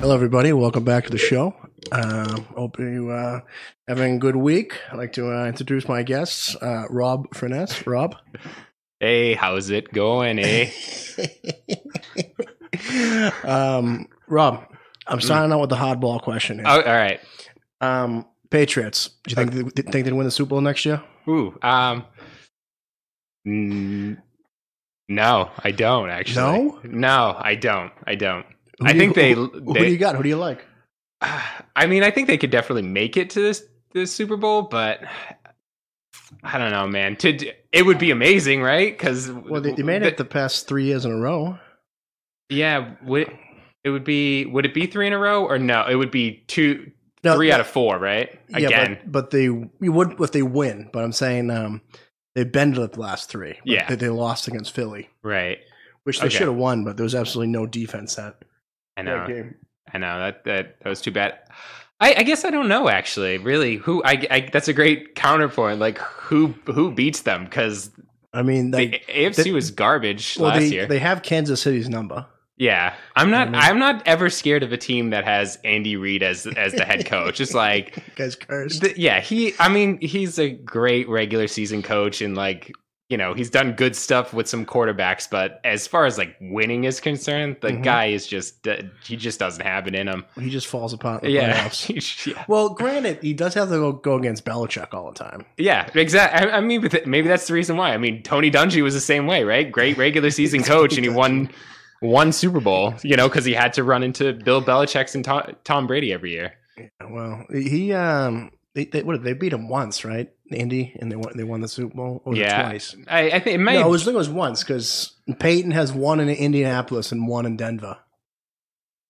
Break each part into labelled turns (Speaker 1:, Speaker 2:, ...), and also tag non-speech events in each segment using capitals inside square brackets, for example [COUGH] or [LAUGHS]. Speaker 1: Hello, everybody. Welcome back to the show. Uh, hope you uh, having a good week. I'd like to uh, introduce my guests, uh, Rob Furness. Rob,
Speaker 2: Hey, how's it
Speaker 1: [LAUGHS]
Speaker 2: going, eh?
Speaker 1: um, Rob, I'm starting out with the hardball question. Here.
Speaker 2: oh, all right.
Speaker 1: Um, Patriots. Do you think
Speaker 2: uh,
Speaker 1: they, think they'd win the Super Bowl next year?
Speaker 2: Ooh. Um. n- No, I don't actually.
Speaker 1: No?
Speaker 2: No, I don't. I don't.
Speaker 1: Who
Speaker 2: I
Speaker 1: do you-
Speaker 2: think they.
Speaker 1: Who, who do
Speaker 2: they-
Speaker 1: you got? Who do you like?
Speaker 2: [SIGHS] I mean, I think they could definitely make it to this this Super Bowl, but I don't know, man. To d- it would be amazing, right? Because
Speaker 1: Well, they, they made it the past three years in a row.
Speaker 2: yeah. Would it, it would be would it be three in a row or no? It would be two,
Speaker 1: No,
Speaker 2: three out of four, right?
Speaker 1: yeah,
Speaker 2: Again.
Speaker 1: But, but they you would if they win. But I'm saying um, they've been to the last three. but
Speaker 2: Yeah.
Speaker 1: they, they lost against Philly,
Speaker 2: Right.
Speaker 1: which they
Speaker 2: Okay.
Speaker 1: should have won, but there was absolutely no defense that,
Speaker 2: I know.
Speaker 1: that game.
Speaker 2: I know that that, that was too bad. I, I guess I don't know actually. Really, who I, I that's a great counterpoint. Like who who beats them because
Speaker 1: I mean,
Speaker 2: the
Speaker 1: they,
Speaker 2: AFC
Speaker 1: they-
Speaker 2: was garbage
Speaker 1: well,
Speaker 2: last
Speaker 1: they,
Speaker 2: year.
Speaker 1: they have Kansas City's number.
Speaker 2: yeah, I'm not
Speaker 1: I mean-
Speaker 2: I'm not ever scared of a team that has Andy Reid as as the head coach. It's like
Speaker 1: guys cursed.
Speaker 2: th- yeah, he. I mean, he's a great regular season coach and like. You know he's done good stuff with some quarterbacks, but as far as like winning is concerned, the
Speaker 1: Mhm.
Speaker 2: guy is just uh, he just doesn't have it in him.
Speaker 1: he just falls apart. In the
Speaker 2: Yeah, [LAUGHS]
Speaker 1: playoffs.
Speaker 2: yeah,
Speaker 1: Well, granted, he does have to go, go against Belichick all the time.
Speaker 2: Yeah, exactly. I, I mean, but th- maybe that's the reason why. I mean, Tony Dungy was the same way, right? Great
Speaker 1: [LAUGHS]
Speaker 2: regular season coach, and he won one Super Bowl, you know, because he had to run into Bill Belichick's and Tom, Tom Brady every year.
Speaker 1: Well, he um, they, they what they beat him once, right? Indy, and they won they won the Super Bowl or was it
Speaker 2: Yeah.
Speaker 1: twice.
Speaker 2: I, I think it might.
Speaker 1: No, I was thinking it was once because Peyton has one in Indianapolis and one in Denver.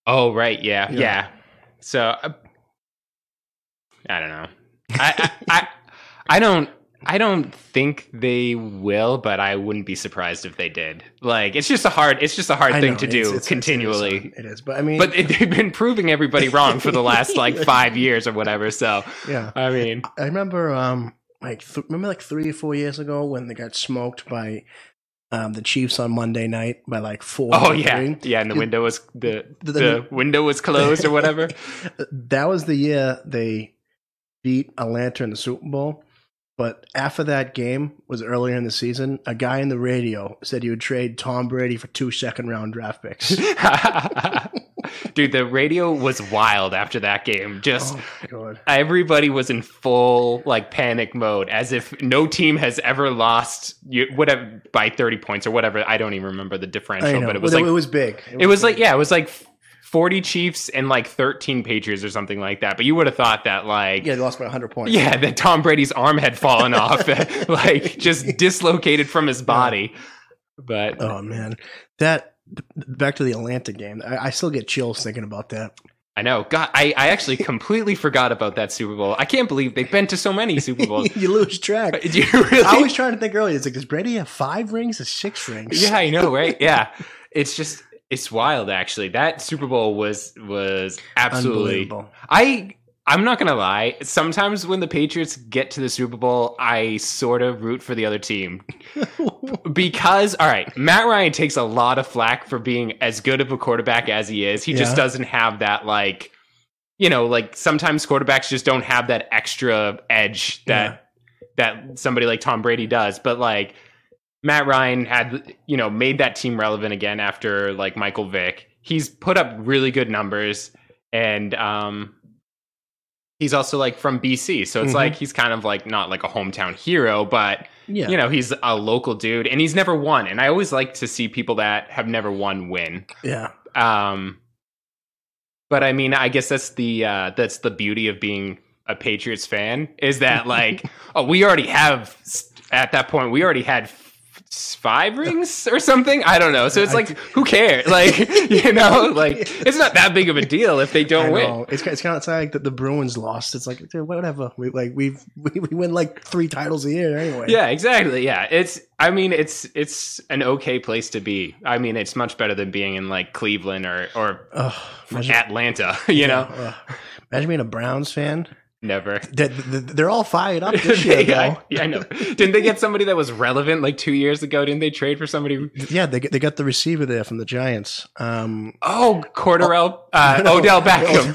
Speaker 2: oh, right. Yeah,
Speaker 1: Yeah.
Speaker 2: yeah. So uh, I don't know. I, I, I I don't. I don't think they will, but I wouldn't be surprised if they did. Like, it's just a hard. It's just a hard
Speaker 1: I
Speaker 2: thing
Speaker 1: know,
Speaker 2: to
Speaker 1: it's-
Speaker 2: do
Speaker 1: it's- it's-
Speaker 2: continually.
Speaker 1: It is, but I mean,
Speaker 2: but it- they've been proving everybody wrong for
Speaker 1: [LAUGHS]
Speaker 2: the last like five years or whatever. So
Speaker 1: yeah,
Speaker 2: I mean,
Speaker 1: I remember um, like th- remember like three or four years ago when they got smoked by um the Chiefs on Monday night by like four.
Speaker 2: oh
Speaker 1: or
Speaker 2: yeah,
Speaker 1: three.
Speaker 2: yeah, and the
Speaker 1: It-
Speaker 2: window was the
Speaker 1: The-
Speaker 2: the window was closed
Speaker 1: [LAUGHS]
Speaker 2: or whatever. [LAUGHS]
Speaker 1: that was the year they beat Atlanta in the Super Bowl. But after that game was earlier in the season, a guy in the radio said he would trade Tom Brady for two second round draft
Speaker 2: [LAUGHS]
Speaker 1: picks.
Speaker 2: Dude, the radio was wild after that game. Just
Speaker 1: oh my god.
Speaker 2: everybody was in full like panic mode, as if no team has ever lost you, whatever by thirty points or whatever. I don't even remember the
Speaker 1: I
Speaker 2: differential,
Speaker 1: know.
Speaker 2: but it was
Speaker 1: Well,
Speaker 2: like
Speaker 1: it was big.
Speaker 2: It was like
Speaker 1: big.
Speaker 2: yeah, it was like forty Chiefs and like thirteen Patriots or something like that. But you would have thought that like
Speaker 1: yeah,
Speaker 2: yeah,
Speaker 1: they lost by 100 points.
Speaker 2: that Tom Brady's arm had
Speaker 1: [LAUGHS]
Speaker 2: fallen off, [LAUGHS] like just dislocated from his body. But
Speaker 1: Oh man, that back to the Atlanta game. I, I still get chills thinking about that. [LAUGHS]
Speaker 2: I know, God, I, I actually completely forgot about that Super Bowl. I can't believe they've been to so many Super
Speaker 1: [LAUGHS]
Speaker 2: Bowls. [LAUGHS]
Speaker 1: you lose track.
Speaker 2: Did you really? [LAUGHS]
Speaker 1: I was trying to think earlier. It's like does Brady have five rings or six rings?
Speaker 2: yeah, I know, right? Yeah, it's just it's wild. Actually, that Super Bowl was was absolutely
Speaker 1: unbelievable.
Speaker 2: I I'm not gonna lie. Sometimes when the Patriots get to the Super Bowl, I sort of root for the other team because all right, Matt Ryan takes a lot of flack for being as good of a quarterback as he is. He just
Speaker 1: Yeah.
Speaker 2: doesn't have that like, you know, like sometimes quarterbacks just don't have that extra edge that that somebody like Tom Brady does. But like Matt Ryan had, you know, made that team relevant again after like Michael Vick. He's put up really good numbers and um he's also like from BC. So it's
Speaker 1: Mhm.
Speaker 2: like he's kind of like not like a hometown hero, but
Speaker 1: Yeah,
Speaker 2: you know, he's a local dude and he's never won. And I always like to see people that have never won win.
Speaker 1: yeah.
Speaker 2: Um but I mean, I guess that's the uh that's the beauty of being a Patriots fan is
Speaker 1: [LAUGHS]
Speaker 2: that like oh, we already have at that point we already had f- five rings or something. I don't know. So it's
Speaker 1: I-
Speaker 2: like who cares? Like, [LAUGHS] you know, like
Speaker 1: [LAUGHS]
Speaker 2: it's not that big of a deal if they
Speaker 1: I
Speaker 2: don't win.
Speaker 1: know. It's, ki- it's kind of it's not like that the Bruins lost. It's like dude, whatever. We like we've [LAUGHS] we, we win like three titles a year anyway.
Speaker 2: Yeah, exactly. Yeah, it's. I mean, it's it's an okay place to be. I mean, it's much better than being in like Cleveland or or
Speaker 1: Ugh, imagine-
Speaker 2: Atlanta. [LAUGHS] You know.
Speaker 1: ugh. imagine being a Browns fan
Speaker 2: Never.
Speaker 1: They- they- They're all fired
Speaker 2: [LAUGHS]
Speaker 1: up this year,
Speaker 2: yeah,
Speaker 1: though.
Speaker 2: I, yeah, I know. Didn't they get somebody that was relevant like two years ago? Didn't they trade for somebody?
Speaker 1: Yeah, they, get- they got the receiver there from the Giants. Um,
Speaker 2: Oh, Corderell, uh,
Speaker 1: no, Oh,
Speaker 2: Odell Beckham.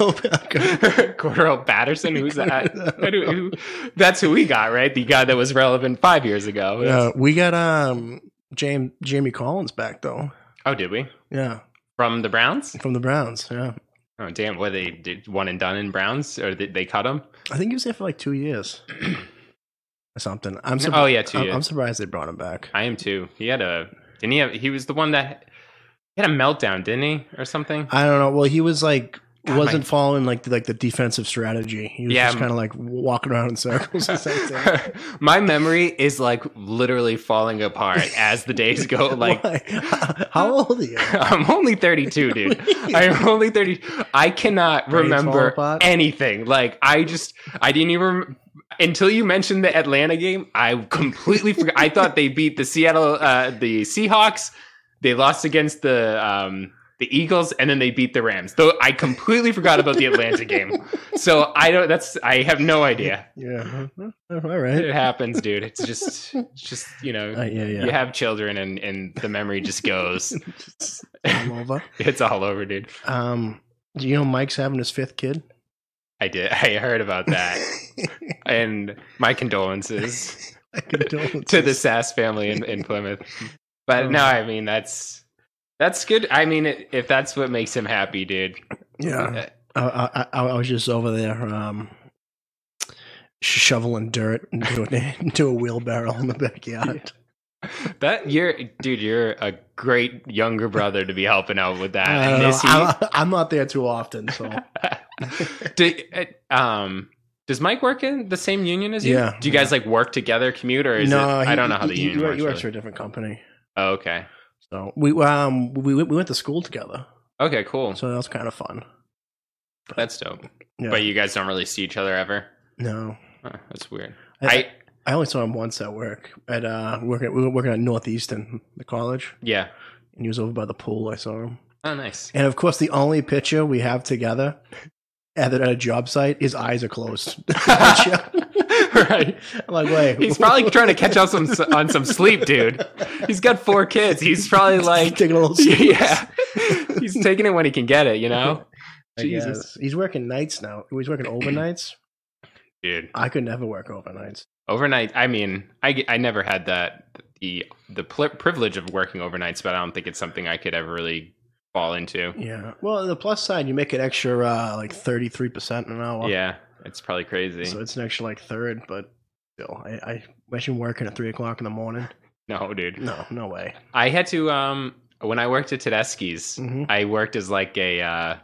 Speaker 1: [LAUGHS] Odell Beckham.
Speaker 2: [LAUGHS] Corderell Patterson, who's [LAUGHS]
Speaker 1: [LAUGHS]
Speaker 2: that? Who- who- that's who we got, right? The guy that was relevant five years ago.
Speaker 1: Uh, we got um James Jamie Collins back though.
Speaker 2: Oh, did we?
Speaker 1: Yeah,
Speaker 2: From the Browns?
Speaker 1: from the Browns. Yeah,
Speaker 2: Oh, damn. What, they did one and done in Browns? Or did they cut him?
Speaker 1: I think he was there for like two years [CLEARS THROAT] or something. I'm surprised.
Speaker 2: Oh, yeah, two
Speaker 1: I'm,
Speaker 2: years.
Speaker 1: I'm surprised they brought him back.
Speaker 2: I am too. He had a didn't he? Have, he was the one that he had a meltdown, didn't he, or something?
Speaker 1: I don't know. Well, he was like
Speaker 2: God,
Speaker 1: wasn't
Speaker 2: my-
Speaker 1: following like the, like the defensive strategy. He was
Speaker 2: Yeah,
Speaker 1: just
Speaker 2: m-
Speaker 1: kind of like walking around in
Speaker 2: [LAUGHS]
Speaker 1: circles. and [LAUGHS] something.
Speaker 2: My memory is like literally falling apart as the days go.
Speaker 1: [LAUGHS]
Speaker 2: Like
Speaker 1: Why? how old
Speaker 2: [LAUGHS]
Speaker 1: are you?
Speaker 2: I'm only 32, dude. I'm only 30. I cannot
Speaker 1: Brains fall
Speaker 2: remember
Speaker 1: apart.
Speaker 2: anything. Like I just I didn't even rem- until you mentioned the Atlanta game. I completely forgot. I thought they beat the Seattle uh, the Seahawks. They lost against the um, the Eagles and then they beat the Rams. Though I completely forgot about the Atlanta game. So I don't. That's I have no idea.
Speaker 1: [LAUGHS] yeah. All right.
Speaker 2: It happens, dude. It's just it's just you know.
Speaker 1: Uh, yeah, yeah. [LAUGHS]
Speaker 2: You have children, and, and the memory just goes.
Speaker 1: I'm over.
Speaker 2: it's all over, dude.
Speaker 1: Um, do you know Mike's having his fifth kid?
Speaker 2: I did. I heard
Speaker 1: [LAUGHS]
Speaker 2: about that, and my condolences
Speaker 1: I can totally
Speaker 2: to the Sass family in, in Plymouth.
Speaker 1: Oh.
Speaker 2: But no, I mean that's that's good. I mean, i- if that's what makes him happy, dude.
Speaker 1: Yeah.
Speaker 2: Uh,
Speaker 1: I, I, I I was just over there um, shoveling dirt into, a- [LAUGHS] into a wheelbarrow in the backyard.
Speaker 2: Uh, That you're, dude. You're a great younger brother to be helping out with that.
Speaker 1: I don't
Speaker 2: And
Speaker 1: know.
Speaker 2: this
Speaker 1: I'm, I'm not there too often, so [LAUGHS]
Speaker 2: heat- do, uh, um, does Mike work in the same union as you?
Speaker 1: Yeah.
Speaker 2: Do you guys like work together, commute, [LAUGHS] or is it? I
Speaker 1: he-
Speaker 2: don't know how the
Speaker 1: he-
Speaker 2: union
Speaker 1: he,
Speaker 2: works.
Speaker 1: He works for
Speaker 2: really.
Speaker 1: a different company,
Speaker 2: oh, okay.
Speaker 1: so we um we we went to school together,
Speaker 2: Okay. Cool.
Speaker 1: so that was kind of fun.
Speaker 2: That's dope.
Speaker 1: Yeah.
Speaker 2: But you guys don't really see each other ever.
Speaker 1: No,
Speaker 2: Huh, that's weird.
Speaker 1: I-
Speaker 2: I
Speaker 1: I only saw him once at work at uh working we were working at Northeastern, the college,
Speaker 2: yeah.
Speaker 1: and he was over by the pool. I saw him.
Speaker 2: Oh, nice.
Speaker 1: And of course, the only picture we have together at, at a job site, his eyes are
Speaker 2: [LAUGHS]
Speaker 1: closed.
Speaker 2: [LAUGHS]
Speaker 1: [LAUGHS]
Speaker 2: right.
Speaker 1: I'm like, wait,
Speaker 2: He's
Speaker 1: [LAUGHS]
Speaker 2: probably trying to catch up some on some sleep, dude. He's got four kids. He's
Speaker 1: [LAUGHS]
Speaker 2: probably like, [LAUGHS]
Speaker 1: taking a little. sleep,
Speaker 2: yeah, he's taking it when he can get it. You know,
Speaker 1: [LAUGHS] I
Speaker 2: Jesus,
Speaker 1: guess. he's working nights now. He's working overnights.
Speaker 2: dude.
Speaker 1: I could never work overnights.
Speaker 2: Overnight. I mean, I g- I never had that the the pl- privilege of working overnights, but I don't think it's something I could ever really fall into.
Speaker 1: Yeah. Well, the plus side, you make an extra uh, like thirty three percent an hour.
Speaker 2: Yeah, it's probably crazy.
Speaker 1: So it's an extra like third, but still, I, I imagine working at three o'clock in the morning.
Speaker 2: no, dude.
Speaker 1: No, no way.
Speaker 2: I had to um when I worked at Tedeschi's.
Speaker 1: hmm
Speaker 2: I worked as like a uh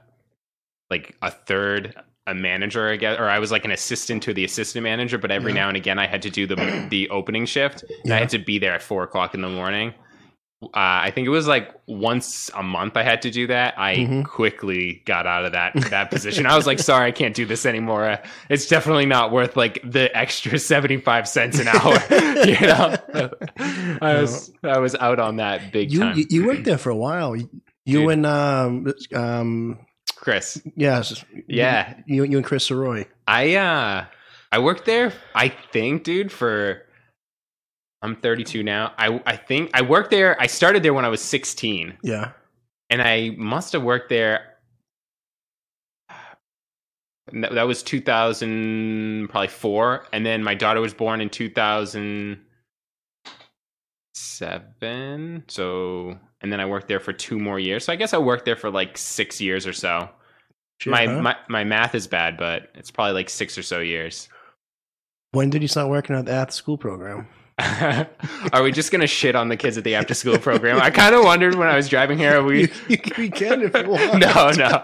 Speaker 2: like a third a manager I guess or I was like an assistant to the assistant manager, but every
Speaker 1: Yeah.
Speaker 2: now and again I had to
Speaker 1: [CLEARS THROAT]
Speaker 2: do the the opening shift and I
Speaker 1: Yeah.
Speaker 2: had to be there at four o'clock in the morning. Uh, I think it was like once a month I had to do that. I
Speaker 1: Mhm.
Speaker 2: quickly got out of that that position. I was like, sorry, I can't do this anymore. Uh, It's definitely not worth like the extra seventy five cents an hour. [LAUGHS]
Speaker 1: [LAUGHS]
Speaker 2: you know, I was I was out on that big
Speaker 1: You,
Speaker 2: time.
Speaker 1: you you worked there for a while. You
Speaker 2: Dude.
Speaker 1: and um um
Speaker 2: Chris,
Speaker 1: yes
Speaker 2: yeah,
Speaker 1: you you and Chris Soroy.
Speaker 2: I uh I worked there I think dude for I'm 32 now. I I think I worked there I started there when I was 16
Speaker 1: Yeah.
Speaker 2: and I must have worked there and that, that was 2000 probably 4 and then my daughter was born in 2007 so and then I worked there for two more years. So I guess I worked there for like 6 years or so
Speaker 1: Shit,
Speaker 2: my,
Speaker 1: huh?
Speaker 2: my my math is bad, but it's probably like six or so years.
Speaker 1: when did you start working at the after school program?
Speaker 2: are we just gonna shit on the kids at the after school program? I kind of wondered when I was driving here. Are [LAUGHS] we?
Speaker 1: you, you, you can if
Speaker 2: [LAUGHS]
Speaker 1: you want.
Speaker 2: no, no.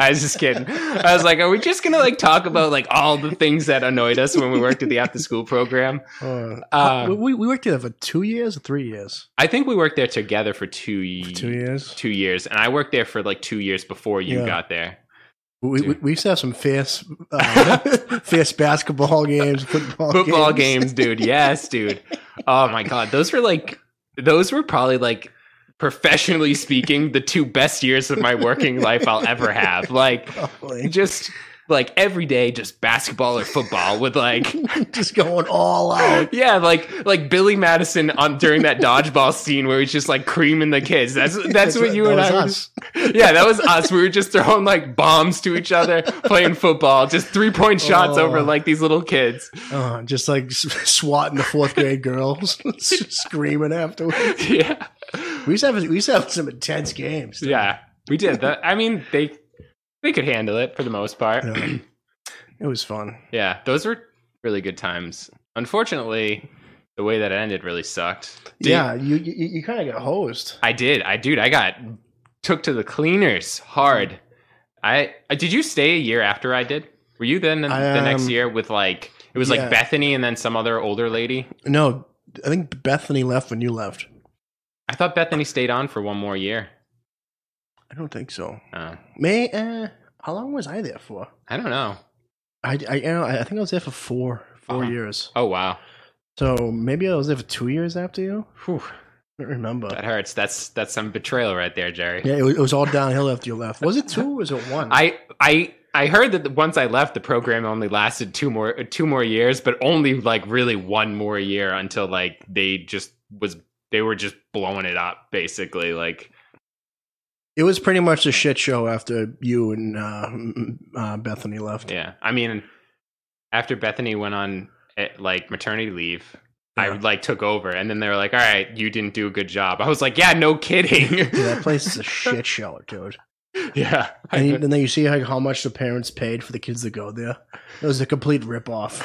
Speaker 2: I was just kidding. I was like, are we just gonna like talk about like all the things that annoyed us when we worked at the after
Speaker 1: [LAUGHS]
Speaker 2: school program?
Speaker 1: Uh,
Speaker 2: Uh,
Speaker 1: we- we, we worked there for two years or three years.
Speaker 2: I think we worked there together for two
Speaker 1: For
Speaker 2: ye-
Speaker 1: two years.
Speaker 2: two years, and I worked there for like two years before you
Speaker 1: Yeah.
Speaker 2: got there.
Speaker 1: We, we, we used to have some fierce,
Speaker 2: [LAUGHS]
Speaker 1: uh, fierce basketball games, football,
Speaker 2: football games. dude. Yes, dude. Oh my god, those were like those were probably like professionally speaking the two best years of my working life I'll ever have. Like
Speaker 1: Oh, Probably.
Speaker 2: just like every day just basketball or football with like
Speaker 1: [LAUGHS] just going all out.
Speaker 2: yeah, like like Billy Madison on during that dodgeball scene where he's just like creaming the kids. That's
Speaker 1: [LAUGHS]
Speaker 2: [LAUGHS] that's, what you
Speaker 1: that
Speaker 2: and
Speaker 1: was
Speaker 2: I. were-
Speaker 1: us.
Speaker 2: [LAUGHS] Yeah, that was us. We were just throwing like bombs to each other, playing football, just three point shots
Speaker 1: Oh.
Speaker 2: over like these little kids. [LAUGHS]
Speaker 1: Uh, just like s- swatting the fourth grade girls, [LAUGHS] screaming afterwards.
Speaker 2: yeah,
Speaker 1: We used to have we used to have some intense games.
Speaker 2: yeah, we did. That, I mean, they they could handle it for the most part.
Speaker 1: Yeah. [CLEARS THROAT] It was fun.
Speaker 2: Yeah, those were really good times. Unfortunately, the way that it ended really sucked. Did-
Speaker 1: yeah, you you, you kind of got hosed.
Speaker 2: I did. I dude, I got took to the
Speaker 1: Mm.
Speaker 2: cleaners hard. I uh, did you stay a year after I did? Were you then the,
Speaker 1: I,
Speaker 2: the next
Speaker 1: um,
Speaker 2: year with like it was
Speaker 1: yeah.
Speaker 2: like Bethany and then some other older lady?
Speaker 1: No, I think Bethany left when you left.
Speaker 2: I thought Bethany stayed on for one more year.
Speaker 1: I don't think so.
Speaker 2: Uh,
Speaker 1: May uh, how long was I there for?
Speaker 2: I don't know.
Speaker 1: I I, you know, I I think I was there for four four
Speaker 2: Uh-huh.
Speaker 1: years.
Speaker 2: Oh wow,
Speaker 1: So maybe I was there for two years after you.
Speaker 2: Whew,
Speaker 1: I don't remember.
Speaker 2: that hurts. That's that's some betrayal right there, Jerry.
Speaker 1: Yeah, it was, it was all downhill after you left. Was it two or was it one?
Speaker 2: I I I heard that the- once I left, the program only lasted two more two more years, but only like really one more year until like they just was they were just blowing it up basically. Like
Speaker 1: it was pretty much a shit show after you and uh, mm, uh, Bethany left.
Speaker 2: yeah, I mean, after Bethany went on eh, like maternity leave. I
Speaker 1: Yeah.
Speaker 2: like took over, and then they were like, "All right, you didn't do a good job." I was like, "Yeah, no kidding."
Speaker 1: Dude, that place is a shit show, [LAUGHS] dude.
Speaker 2: [LAUGHS] yeah, I-
Speaker 1: And, you- and then you see like, how much the parents paid for the kids to go there. It was a complete ripoff.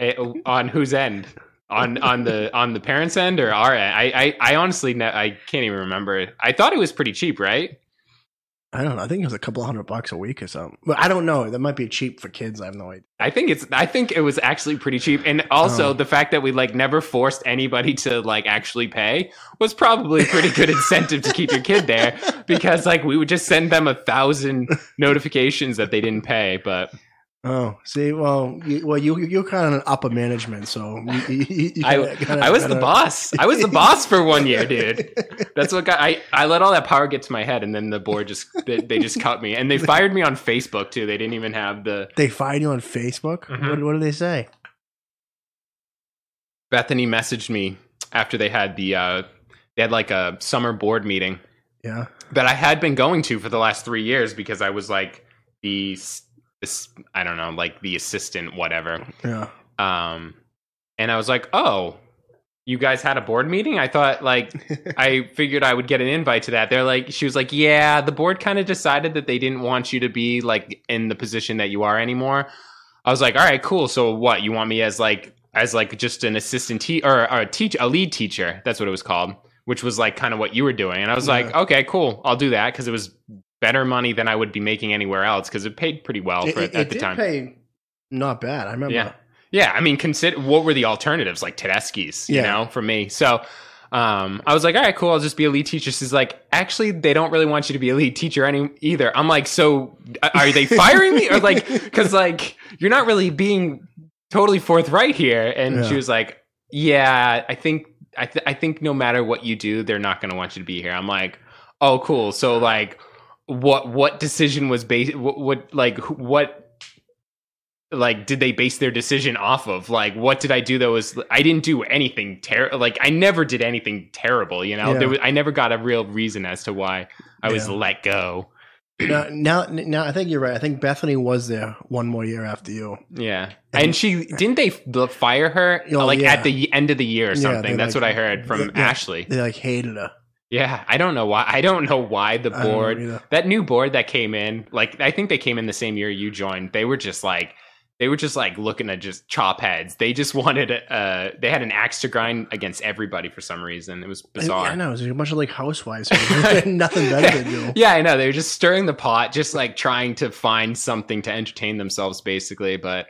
Speaker 2: Eh, on whose end on on the on the parents end or our end? I I, I honestly ne- I can't even remember. I thought it was pretty cheap, right?
Speaker 1: I don't know. I think it was a couple hundred bucks a week or something. But I don't know. That might be cheap for kids. I have no idea.
Speaker 2: I think it's I think it was actually pretty cheap, and also
Speaker 1: Oh.
Speaker 2: the fact that we like never forced anybody to like actually pay was probably a pretty good incentive to keep your kid there because like we would just send them a thousand notifications that they didn't pay, but
Speaker 1: Oh, see, well, you, well, you you're kind of an upper management, so you, you, you- you
Speaker 2: [LAUGHS] I
Speaker 1: kinda-
Speaker 2: I was the
Speaker 1: kinda-
Speaker 2: boss. I was the boss for one year, dude. That's what got I. I let all that power get to my head, and then the board just they, they just cut me, and they fired me on Facebook too. They didn't even have the
Speaker 1: [LAUGHS] they fired you on Facebook.
Speaker 2: Mhm.
Speaker 1: What, what did they say?
Speaker 2: Bethany messaged me after they had the uh, they had like a summer board meeting
Speaker 1: Yeah,
Speaker 2: that I had been going to for the last three years because I was like the s- the s- I don't know like the assistant whatever. [LAUGHS]
Speaker 1: yeah.
Speaker 2: Um, and I was like, oh, you guys had a board meeting? I thought like I figured I would get an invite to that. They're like, she was like, yeah, the board kind of decided that they didn't want you to be like in the position that you are anymore. I was like, all right, cool. So what? You want me as like as like just an assistant te- or, or a teach a lead teacher? That's what it was called, which was like kind of what you were doing. And I was like,
Speaker 1: Yeah.
Speaker 2: okay, cool, I'll do that because it was better money than I would be making anywhere else because it paid pretty well
Speaker 1: It,
Speaker 2: for
Speaker 1: it,
Speaker 2: at
Speaker 1: it
Speaker 2: the
Speaker 1: did
Speaker 2: time.
Speaker 1: pay not bad. I remember.
Speaker 2: Yeah. Yeah, I mean, consider what were the alternatives like Tedeschi's, you
Speaker 1: Yeah.
Speaker 2: know, for me. So um, I was like, all right, cool, I'll just be a lead teacher. She's like, actually, they don't really want you to be a lead teacher any either. I'm like, so uh, are they firing me or like, [LAUGHS] because like you're not really being totally forthright here? And
Speaker 1: Yeah.
Speaker 2: she was like, yeah, I think I, th- I think no matter what you do, they're not going to want you to be here. I'm like, oh, cool. So like, what what decision was based? What, what like wh- what like did they base their decision off of like what did i do that was i didn't do anything terrible like i never did anything terrible you know
Speaker 1: Yeah.
Speaker 2: there was, i never got a real reason as to why i was
Speaker 1: Yeah.
Speaker 2: let go
Speaker 1: [LAUGHS] Now, now, now, I think you're right. I think Bethany was there one more year after you.
Speaker 2: yeah
Speaker 1: And-
Speaker 2: and she didn't they f- the- fire her
Speaker 1: Oh,
Speaker 2: like
Speaker 1: yeah.
Speaker 2: at the y- end of the year or
Speaker 1: Yeah,
Speaker 2: something
Speaker 1: they,
Speaker 2: that's
Speaker 1: like-
Speaker 2: what i heard from
Speaker 1: yeah.
Speaker 2: ashley
Speaker 1: They like hated her.
Speaker 2: yeah i don't know why i don't know why the
Speaker 1: I don't know
Speaker 2: board
Speaker 1: either.
Speaker 2: that new board that came in like i think they came in the same year you joined they were just like they were just like looking to just chop heads they just [LAUGHS] wanted uh they had an axe to grind against everybody for some reason it was bizarre
Speaker 1: I, I know. It was a bunch of like housewives. [LAUGHS]
Speaker 2: [LAUGHS]
Speaker 1: who had Nothing better to do.
Speaker 2: yeah i know they were just stirring the pot just like trying to find something to entertain themselves basically but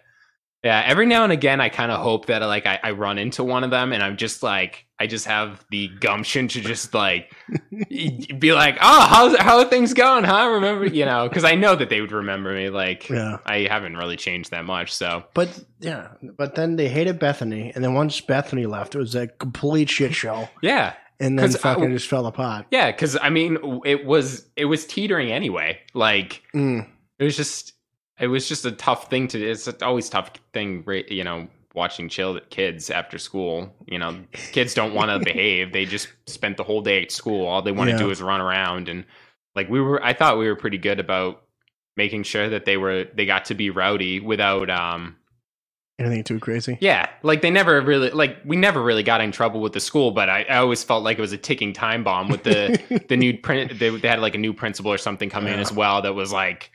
Speaker 2: yeah every now and again i kind of hope that like I, I run into one of them and i'm just like i just have the gumption to just like be like oh how's how are things going huh remember you know because i know that they would remember me like
Speaker 1: Yeah.
Speaker 2: i haven't really changed that much so
Speaker 1: But yeah, but then they hated Bethany, and then once Bethany left, it was a complete shit show,
Speaker 2: yeah
Speaker 1: and then
Speaker 2: 'Cause I-
Speaker 1: fucking just fell apart.
Speaker 2: yeah because i mean it was it was teetering anyway like
Speaker 1: Mm.
Speaker 2: it was just it was just a tough thing to. It's a always tough thing, ra- you know, watching child kids after school. You know, kids don't want to behave. They just spent the whole day at school. All they want to
Speaker 1: Yeah.
Speaker 2: do is run around and like we were. I thought we were pretty good about making sure that they were they got to be rowdy without um
Speaker 1: Anything too crazy?
Speaker 2: yeah, like they never really like we never really got in trouble with the school, but I, I always felt like it was a ticking time bomb with
Speaker 1: [LAUGHS]
Speaker 2: the the new print they, they had like a new principal or something come in
Speaker 1: Yeah.
Speaker 2: as well that was like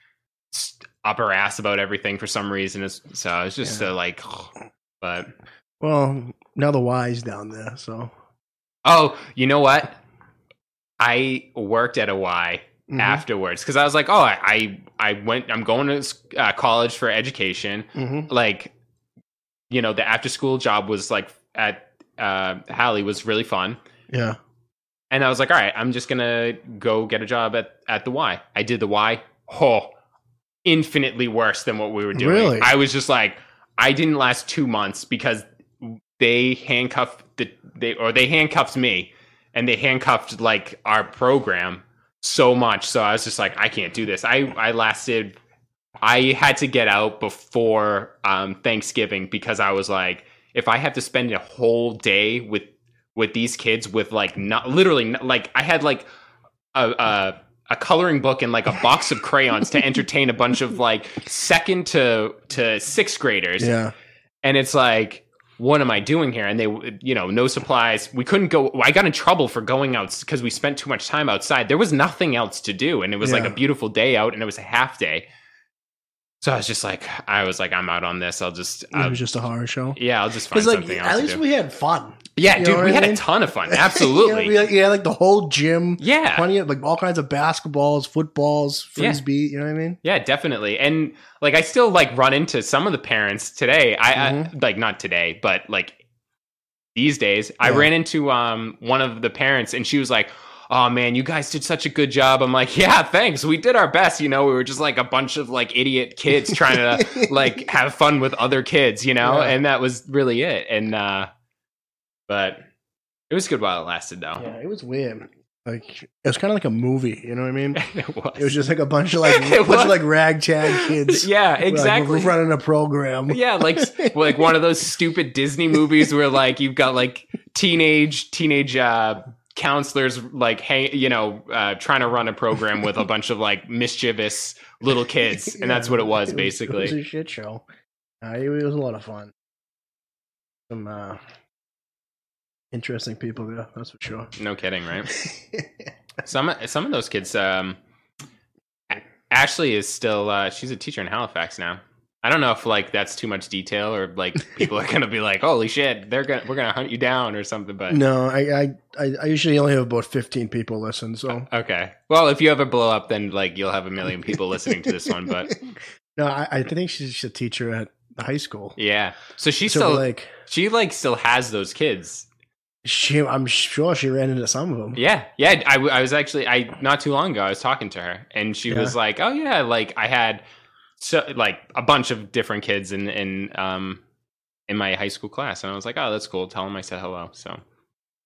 Speaker 2: s- up her ass about everything for some reason. It's, so it's just
Speaker 1: Yeah.
Speaker 2: so like, [SIGHS] but
Speaker 1: well, now the Y's down there, so
Speaker 2: oh, you know what? I worked at a Y
Speaker 1: Mhm.
Speaker 2: afterwards because I was like, oh, I I I went I'm going to s- uh, college for education.
Speaker 1: Mhm.
Speaker 2: like you know the after school job was like at uh Hallie was really fun
Speaker 1: yeah,
Speaker 2: and I was like all right I'm just going to go get a job at at the Y. I did the Y. Oh, infinitely worse than what we were doing.
Speaker 1: Really?
Speaker 2: I was just like I didn't last 2 months because they handcuffed the they or they handcuffed me and they handcuffed like our program so much so I was just like I can't do this. I I lasted I had to get out before um, Thanksgiving because I was like, if I have to spend a whole day with with these kids, with like not literally not- like I had like a. a a coloring book and like a box of crayons to entertain a bunch of like second to to sixth graders
Speaker 1: yeah.
Speaker 2: and it's like what am i doing here and they you know no supplies we couldn't go i got in trouble for going out because we spent too much time outside there was nothing else to do and it was like
Speaker 1: Yeah.
Speaker 2: a beautiful day out and it was a half day so i was just like i was like i'm out on this i'll just
Speaker 1: it
Speaker 2: I'll,
Speaker 1: was just a horror show.
Speaker 2: yeah i'll just Uh, find
Speaker 1: Because like,
Speaker 2: something
Speaker 1: at
Speaker 2: else
Speaker 1: least
Speaker 2: to do.
Speaker 1: we had fun. [LAUGHS]
Speaker 2: yeah
Speaker 1: you know
Speaker 2: dude
Speaker 1: what
Speaker 2: we
Speaker 1: I
Speaker 2: had a
Speaker 1: mean?
Speaker 2: ton of fun
Speaker 1: [LAUGHS]
Speaker 2: absolutely
Speaker 1: yeah, we had- yeah, like the whole gym.
Speaker 2: yeah
Speaker 1: Plenty of like all kinds of basketballs, footballs,
Speaker 2: Yeah.
Speaker 1: frisbee. You know what I mean?
Speaker 2: Yeah, definitely. And like I still like run into some of the parents today. I,
Speaker 1: Mm-hmm.
Speaker 2: I like not today, but like these days I
Speaker 1: Yeah.
Speaker 2: ran into um one of the parents and she was like, "Oh man, you guys did such a good job." I'm like, "Yeah, thanks. We did our best, you know. We were just like a bunch of like idiot kids
Speaker 1: [LAUGHS]
Speaker 2: trying to like have fun with other kids, you know?
Speaker 1: Yeah.
Speaker 2: And that was really it. And uh but it was good while it lasted though.
Speaker 1: Yeah, it was weird. Like it was kind of like a movie. You know what I
Speaker 2: [LAUGHS]
Speaker 1: mean?
Speaker 2: [LAUGHS] it was.
Speaker 1: It was just like a bunch of like
Speaker 2: [LAUGHS] It
Speaker 1: bunch
Speaker 2: was.
Speaker 1: of like ragtag kids.
Speaker 2: [LAUGHS] yeah,
Speaker 1: We're like,
Speaker 2: exactly.
Speaker 1: we're running a program. [LAUGHS]
Speaker 2: Yeah, like like one of those stupid Disney movies where like you've got like teenage teenage uh counselors like hang you know uh trying to run a program with a bunch of like mischievous little kids and that's what it was
Speaker 1: Yeah,
Speaker 2: basically.
Speaker 1: It was, a shit show. Uh, it, was a lot of fun. Some uh, interesting people there, that's for sure.
Speaker 2: no kidding, right?
Speaker 1: [LAUGHS]
Speaker 2: Some some of those kids um A- Ashley is still uh she's a teacher in Halifax now. I don't know if like that's too much detail or like people are going to be like, "Holy shit, they're going to we're going to hunt you down" or something but
Speaker 1: no, I, I I I usually only have about fifteen people listen. So
Speaker 2: Uh, Okay. Well, if you ever blow up, then like you'll have a million people listening to this
Speaker 1: [LAUGHS]
Speaker 2: one. But
Speaker 1: no, I, I think she's a teacher at the high school.
Speaker 2: yeah, so she
Speaker 1: So,
Speaker 2: still
Speaker 1: like
Speaker 2: she like still has those kids.
Speaker 1: she. I'm sure she ran into some of them.
Speaker 2: Yeah, yeah. I, w- I was actually I not too long ago I was talking to her and she
Speaker 1: Yeah.
Speaker 2: was like, oh yeah, like I had so like a bunch of different kids in in um in my high school class and I was like, oh that's cool. Tell them I said hello. So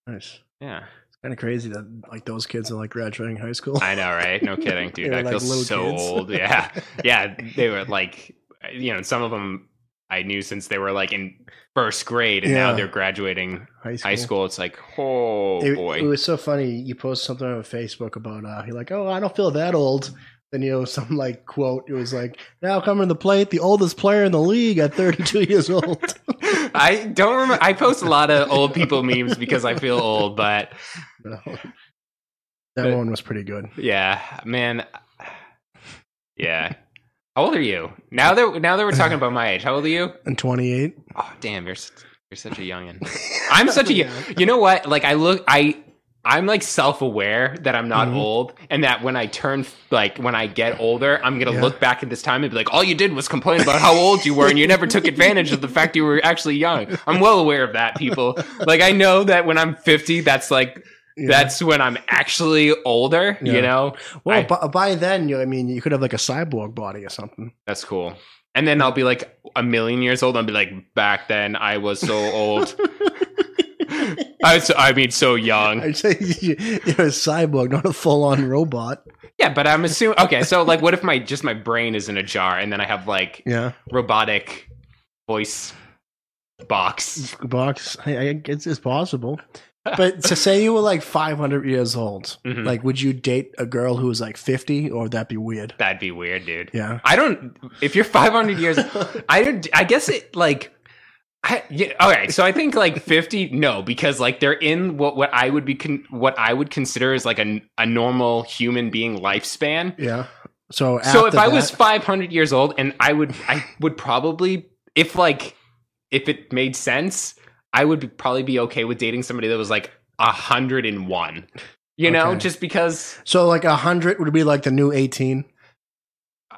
Speaker 1: Nice.
Speaker 2: yeah,
Speaker 1: It's kind of crazy that like those kids are like graduating high school.
Speaker 2: I know, right?
Speaker 1: [LAUGHS]
Speaker 2: No kidding,
Speaker 1: They
Speaker 2: dude.
Speaker 1: were,
Speaker 2: I
Speaker 1: like,
Speaker 2: feel
Speaker 1: little
Speaker 2: so
Speaker 1: kids.
Speaker 2: old. Yeah.
Speaker 1: [LAUGHS]
Speaker 2: yeah, they were like, you know, some of them I knew since they were like in first grade, and now
Speaker 1: Yeah.
Speaker 2: they're graduating
Speaker 1: high school.
Speaker 2: high school. It's like, oh
Speaker 1: it,
Speaker 2: boy,
Speaker 1: it was so funny. You post something on Facebook about uh, you're like, oh, I don't feel that old. Then you know [LAUGHS] some like quote. It was like, now coming to the plate, the oldest player in the league at 32 years old.
Speaker 2: [LAUGHS]
Speaker 1: [LAUGHS]
Speaker 2: I don't remember. I post a lot of old people memes because I feel old, but
Speaker 1: No. That
Speaker 2: But-
Speaker 1: one was pretty good.
Speaker 2: yeah, man, yeah. How old are you now? That now that we're talking about my age, how old are you?
Speaker 1: And 28.
Speaker 2: Oh, damn, you're s- you're such a youngin. I'm such a you know what like i look i i'm like self-aware that i'm not
Speaker 1: Mhm.
Speaker 2: old and that when i turn like when i get older i'm gonna
Speaker 1: Yeah.
Speaker 2: look back at this time and be like all you did was complain about how old you were and you never took advantage of the fact you were actually young i'm well aware of that people like i know that when i'm 50 that's like
Speaker 1: Yeah.
Speaker 2: that's when i'm actually older
Speaker 1: Yeah.
Speaker 2: you know
Speaker 1: well.
Speaker 2: I-
Speaker 1: bu- by then, you I mean, you could have like a cyborg body or something.
Speaker 2: that's cool and then i'll be like a million years old i'll be like back then i was so
Speaker 1: [LAUGHS]
Speaker 2: old I, was, I mean so young Mm.
Speaker 1: [LAUGHS] I say you're a cyborg, not a full-on robot.
Speaker 2: Yeah, but I'm assuming. Okay, so like, what if my just my brain is in a jar, and then I have like
Speaker 1: Yeah,
Speaker 2: robotic voice box?
Speaker 1: box. I, I, it's, it's
Speaker 2: [LAUGHS]
Speaker 1: possible. But to say you were like 500 years old,
Speaker 2: Mhm.
Speaker 1: like, would you date a girl who was like 50, or would that be weird?
Speaker 2: That'd be weird, dude. [LAUGHS]
Speaker 1: Yeah.
Speaker 2: I don't. If you're 500 years, I don't. I guess it like. I, yeah, all right, so I think like 50. No, because like they're in what what I would be con- what I would consider is like a a normal human being lifespan.
Speaker 1: yeah. So
Speaker 2: so
Speaker 1: after
Speaker 2: if I was
Speaker 1: that-
Speaker 2: 500 years old and I would I would probably if like if it made sense, I would be, probably be okay with dating somebody that was like 101. You know,
Speaker 1: Okay.
Speaker 2: just because
Speaker 1: so like 100 would be like the new 18.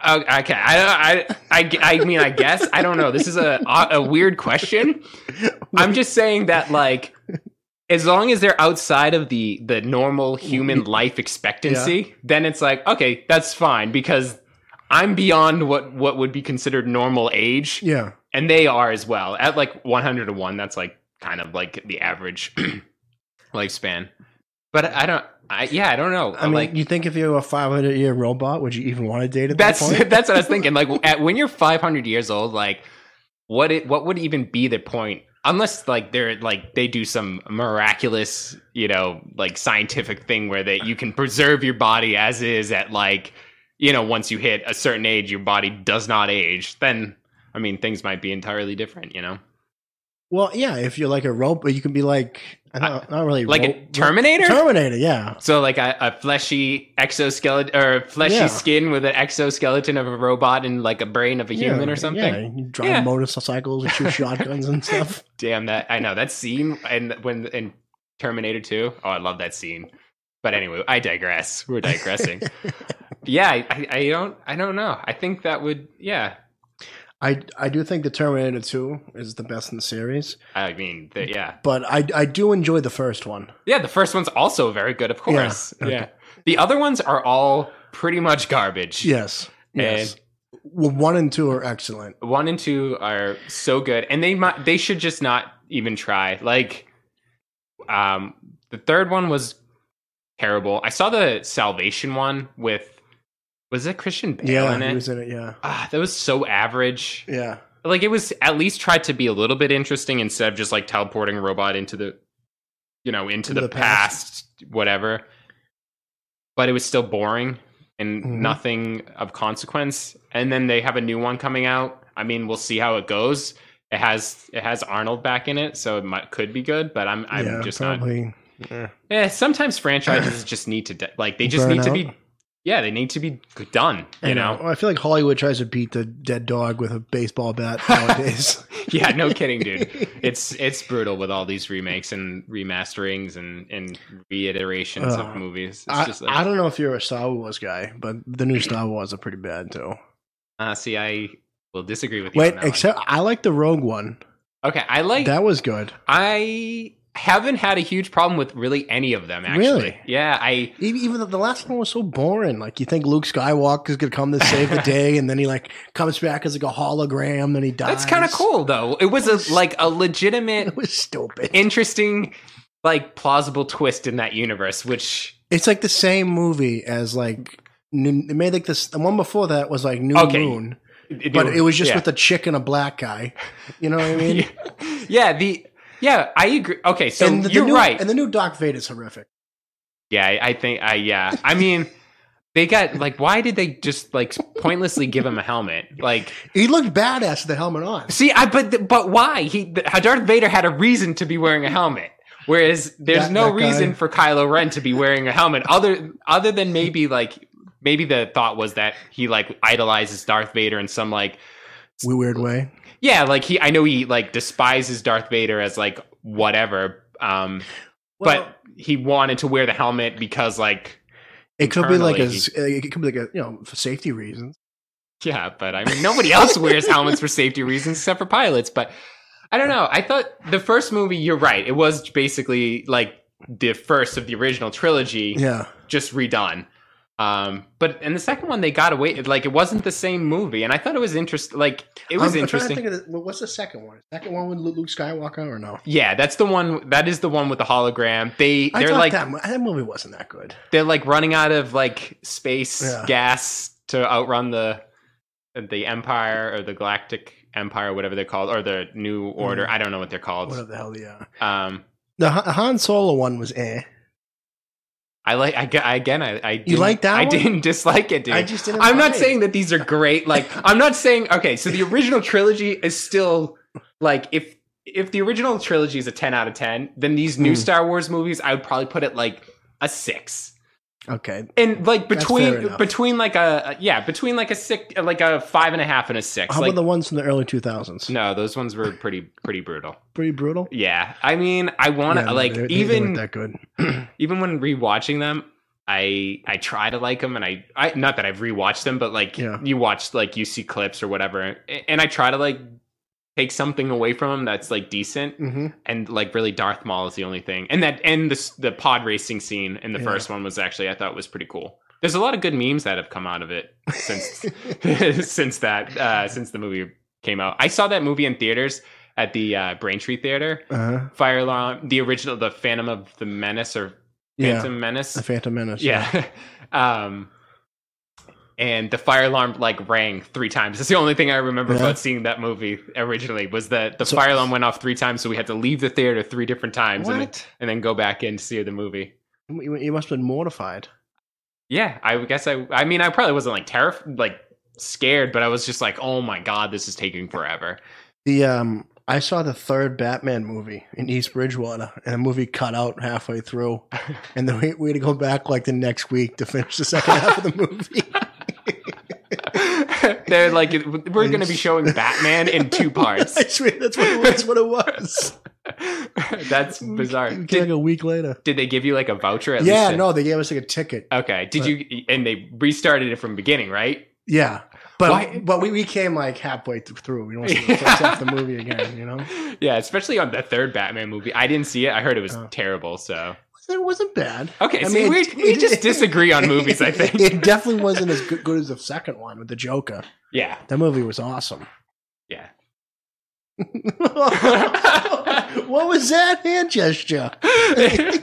Speaker 2: uh, okay, I, I I I mean, I guess I don't know. This is a a weird question. I'm just saying that like as long as they're outside of the the normal human life expectancy, then it's like okay, that's fine because I'm beyond what what would be considered normal age,
Speaker 1: Yeah.
Speaker 2: and they are as well. At like 101, that's like kind of like the average [CLEARS THROAT] lifespan. But I don't. I yeah, I don't know.
Speaker 1: I mean,
Speaker 2: like
Speaker 1: you think if you were a 500 year robot, would you even want to date at
Speaker 2: that's
Speaker 1: that point?
Speaker 2: [LAUGHS] that's what I was thinking. Like at, when you're 500 years old, like what it, what would even be the point? Unless like they're like they do some miraculous, you know, like scientific thing where that you can preserve your body as is at like you know once you hit a certain age, your body does not age. Then I mean things might be entirely different, you know,
Speaker 1: Well, yeah. If you're like a robot, you can be like, I don't, not really
Speaker 2: Uh, like
Speaker 1: ro-
Speaker 2: a Terminator.
Speaker 1: Terminator, yeah.
Speaker 2: so like a, a fleshy exoskeleton or fleshy
Speaker 1: Yeah.
Speaker 2: skin with an exoskeleton of a robot and like a brain of a human
Speaker 1: Yeah,
Speaker 2: or something.
Speaker 1: Yeah, you drive
Speaker 2: Yeah.
Speaker 1: motorcycles and shoot shotguns
Speaker 2: [LAUGHS]
Speaker 1: and stuff.
Speaker 2: Damn that! I know that scene, and when in Terminator Two, oh, I love that scene. But anyway, I digress. We're digressing. yeah, I, I- I don't, I don't know. I think that would, yeah.
Speaker 1: I I do think the Terminator 2 is the best in the series,
Speaker 2: I mean, the, yeah,
Speaker 1: but I I do enjoy the first one.
Speaker 2: yeah. The first one's also very good, of course. Yeah.
Speaker 1: okay.
Speaker 2: The other ones are all pretty much garbage.
Speaker 1: Yes. Yes. well, one and two are excellent.
Speaker 2: One and two are so good, and they might, they should just not even try. Like, um, the third one was terrible. I saw the Salvation one with. Was it Christian Bale
Speaker 1: Yeah,
Speaker 2: in it?
Speaker 1: he was in it. Yeah.
Speaker 2: Ah, that was so average.
Speaker 1: Yeah.
Speaker 2: Like it was at least tried to be a little bit interesting instead of just like teleporting a robot into the you know, into, the,
Speaker 1: the
Speaker 2: past. whatever. But it was still boring and
Speaker 1: Mhm.
Speaker 2: nothing of consequence. And then they have a new one coming out. I mean, we'll see how it goes. It has it has Arnold back in it, so it might, could be good, but I'm I'm
Speaker 1: yeah,
Speaker 2: just not
Speaker 1: probably.
Speaker 2: Yeah, sometimes
Speaker 1: [CLEARS THROAT]
Speaker 2: franchises just need to de- like they just
Speaker 1: Burn
Speaker 2: need to
Speaker 1: out.
Speaker 2: be yeah, they need to be done, you know.
Speaker 1: I feel like Hollywood tries to beat the dead dog with a baseball [LAUGHS] bat nowadays.
Speaker 2: [LAUGHS] yeah, no
Speaker 1: [LAUGHS]
Speaker 2: kidding, dude. It's it's brutal with all these remakes and remasterings and and reiterations of
Speaker 1: Ugh.
Speaker 2: movies. It's
Speaker 1: Uh, I,
Speaker 2: just like,
Speaker 1: I don't know if you're a Star Wars guy, but the new Star Wars are pretty bad too.
Speaker 2: uh, see, I will disagree with you.
Speaker 1: Wait,
Speaker 2: on that one.
Speaker 1: except I like the Rogue one.
Speaker 2: okay, I like
Speaker 1: that was good.
Speaker 2: I haven't had a huge problem with really any of them. Actually,
Speaker 1: Really?
Speaker 2: yeah, I
Speaker 1: Even, even though the last one was so boring. Like you think Luke Skywalker's gonna come to save the day, and then he like comes back as like a hologram, then he dies.
Speaker 2: that's kind of cool though. It was a like a
Speaker 1: [LAUGHS]
Speaker 2: legitimate,
Speaker 1: It was stupid.
Speaker 2: interesting, like plausible twist in that universe, which.
Speaker 1: It's like the same movie as like New- they made like this. The one before that was like New
Speaker 2: Okay.
Speaker 1: Moon, but it was just
Speaker 2: yeah.
Speaker 1: with a chick and a black guy. You know what
Speaker 2: [LAUGHS]
Speaker 1: I mean?
Speaker 2: yeah the yeah I agree. Okay, so
Speaker 1: and the, the
Speaker 2: you're
Speaker 1: new,
Speaker 2: right.
Speaker 1: And the new Doc Vader is horrific.
Speaker 2: Yeah, I, I think I yeah. I mean, they got like why did they just like pointlessly give him a helmet? Like,
Speaker 1: He looked badass with the helmet on.
Speaker 2: see, I but but why he Darth Vader had a reason to be wearing a helmet, whereas there's
Speaker 1: That-
Speaker 2: no
Speaker 1: that guy.
Speaker 2: reason for Kylo Ren to be wearing a helmet other other than maybe like maybe the thought was that he like idolizes Darth Vader in some like
Speaker 1: We- Weird way.
Speaker 2: yeah like he I know he like despises Darth Vader as like whatever um
Speaker 1: Well,
Speaker 2: but he wanted to wear the helmet because like
Speaker 1: it could be like a.
Speaker 2: internally-
Speaker 1: It could be like a you know for safety reasons.
Speaker 2: Yeah, but I mean,
Speaker 1: [LAUGHS]
Speaker 2: nobody else wears helmets for safety reasons except for pilots. But I don't know. I thought the first movie, you're right. It was basically like the first of the original trilogy,
Speaker 1: Yeah.
Speaker 2: just redone. Um, but in the second one, they got away. Like it wasn't the same movie, and I thought it was interesting. Like it was
Speaker 1: I'm- I'm trying to
Speaker 2: interesting.
Speaker 1: think of the- what's the second one? Second one with Lu- Luke Skywalker or no?
Speaker 2: yeah, that's the one. That is the one with the hologram. They
Speaker 1: I
Speaker 2: they're
Speaker 1: thought
Speaker 2: like
Speaker 1: that, mo- that movie wasn't that good.
Speaker 2: they're like running out of like space
Speaker 1: Yeah.
Speaker 2: gas to outrun the the empire or the galactic empire, whatever they're called, or the new order. I don't know what they're called.
Speaker 1: Mm-hmm. Whatever the hell they are.
Speaker 2: Um,
Speaker 1: The Han Han Solo one was eh.
Speaker 2: I like I, gu- I- again. I, I didn't-
Speaker 1: like that
Speaker 2: I
Speaker 1: one?
Speaker 2: didn't dislike it, dude.
Speaker 1: I just didn't.
Speaker 2: I'm not
Speaker 1: buy it.
Speaker 2: saying that these are great. Like, I'm not saying okay. So the original trilogy is still like if if the original trilogy is a 10 out of 10, then these new
Speaker 1: Hmm.
Speaker 2: Star Wars movies, I would probably put it like a six.
Speaker 1: Okay,
Speaker 2: And like
Speaker 1: That's fair
Speaker 2: between
Speaker 1: enough.
Speaker 2: between like a yeah between like a six like a five and a half and a six.
Speaker 1: how
Speaker 2: like,
Speaker 1: about the ones from the early 2000s?
Speaker 2: no, those ones were pretty pretty brutal.
Speaker 1: Pretty brutal.
Speaker 2: Yeah, I mean, I want to
Speaker 1: Yeah,
Speaker 2: like
Speaker 1: they- they- they
Speaker 2: even
Speaker 1: weren't that good.
Speaker 2: even when rewatching them, I I try to like them, and I, I not that I've rewatched them, but like
Speaker 1: Yeah.
Speaker 2: you watch like you see clips or whatever, a- and I try to like take something away from them that's like decent,
Speaker 1: hmm
Speaker 2: and like really Darth Maul is the only thing, and that and the s- the pod racing scene in the
Speaker 1: Yeah.
Speaker 2: first one was actually I thought was pretty cool. There's a lot of good memes that have come out of it since [LAUGHS] since that uh, since the movie came out. I saw that movie in theaters at the uh, Braintree Theater.
Speaker 1: [LAUGHS] Uh-huh.
Speaker 2: Fire Alarm, the original, the Phantom of the Menace or
Speaker 1: Yeah,
Speaker 2: Phantom Menace.
Speaker 1: the Phantom Menace.
Speaker 2: Yeah. [LAUGHS] um, and the fire alarm like rang three times. That's the only thing I remember
Speaker 1: Yeah.
Speaker 2: about seeing that movie originally was that the
Speaker 1: So-
Speaker 2: fire alarm went off three times, so we had to leave the theater three different times and,
Speaker 1: What?
Speaker 2: and then go back in to see the movie.
Speaker 1: You, you must have been mortified.
Speaker 2: Yeah, I guess I. I mean, I probably wasn't like terrified, like scared, but I was just like, oh my god, this is taking forever. [LAUGHS]
Speaker 1: The um, I saw the third Batman movie in East Bridgewater, and the movie cut out halfway
Speaker 2: [LAUGHS]
Speaker 1: through, and then we, we had to go back like the next week to finish the second half of the movie.
Speaker 2: They're like, we're going to
Speaker 1: [LAUGHS]
Speaker 2: be showing Batman in two
Speaker 1: I
Speaker 2: parts.
Speaker 1: swear that's what it, that's what it was.
Speaker 2: [LAUGHS] That's bizarre.
Speaker 1: Like
Speaker 2: Did,
Speaker 1: a week later.
Speaker 2: did they give you like a voucher? At
Speaker 1: Yeah,
Speaker 2: least to-
Speaker 1: no, Uh, they gave us like a ticket.
Speaker 2: Okay. Did
Speaker 1: But-
Speaker 2: you and they restarted it from beginning, right? [LAUGHS]
Speaker 1: Yeah, but
Speaker 2: Why-
Speaker 1: but we, we came like halfway th- through. We don't see
Speaker 2: [LAUGHS] Yeah.
Speaker 1: the first half of the movie again. You know,
Speaker 2: Yeah, especially on the third Batman movie. I didn't see it. I heard it was
Speaker 1: Oh.
Speaker 2: terrible, so
Speaker 1: it wasn't bad.
Speaker 2: Okay,
Speaker 1: I
Speaker 2: see,
Speaker 1: mean,
Speaker 2: we
Speaker 1: it-
Speaker 2: we
Speaker 1: it- [LAUGHS]
Speaker 2: just disagree on movies, I think.
Speaker 1: it definitely wasn't as good, good as the second one with the Joker.
Speaker 2: [LAUGHS] yeah.
Speaker 1: That movie was awesome. [LAUGHS]
Speaker 2: Yeah. [LAUGHS]
Speaker 1: what was that hand gesture?
Speaker 2: I,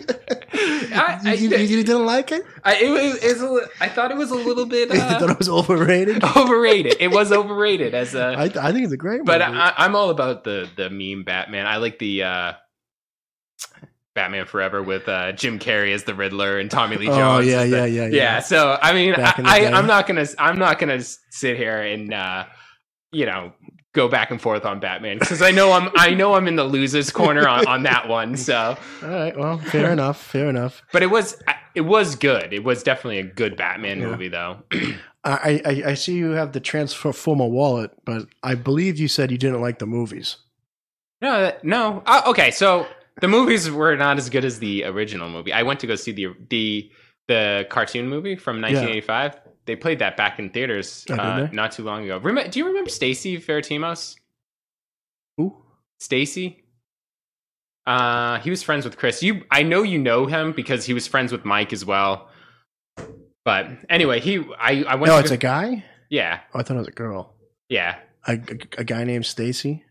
Speaker 2: I,
Speaker 1: you, you- you didn't like it? [LAUGHS]
Speaker 2: I- it was, it was a li- I thought it was a little bit
Speaker 1: you thought
Speaker 2: uh,
Speaker 1: it was
Speaker 2: [LAUGHS]
Speaker 1: overrated?
Speaker 2: overrated. It was overrated as a
Speaker 1: I, I think it's a great
Speaker 2: but
Speaker 1: movie.
Speaker 2: I, I'm all about the the meme Batman. I like the uh, Batman Forever with uh, Jim Carrey as the Riddler and Tommy Lee Jones.
Speaker 1: oh yeah,
Speaker 2: as the-
Speaker 1: yeah, yeah,
Speaker 2: yeah, So I mean, I,
Speaker 1: Back in the
Speaker 2: I,
Speaker 1: day.
Speaker 2: I'm not gonna I'm not gonna sit here and uh, you know go back and forth on Batman because I know I'm I know I'm in the losers corner on, on that one. So,
Speaker 1: All right, well,
Speaker 2: [LAUGHS]
Speaker 1: fair enough, fair enough.
Speaker 2: but it was it was good. It was definitely a good Batman
Speaker 1: Yeah.
Speaker 2: movie though. [CLEARS THROAT]
Speaker 1: I, I I see you have the transformer wallet, but I believe you said you didn't like the movies.
Speaker 2: No, that- no. Uh, okay, so the movies were not as good as the original movie. I went to go see the the the cartoon movie from 1985. They played that back in theaters
Speaker 1: Oh, did
Speaker 2: uh,
Speaker 1: they?
Speaker 2: not too long ago. Rem- do you remember Stacy Feratimos?
Speaker 1: Who?
Speaker 2: Stacy? Uh, he was friends with Chris. You, I know you know him because he was friends with Mike as well. But anyway, he, I, I went.
Speaker 1: No,
Speaker 2: to
Speaker 1: it's
Speaker 2: go-
Speaker 1: a guy.
Speaker 2: yeah,
Speaker 1: Oh, I thought it was a girl.
Speaker 2: yeah.
Speaker 1: A, a- a guy named Stacy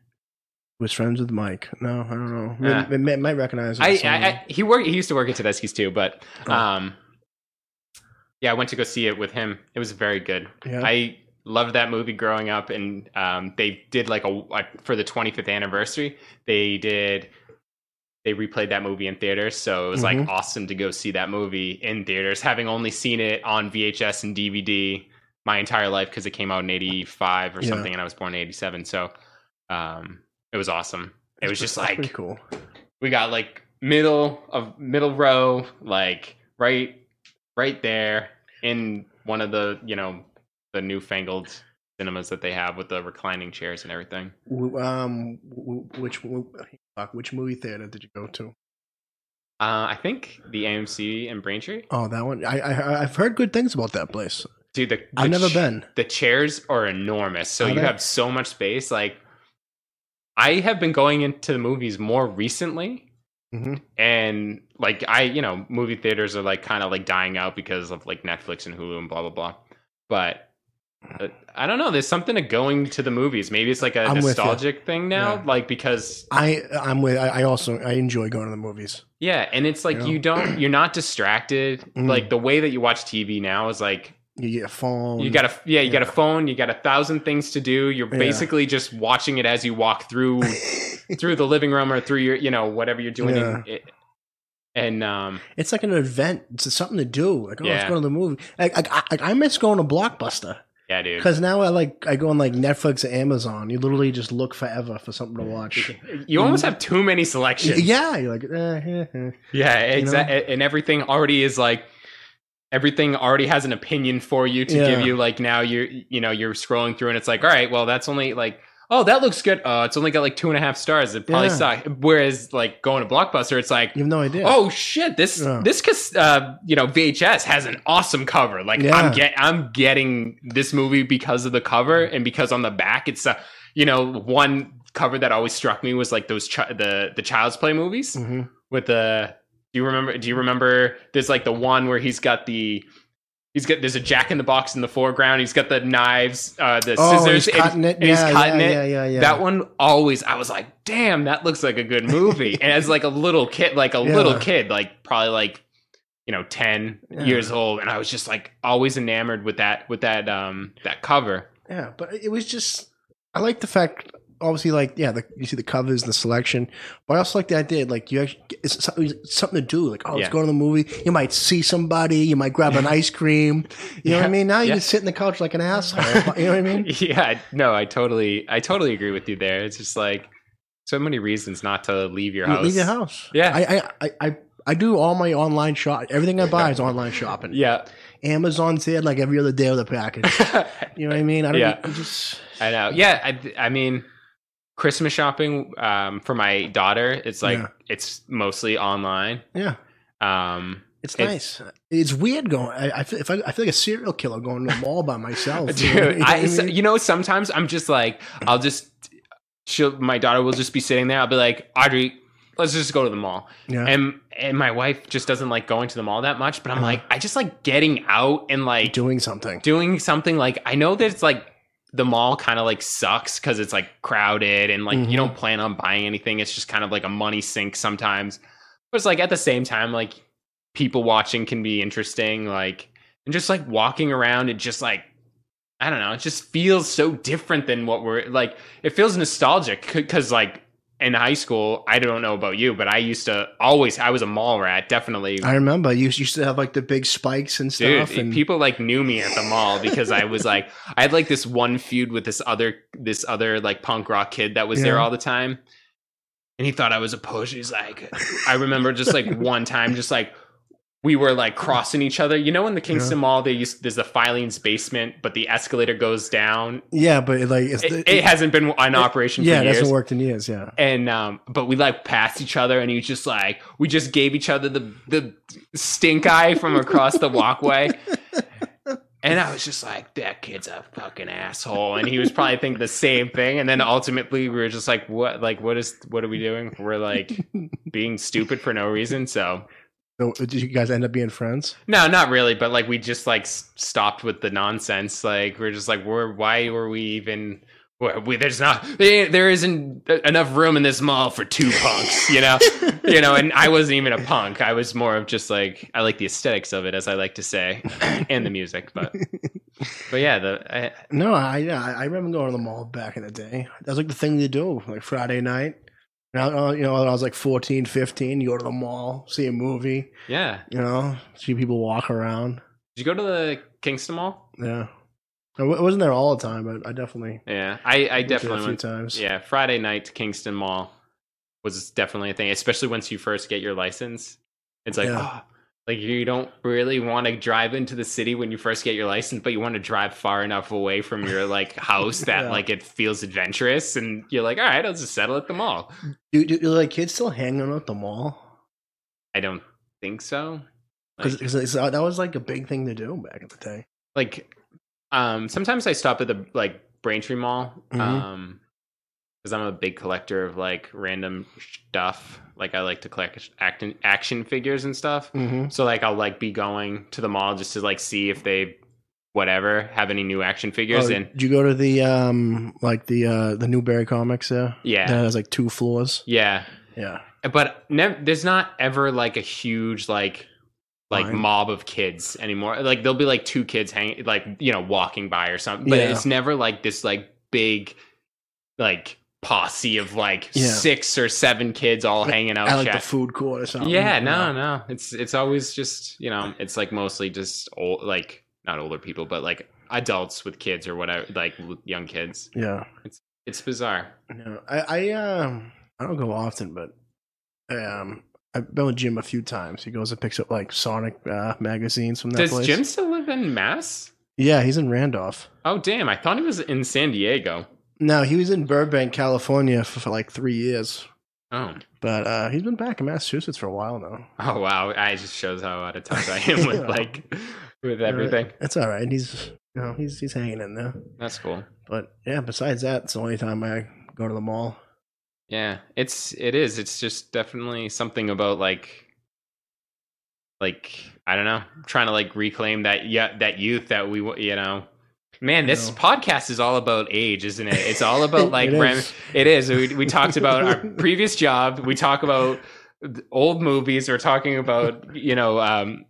Speaker 1: was friends with Mike. No, I don't know. May-
Speaker 2: Yeah.
Speaker 1: may- may- might recognize. him
Speaker 2: Ah. I,
Speaker 1: as someone.
Speaker 2: I, I he worked he used to work at Tedeschi's too, but
Speaker 1: Oh.
Speaker 2: um yeah, I went to go see it with him. It was very good.
Speaker 1: yeah.
Speaker 2: I loved that movie growing up and um they did like a like, for the 25th anniversary, they did they replayed that movie in theaters, so it was like
Speaker 1: Mhm.
Speaker 2: awesome to go see that movie in theaters having only seen it on VHS and DVD my entire life cuz it came out in 85 or
Speaker 1: Yeah.
Speaker 2: something and I was born in 87, so um it was awesome. It
Speaker 1: That's
Speaker 2: was
Speaker 1: pre-
Speaker 2: just
Speaker 1: that's
Speaker 2: like
Speaker 1: pretty cool.
Speaker 2: we got like middle of middle row like right right there in one of the you know the newfangled cinemas that they have with the reclining chairs and everything
Speaker 1: W- Um, w- which w- fuck, which movie theater did you go to?
Speaker 2: uh, i think the amc in braintree
Speaker 1: Oh, that one. I, I I've heard good things about that place.
Speaker 2: dude the,
Speaker 1: I've
Speaker 2: the
Speaker 1: never
Speaker 2: ch-
Speaker 1: been.
Speaker 2: the chairs are enormous so
Speaker 1: Are
Speaker 2: you
Speaker 1: they?
Speaker 2: have so much space like i have been going into the movies more recently
Speaker 1: Mhm.
Speaker 2: And like I, you know, movie theaters are like kind of like dying out because of like Netflix and Hulu and blah blah blah. But uh, I don't know. There's something to going to the movies. Maybe it's like a
Speaker 1: I'm with ya.
Speaker 2: nostalgic thing now,
Speaker 1: Yeah.
Speaker 2: like because
Speaker 1: I I'm with. I I also I enjoy going to the movies.
Speaker 2: yeah, and it's like
Speaker 1: Yeah.
Speaker 2: you don't, you're not distracted.
Speaker 1: Mm.
Speaker 2: Like the way that you watch TV now is like
Speaker 1: You get a phone. [LAUGHS]
Speaker 2: you got a yeah, you got a
Speaker 1: Yeah.
Speaker 2: phone, you got a thousand things to do. You're
Speaker 1: Yeah.
Speaker 2: basically just watching it as you
Speaker 1: [LAUGHS]
Speaker 2: walk through through the living room or through your you know whatever you're doing.
Speaker 1: Yeah.
Speaker 2: in- and um,
Speaker 1: it's like an event. It's something to do. Like oh, let's
Speaker 2: Yeah.
Speaker 1: go to the movie. Like, like, I, like I miss going to Blockbuster
Speaker 2: yeah, dude.
Speaker 1: because now I like I go on like Netflix or Amazon. You literally just look forever for something to watch.
Speaker 2: You almost have too many selections.
Speaker 1: Yeah, you're like eh, eh, eh.
Speaker 2: yeah,
Speaker 1: know?
Speaker 2: exactly. And everything already is like everything already has an opinion for you to
Speaker 1: Yeah.
Speaker 2: give you. Like now you're you know you're scrolling through and it's like, all right, well that's only like oh that looks good. Oh, it's only got like two and a half stars. It probably
Speaker 1: Yeah.
Speaker 2: sucks. Whereas like going to Blockbuster, it's like.
Speaker 1: you have no idea.
Speaker 2: Oh shit! This
Speaker 1: Yeah.
Speaker 2: this cas- uh, you know VHS has an awesome cover. Like
Speaker 1: Yeah.
Speaker 2: I'm get I'm getting this movie because of the cover and because on the back it's a you know one cover that always struck me was like those chi- the the Child's Play movies
Speaker 1: hmm
Speaker 2: with the do you remember do you remember there's like the one where he's got the he's got there's a jack in the box in the foreground he's got the knives uh the
Speaker 1: oh, and
Speaker 2: scissors
Speaker 1: he's
Speaker 2: and-
Speaker 1: cutting it.
Speaker 2: and he's
Speaker 1: yeah,
Speaker 2: cutting
Speaker 1: yeah,
Speaker 2: it.
Speaker 1: Yeah, yeah, yeah.
Speaker 2: that one always i was like damn that looks like
Speaker 1: [LAUGHS]
Speaker 2: a good movie and as like a little kid like a little
Speaker 1: Yeah.
Speaker 2: kid like probably like you know 10
Speaker 1: Yeah.
Speaker 2: years old and i was just like always enamored with that with that um that cover [LAUGHS]
Speaker 1: Yeah, but it was just I like the fact obviously like yeah the, you see the covers and the selection, but I also like the idea like you actually it's so- it's something to do like oh let's
Speaker 2: Yeah.
Speaker 1: go to the movie you might see somebody you might grab an
Speaker 2: [LAUGHS]
Speaker 1: ice cream you know what I
Speaker 2: Yeah,
Speaker 1: mean now you
Speaker 2: yeah.
Speaker 1: just sit in the couch like an asshole you know what I mean
Speaker 2: yeah no i totally i totally agree with you there it's just like so many reasons not to leave [LAUGHS] your house
Speaker 1: leave your house
Speaker 2: Yeah.
Speaker 1: I I I. I I do all my online shop. Everything I buy is online shopping.
Speaker 2: yeah [LAUGHS]
Speaker 1: Amazon's there like every other day with a package.
Speaker 2: I
Speaker 1: You know what I mean? I don't
Speaker 2: Yeah.
Speaker 1: I just
Speaker 2: know. Yeah, I, I mean, Christmas shopping um, for my daughter, it's like
Speaker 1: Yeah.
Speaker 2: it's mostly online.
Speaker 1: yeah.
Speaker 2: Um,
Speaker 1: It's,
Speaker 2: It's-
Speaker 1: nice. It's weird going. I, I feel if I, I feel like a serial killer going to a mall by myself.
Speaker 2: [LAUGHS] dude,
Speaker 1: you know what
Speaker 2: I, so-
Speaker 1: mean?
Speaker 2: you know, sometimes I'm just like, I'll just, she'll, my daughter will just be sitting there. I'll be like, Audrey, let's just go to the mall.
Speaker 1: yeah.
Speaker 2: And and my wife just doesn't like going to the mall that much. But I'm
Speaker 1: Uh-huh.
Speaker 2: like, I just like getting out and like
Speaker 1: doing something.
Speaker 2: doing something like I know that it's like the mall kind of like sucks because it's like crowded and like
Speaker 1: Mhm.
Speaker 2: you don't plan on buying anything. It's just kind of like a money sink sometimes. But it's like at the same time, like people watching can be interesting. Like and just like walking around and just like I don't know, it just feels so different than what we're like. It feels nostalgic because like in high school, I don't know about you, but I used to always I was a mall rat, definitely
Speaker 1: I remember you used to have like the big spikes and stuff.
Speaker 2: Dude,
Speaker 1: and
Speaker 2: people like knew me at the mall because I was like, I had like this one feud with this other, this other like punk rock kid that was there
Speaker 1: Yeah.
Speaker 2: all the time, and he thought I was a push. He's like, I remember
Speaker 1: [LAUGHS]
Speaker 2: just like one time, just like we were like crossing each other. You know, in the Kingston Mall, they used there's the filings basement, but the escalator goes down.
Speaker 1: yeah, but it, like it's,
Speaker 2: It, it hasn't been in operation
Speaker 1: yeah,
Speaker 2: for
Speaker 1: it
Speaker 2: years
Speaker 1: hasn't worked in years. Yeah,
Speaker 2: and um but we like passed each other and he was just like we just gave each other the the stink eye from across the walkway and i was just like that kid's a fucking asshole and he was probably thinking the same thing and then ultimately we were just like what like what is what are we doing we're like being stupid for no reason so
Speaker 1: so uh, did you guys end up being
Speaker 2: [LAUGHS]
Speaker 1: friends?
Speaker 2: no not really but like we just like s- stopped with the nonsense like we're just like we're why were we even we- we, there's not there there isn't e-, enough room in this mall for two punks you know you know, and I wasn't even a punk. I was more of just like I like the aesthetics of it, as I like to say, and the music. But but yeah, the I,
Speaker 1: No, I yeah, I I remember going to the mall back in the day. That was like the thing to do, like Friday night. And I, uh, you know, when I was like 14, 15, you go to the mall, see a movie,
Speaker 2: yeah.
Speaker 1: you know, see people walk around.
Speaker 2: Did you go to the Kingston Mall?
Speaker 1: Yeah. I wa- wasn't there all the time, but I definitely
Speaker 2: Yeah, I I
Speaker 1: went there
Speaker 2: definitely
Speaker 1: a few
Speaker 2: went.
Speaker 1: times.
Speaker 2: Yeah, Friday night to Kingston Mall was definitely a thing, especially once you first get your license. It's like.
Speaker 1: Yeah.
Speaker 2: Oh, like you don't really want to drive into the city when you first get your license, but you want to drive far enough away from your
Speaker 1: [LAUGHS]
Speaker 2: like house that
Speaker 1: Yeah.
Speaker 2: like it feels adventurous, and you're like, all right, I'll just settle at the mall.
Speaker 1: Do, do, do like kids still hanging out at the mall?
Speaker 2: I don't think so. Like-
Speaker 1: Because uh, that was like a big thing to do back in the day.
Speaker 2: like um sometimes i stop at the like braintree mall
Speaker 1: Mhm.
Speaker 2: um because I'm a big collector of like random stuff. Like I like to collect action action figures and stuff.
Speaker 1: Mm-hmm.
Speaker 2: So like I'll like be going to the mall just to like see if they whatever have any new action figures and
Speaker 1: Oh, did you go to the um like the uh the Newberry Comics there?
Speaker 2: yeah.
Speaker 1: That has like two floors.
Speaker 2: yeah.
Speaker 1: Yeah.
Speaker 2: But nev- there's not ever like a huge like like
Speaker 1: Line.
Speaker 2: mob of kids anymore. Like there'll be like two kids hanging like you know walking by or something. But
Speaker 1: Yeah.
Speaker 2: it's never like this like big like posse of like
Speaker 1: Yeah.
Speaker 2: six or seven kids all
Speaker 1: Like,
Speaker 2: hanging out
Speaker 1: I like
Speaker 2: chat-
Speaker 1: the food court or something.
Speaker 2: Oh, Yeah, no, no. It's it's always just you know, it's like mostly just old, like not older people, but like adults with kids or whatever, like l- young kids.
Speaker 1: Yeah.
Speaker 2: It's bizarre.
Speaker 1: No, I I um I don't go often, but um I've been with Jim a few times. He goes and picks up like Sonic uh, magazines from that
Speaker 2: Does
Speaker 1: place.
Speaker 2: Jim still live in Mass?
Speaker 1: Yeah, he's in Randolph.
Speaker 2: Oh damn! I thought he was in San Diego.
Speaker 1: No, he was in Burbank, California for, for like three years,
Speaker 2: Oh, [LAUGHS]
Speaker 1: but uh, he's been back in Massachusetts for a while now.
Speaker 2: oh wow! I it just shows how out of touch I am
Speaker 1: [LAUGHS]
Speaker 2: with
Speaker 1: Yeah.
Speaker 2: like with
Speaker 1: Yeah,
Speaker 2: everything.
Speaker 1: It's all right. He's you know he's he's hanging in there.
Speaker 2: That's cool.
Speaker 1: But yeah, besides that, it's the only time I go to the mall.
Speaker 2: Yeah, it's it is. It's just definitely something about like like I don't know, trying to like reclaim that yeah that youth that we wa- you know. Man,
Speaker 1: I
Speaker 2: this
Speaker 1: know.
Speaker 2: podcast is all about age, isn't it? It's all about like
Speaker 1: [LAUGHS] It is.
Speaker 2: rem- it is. We we talked about
Speaker 1: [LAUGHS]
Speaker 2: our previous job. We talk about th- old movies. We're talking about you know um,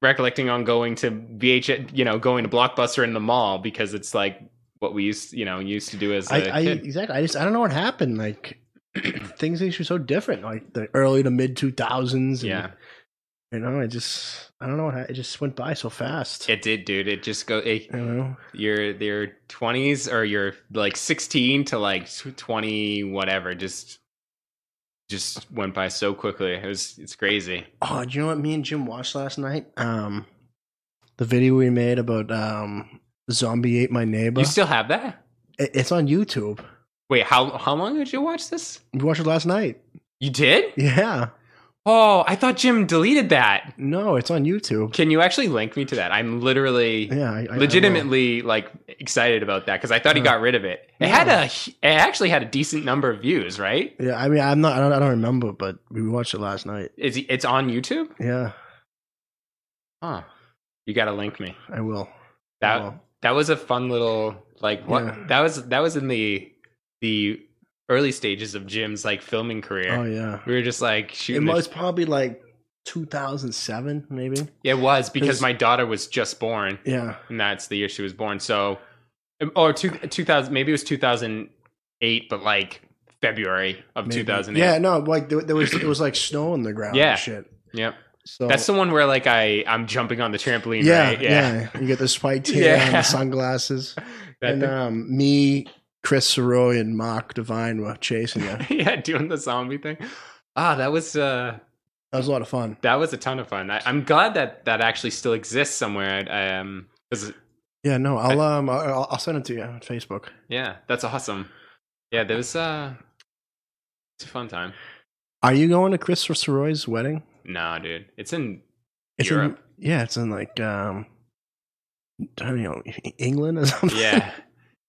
Speaker 2: recollecting on going to VH, you know, going to Blockbuster in the mall because it's like what we used you know used to do as a
Speaker 1: I, I
Speaker 2: kid.
Speaker 1: exactly. I just I don't know what happened. Like [CLEARS THROAT] things used to be so different. Like the early to mid two thousands.
Speaker 2: yeah.
Speaker 1: You know, I just I don't know. What ha- it just went by so fast.
Speaker 2: It did, dude. It just go it,
Speaker 1: you know.
Speaker 2: your your twenties or your like sixteen to like tw- twenty whatever just just went by so quickly. It was it's crazy.
Speaker 1: Oh, do you know what me and Jim watched last night? Um, the video we made about um zombie ate my neighbor.
Speaker 2: You still have that?
Speaker 1: It- it's on YouTube.
Speaker 2: Wait, how how long did you watch this?
Speaker 1: We watched it last night.
Speaker 2: You did?
Speaker 1: Yeah.
Speaker 2: Oh, I thought Jim deleted that.
Speaker 1: No, it's on YouTube.
Speaker 2: Can you actually link me to that? I'm literally
Speaker 1: Yeah. I, I- I will.
Speaker 2: legitimately like excited about that because I thought he
Speaker 1: Uh,
Speaker 2: got rid of it. It
Speaker 1: no.
Speaker 2: had a h- it actually had a decent number of views, right?
Speaker 1: yeah. I mean, I'm not. I don't, I don't remember, but we watched it last night.
Speaker 2: It's it's on YouTube.
Speaker 1: Yeah,
Speaker 2: Huh. You got to link me.
Speaker 1: I will.
Speaker 2: That
Speaker 1: I will.
Speaker 2: that was a fun little like what
Speaker 1: Oh. Yeah.
Speaker 2: that was that was in the the early stages of Jim's like filming career.
Speaker 1: Oh yeah.
Speaker 2: We were just like
Speaker 1: It
Speaker 2: shooting. the-
Speaker 1: was probably like 2007, maybe.
Speaker 2: it was because
Speaker 1: 'cause-
Speaker 2: my daughter was just born,
Speaker 1: Yeah.
Speaker 2: and that's the year she was born. So, um, or two two thousand maybe it was two thousand eight, but like February of
Speaker 1: maybe.
Speaker 2: two thousand eight.
Speaker 1: Yeah. No, like there, there was it was like snow on the ground.
Speaker 2: Yeah.
Speaker 1: And shit.
Speaker 2: Yep.
Speaker 1: So
Speaker 2: that's the one where like I I'm jumping on the trampoline.
Speaker 1: yeah,
Speaker 2: right?
Speaker 1: yeah, You get the
Speaker 2: [LAUGHS]
Speaker 1: spiked hair and
Speaker 2: Yeah.
Speaker 1: the sunglasses,
Speaker 2: [LAUGHS] That
Speaker 1: and
Speaker 2: thing-
Speaker 1: um, me, Chris Soroy, and Mark Devine were chasing you. That
Speaker 2: yeah, doing the zombie thing. Ah, that was uh
Speaker 1: was a lot of fun.
Speaker 2: that was a ton of fun. I, I'm glad that that actually still exists somewhere. I, um, 'cause-
Speaker 1: Yeah. No, I'll um, I'll, I'll send it to you on Facebook.
Speaker 2: yeah, that's awesome. Yeah, there was uh, it's a fun time.
Speaker 1: Are you going to Chris Soroy's wedding?
Speaker 2: Nah, dude, it's in
Speaker 1: in-
Speaker 2: Europe.
Speaker 1: yeah, it's in like um, I don't know, England or [LAUGHS] something.
Speaker 2: yeah,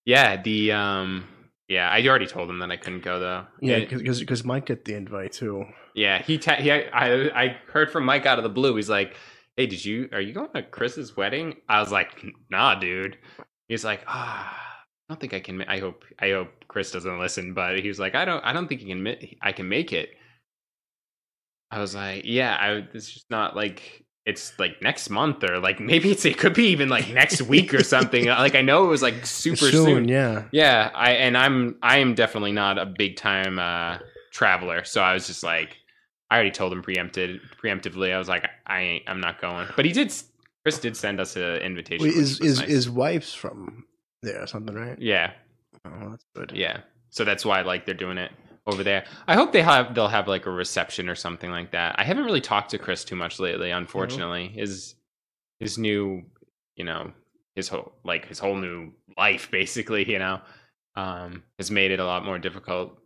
Speaker 2: yeah. The um, yeah, I already told him that I couldn't go though.
Speaker 1: Yeah,
Speaker 2: It-
Speaker 1: because because Mike got the invite too.
Speaker 2: yeah. He, ta- he I, I heard from Mike out of the blue. He's like, "Hey, did you are you going to Chris's wedding?" I was like, "Nah, dude." He's like, "Ah." I don't think I can. ma- I hope. I hope Chris doesn't listen. But he was like, "I don't. I don't think he can. ma- I can make it." I was like, yeah, I, it's just not like it's like next month or like [LAUGHS] maybe it's it could be even like next week or something. like I know it was like super
Speaker 1: soon,
Speaker 2: soon.
Speaker 1: yeah.
Speaker 2: Yeah, I and I'm I am definitely not a big time uh traveler, so I was just like I already told him preempted preemptively. I was like I ain't I'm not going. But he did s- Chris did send us an invitation.
Speaker 1: Well,
Speaker 2: which
Speaker 1: is
Speaker 2: was
Speaker 1: is
Speaker 2: nice.
Speaker 1: his wife's from there or something, right?
Speaker 2: Yeah,
Speaker 1: Oh, that's good.
Speaker 2: yeah. So that's why like they're doing it over there. I hope they have they'll have like a reception or something like that. I haven't really talked to Chris too much lately, unfortunately.
Speaker 1: Mm-hmm.
Speaker 2: His his new, you know, his whole like his whole new life [LAUGHS] basically, you know, um has made it a lot more difficult.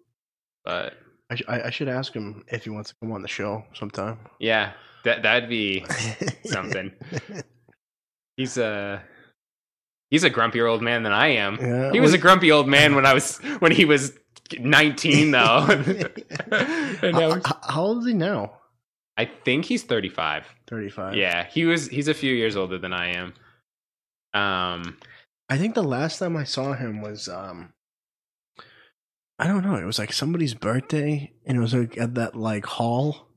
Speaker 2: But
Speaker 1: I, sh- I, I should ask him if he wants to come on the show sometime.
Speaker 2: yeah,
Speaker 1: [LAUGHS]
Speaker 2: [LAUGHS] that that'd be something. He's uh he's a grumpier old man than I am.
Speaker 1: Yeah,
Speaker 2: He was a
Speaker 1: well,
Speaker 2: grumpy old man when I was when he was
Speaker 1: [LAUGHS]
Speaker 2: 19 though. [LAUGHS] And now
Speaker 1: h-
Speaker 2: he's-
Speaker 1: h- how old is he now?
Speaker 2: I think he's 35.
Speaker 1: 35.
Speaker 2: Yeah, he was he's a few years older than I am. Um
Speaker 1: I think the last time I saw him was um I don't know, it was like somebody's birthday and it was like at that like hall.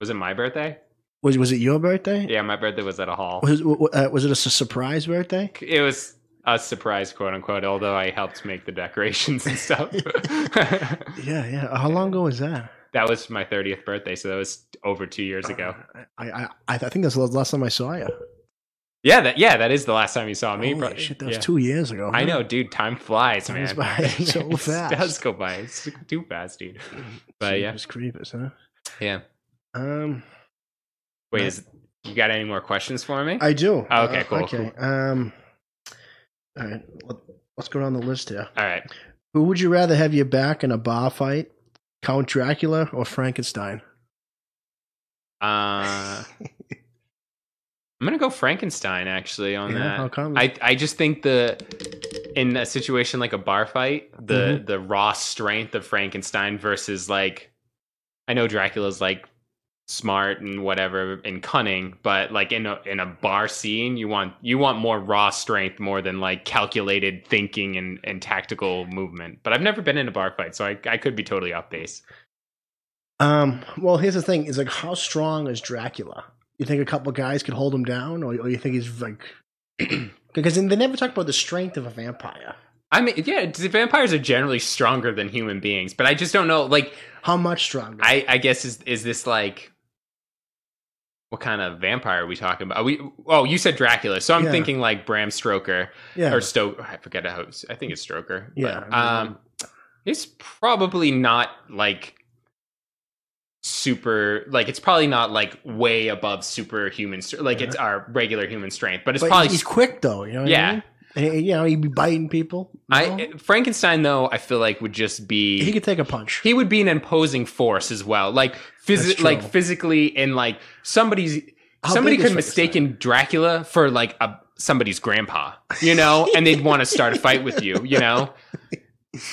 Speaker 2: was it my birthday?
Speaker 1: Was was it your birthday?
Speaker 2: Yeah, my birthday was at a hall.
Speaker 1: Was w- w- uh, was it a su- surprise birthday?
Speaker 2: It was a surprise quote unquote, although I helped make the decorations
Speaker 1: [LAUGHS]
Speaker 2: and stuff. [LAUGHS]
Speaker 1: Yeah, yeah. Uh, How long ago was that?
Speaker 2: that was my 30th birthday, so that was over 2 years ago.
Speaker 1: I I I I think that's the last time I saw you.
Speaker 2: Yeah, that yeah, that is the last time you saw Oh, me.
Speaker 1: Holy
Speaker 2: probably.
Speaker 1: shit, that was
Speaker 2: Yeah.
Speaker 1: two years ago.
Speaker 2: I
Speaker 1: huh?
Speaker 2: know, dude. Time flies,
Speaker 1: Time
Speaker 2: man.
Speaker 1: is by
Speaker 2: [LAUGHS]
Speaker 1: so
Speaker 2: It does
Speaker 1: fast.
Speaker 2: go by. It's too fast, dude. But yeah.
Speaker 1: Jeepers creepers, huh?
Speaker 2: Yeah.
Speaker 1: Um,
Speaker 2: Wait, is, you got any more questions for me?
Speaker 1: I
Speaker 2: [LAUGHS]
Speaker 1: do.
Speaker 2: Oh, okay,
Speaker 1: Uh,
Speaker 2: cool,
Speaker 1: Okay. Um, all right. Let, let's go down the list here.
Speaker 2: All right.
Speaker 1: Who would you rather have your back in a bar fight? Count Dracula or Frankenstein?
Speaker 2: Uh, I'm gonna go Frankenstein actually on
Speaker 1: yeah, how
Speaker 2: that.
Speaker 1: come?
Speaker 2: I I just think the in a situation like a bar fight, the the raw strength of Frankenstein versus like I know Dracula's like smart and whatever and cunning, but like in a in a bar scene, you want you want more raw strength more than like calculated thinking and and tactical movement. But I've never been in a bar fight, so I I could be totally off base.
Speaker 1: um, well, here's the thing: is like, how strong is Dracula? You think a couple guys could hold him down, or, or you think he's like? [CLEARS THROAT] Because they never talk about the strength of a vampire.
Speaker 2: I mean, yeah, d- vampires are generally stronger than human beings, but I just don't know like
Speaker 1: How much stronger?
Speaker 2: I, I guess is is this like what kind of vampire are we talking about? Are we oh, you said Dracula, so I'm
Speaker 1: Yeah.
Speaker 2: thinking like Bram Stoker
Speaker 1: yeah.
Speaker 2: or Stoker. I forget how it's- I think it's Stoker. but,
Speaker 1: Yeah, I mean-
Speaker 2: um, it's probably not like super. Like it's probably not like way above superhuman. str- Like
Speaker 1: Yeah.
Speaker 2: it's our regular human strength, but it's
Speaker 1: but
Speaker 2: probably
Speaker 1: he's quick though. You know what I
Speaker 2: yeah.
Speaker 1: mean? And, you know, he'd be biting people. No?
Speaker 2: I Frankenstein though I feel like would just be
Speaker 1: he could take a punch.
Speaker 2: he would be an imposing force as well like
Speaker 1: That's
Speaker 2: phys-
Speaker 1: true.
Speaker 2: like physically and like somebody's
Speaker 1: How
Speaker 2: somebody
Speaker 1: big is
Speaker 2: could
Speaker 1: Frankenstein?
Speaker 2: mistaken dracula for like a somebody's grandpa you
Speaker 1: [LAUGHS]
Speaker 2: know and they'd want to start a fight with you you know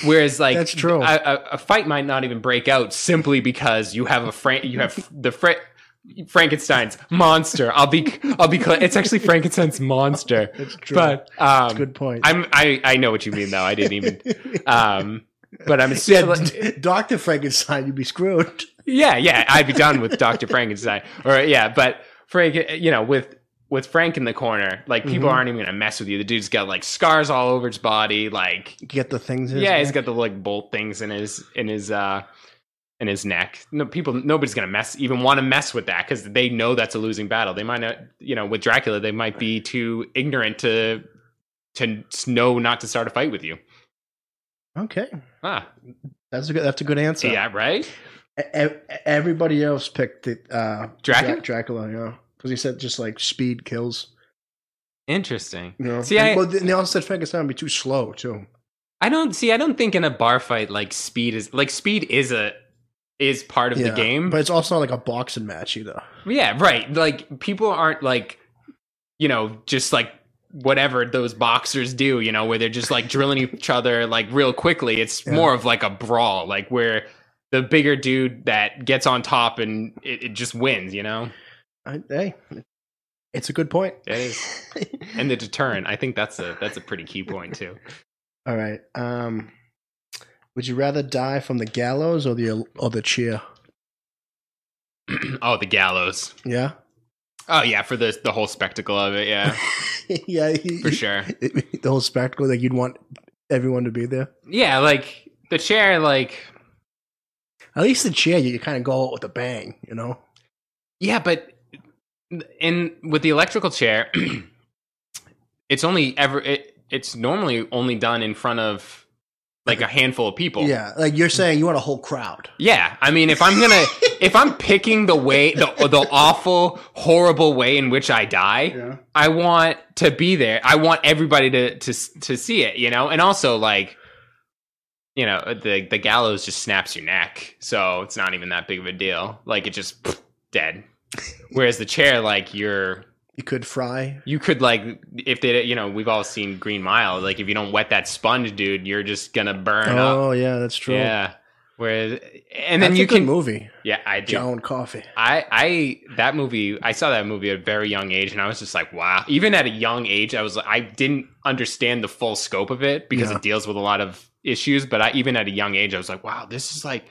Speaker 2: whereas like
Speaker 1: That's true.
Speaker 2: a, a, a fight might not even break out simply because you have a Frank you have the fra- frankenstein's monster i'll be i'll be cl- it's actually frankenstein's monster
Speaker 1: That's true.
Speaker 2: but um
Speaker 1: Good point.
Speaker 2: i'm i i know what you mean though i didn't even um but
Speaker 1: [LAUGHS]
Speaker 2: i'm
Speaker 1: yeah,
Speaker 2: assuming
Speaker 1: Doctor Frankenstein, you'd be screwed. [LAUGHS]
Speaker 2: yeah, yeah, I'd be done with Dr. Frankenstein. Or yeah, but Frank, you know, with with Frank in the corner, like people
Speaker 1: Mhm.
Speaker 2: aren't even gonna mess with you. The dude's got like scars all over his body, like
Speaker 1: Get the things. in his
Speaker 2: yeah, he's
Speaker 1: neck.
Speaker 2: got the like bolt things in his in his uh in his neck. No people, nobody's gonna mess even want to mess with that because they know that's a losing battle. They might not, you know, with Dracula, they might be too ignorant to to know not to start a fight with you.
Speaker 1: Okay,
Speaker 2: Ah,
Speaker 1: that's a good. That's a good answer.
Speaker 2: yeah, right.
Speaker 1: E- e- everybody else picked the uh,
Speaker 2: Dracula?
Speaker 1: Dra- Dracula, yeah, because he said just like speed kills.
Speaker 2: Interesting.
Speaker 1: You know?
Speaker 2: See, I-
Speaker 1: well, they they also said Frankenstein would be too slow too.
Speaker 2: I don't see. I don't think in a bar fight like speed is like speed is a is part of
Speaker 1: yeah.
Speaker 2: the game.
Speaker 1: but it's also not like a boxing match either.
Speaker 2: yeah, right. Like people aren't like you know just like whatever those boxers do. You know where they're just like drilling each other like real quickly. It's
Speaker 1: Yeah.
Speaker 2: more of like a brawl, like where the bigger dude that gets on top and it, it just wins. You know,
Speaker 1: I, hey, it's a good point.
Speaker 2: It is.
Speaker 1: [LAUGHS]
Speaker 2: and the deterrent. I think that's a that's a pretty key point too. [CLEARS THROAT]
Speaker 1: All right. Um, would you rather die from the gallows or the or the cheer?
Speaker 2: oh, the gallows.
Speaker 1: Yeah.
Speaker 2: Oh yeah, for the the whole spectacle of it.
Speaker 1: [LAUGHS]
Speaker 2: Yeah,
Speaker 1: yeah.
Speaker 2: for sure.
Speaker 1: [LAUGHS] the whole spectacle, like you'd want everyone to be there.
Speaker 2: Yeah, like the chair, like
Speaker 1: At least the cheer, you kind of go out with a bang, you know.
Speaker 2: yeah, but in with the electrical chair, [CLEARS THROAT] it's only ever it, it's normally only done in front of like a handful of people.
Speaker 1: Yeah, like you're saying, you want a whole crowd.
Speaker 2: Yeah, I mean, if I'm [LAUGHS] gonna, if I'm picking the way, the the awful, horrible way in which I die,
Speaker 1: Yeah.
Speaker 2: I want to be there. I want everybody to to to see it, you know. And also, like, you know, the the gallows just snaps your neck, so it's not even that big of a deal. Like, it just pff, dead. Whereas the chair, like, you're
Speaker 1: You could fry.
Speaker 2: You could like if they you know we've all seen Green Mile like if you don't wet that sponge, dude, you're just gonna burn up.
Speaker 1: Oh yeah, that's true.
Speaker 2: Yeah. Whereas
Speaker 1: and
Speaker 2: and then you can
Speaker 1: movie
Speaker 2: yeah I do
Speaker 1: John Coffee.
Speaker 2: I I that movie I saw that movie at a very young age and I was just like wow even at a young age I was like I didn't understand the full scope of it because
Speaker 1: Yeah.
Speaker 2: it deals with a lot of issues but I even at a young age I was like wow this is like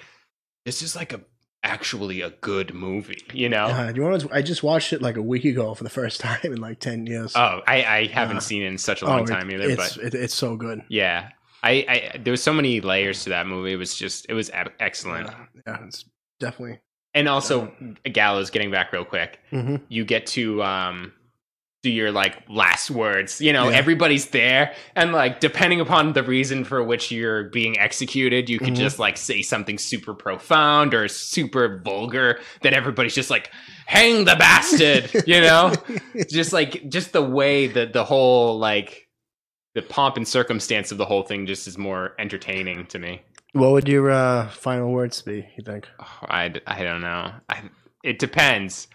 Speaker 2: this is like a actually a good movie you know
Speaker 1: Uh, you want to, I just watched it like a week ago for the first [LAUGHS] time in like ten years.
Speaker 2: oh I I haven't
Speaker 1: Uh,
Speaker 2: seen it in such a
Speaker 1: Oh,
Speaker 2: long
Speaker 1: it-
Speaker 2: time either
Speaker 1: It's
Speaker 2: but
Speaker 1: it, it's so good.
Speaker 2: yeah I I there was so many layers to that movie it was just it was ab- excellent
Speaker 1: Yeah, Uh, yeah, it's definitely.
Speaker 2: and also Gallows getting back real quick
Speaker 1: Mhm.
Speaker 2: you get to um do your like last words you know
Speaker 1: Yeah.
Speaker 2: everybody's there and like depending upon the reason for which you're being executed you could
Speaker 1: Mhm.
Speaker 2: just like say something super profound or super vulgar that everybody's just like hang the [LAUGHS] bastard you know just like just the way that the whole like the pomp and circumstance of the whole thing just is more entertaining to me
Speaker 1: [LAUGHS] What would your uh, final words be? You think?
Speaker 2: oh, I, d- I don't know I, it depends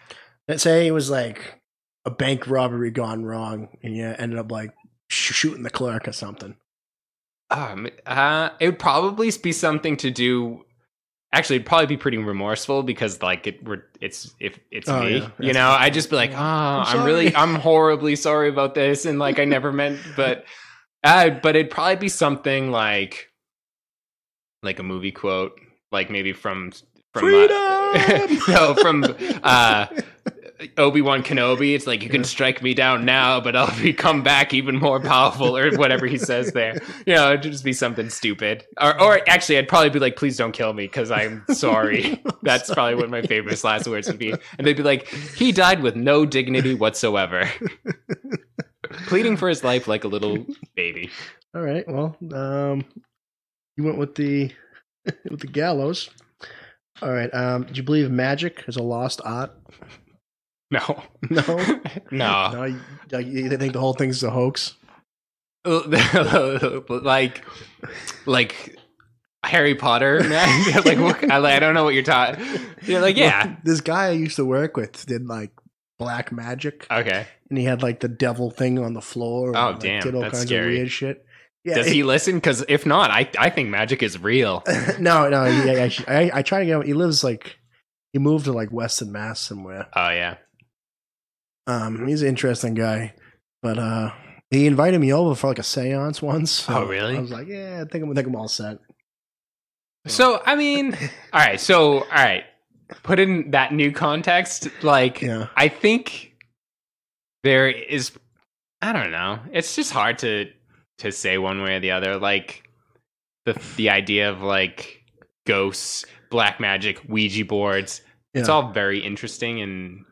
Speaker 1: Let's say it was like a bank robbery gone wrong, and you ended up like sh- shooting the clerk or something.
Speaker 2: Um, uh, it would probably be something to do. Actually, it'd probably be pretty remorseful because, like, it were it's if it's
Speaker 1: Oh,
Speaker 2: me,
Speaker 1: yeah.
Speaker 2: you know, I'd just be like, oh, I'm, really,
Speaker 1: sorry."
Speaker 2: I'm horribly sorry about this, and like, I
Speaker 1: [LAUGHS]
Speaker 2: never meant, but, uh, but it'd probably be something like, like a movie quote, like maybe from from uh,
Speaker 1: Freedom!
Speaker 2: [LAUGHS] no, from uh, Obi Wan Kenobi. It's like you can strike me down now, but I'll become back even more powerful, or whatever he says there. You know, it'd just be something stupid. Or, or actually, I'd probably be like, "Please don't kill me," because I'm
Speaker 1: [LAUGHS]
Speaker 2: sorry. That's probably what my favorite last words would be. And they'd be like, "He died with no dignity whatsoever." Pleading for his life like a little baby.
Speaker 1: All right. Well, um, you went with the [LAUGHS] with the gallows. All right. Um, do you believe magic is a lost art? [LAUGHS]
Speaker 2: No, [LAUGHS]
Speaker 1: No.
Speaker 2: no.
Speaker 1: No. You, like, you think the whole thing's a hoax?
Speaker 2: [LAUGHS] like like Harry Potter, man. [LAUGHS] like what, I, like, I don't know what you're talking. You're like, yeah,
Speaker 1: Well, this guy I used to work with did like black magic,
Speaker 2: okay.
Speaker 1: and he had like the devil thing on the floor. and,
Speaker 2: Oh,
Speaker 1: like,
Speaker 2: damn,
Speaker 1: Did all
Speaker 2: that's
Speaker 1: kinds
Speaker 2: scary.
Speaker 1: of weird shit. Yeah.
Speaker 2: Does he listen? Because if not, I I think magic is real.
Speaker 1: [LAUGHS] no, no. He, I, actually- I, I try to get. him- He lives like he moved to like Western Mass somewhere.
Speaker 2: Oh yeah.
Speaker 1: Um, he's an interesting guy, but uh, he invited me over for like a séance once. so
Speaker 2: Oh, really?
Speaker 1: I was like, yeah, I think I'm, I think I'm all set.
Speaker 2: So I mean, all right. So all right. Put in that new context, like
Speaker 1: Yeah.
Speaker 2: I think there is. I don't know. It's just hard to to say one way or the other. Like the the idea of like ghosts, black magic, Ouija boards. It's
Speaker 1: Yeah.
Speaker 2: all very interesting and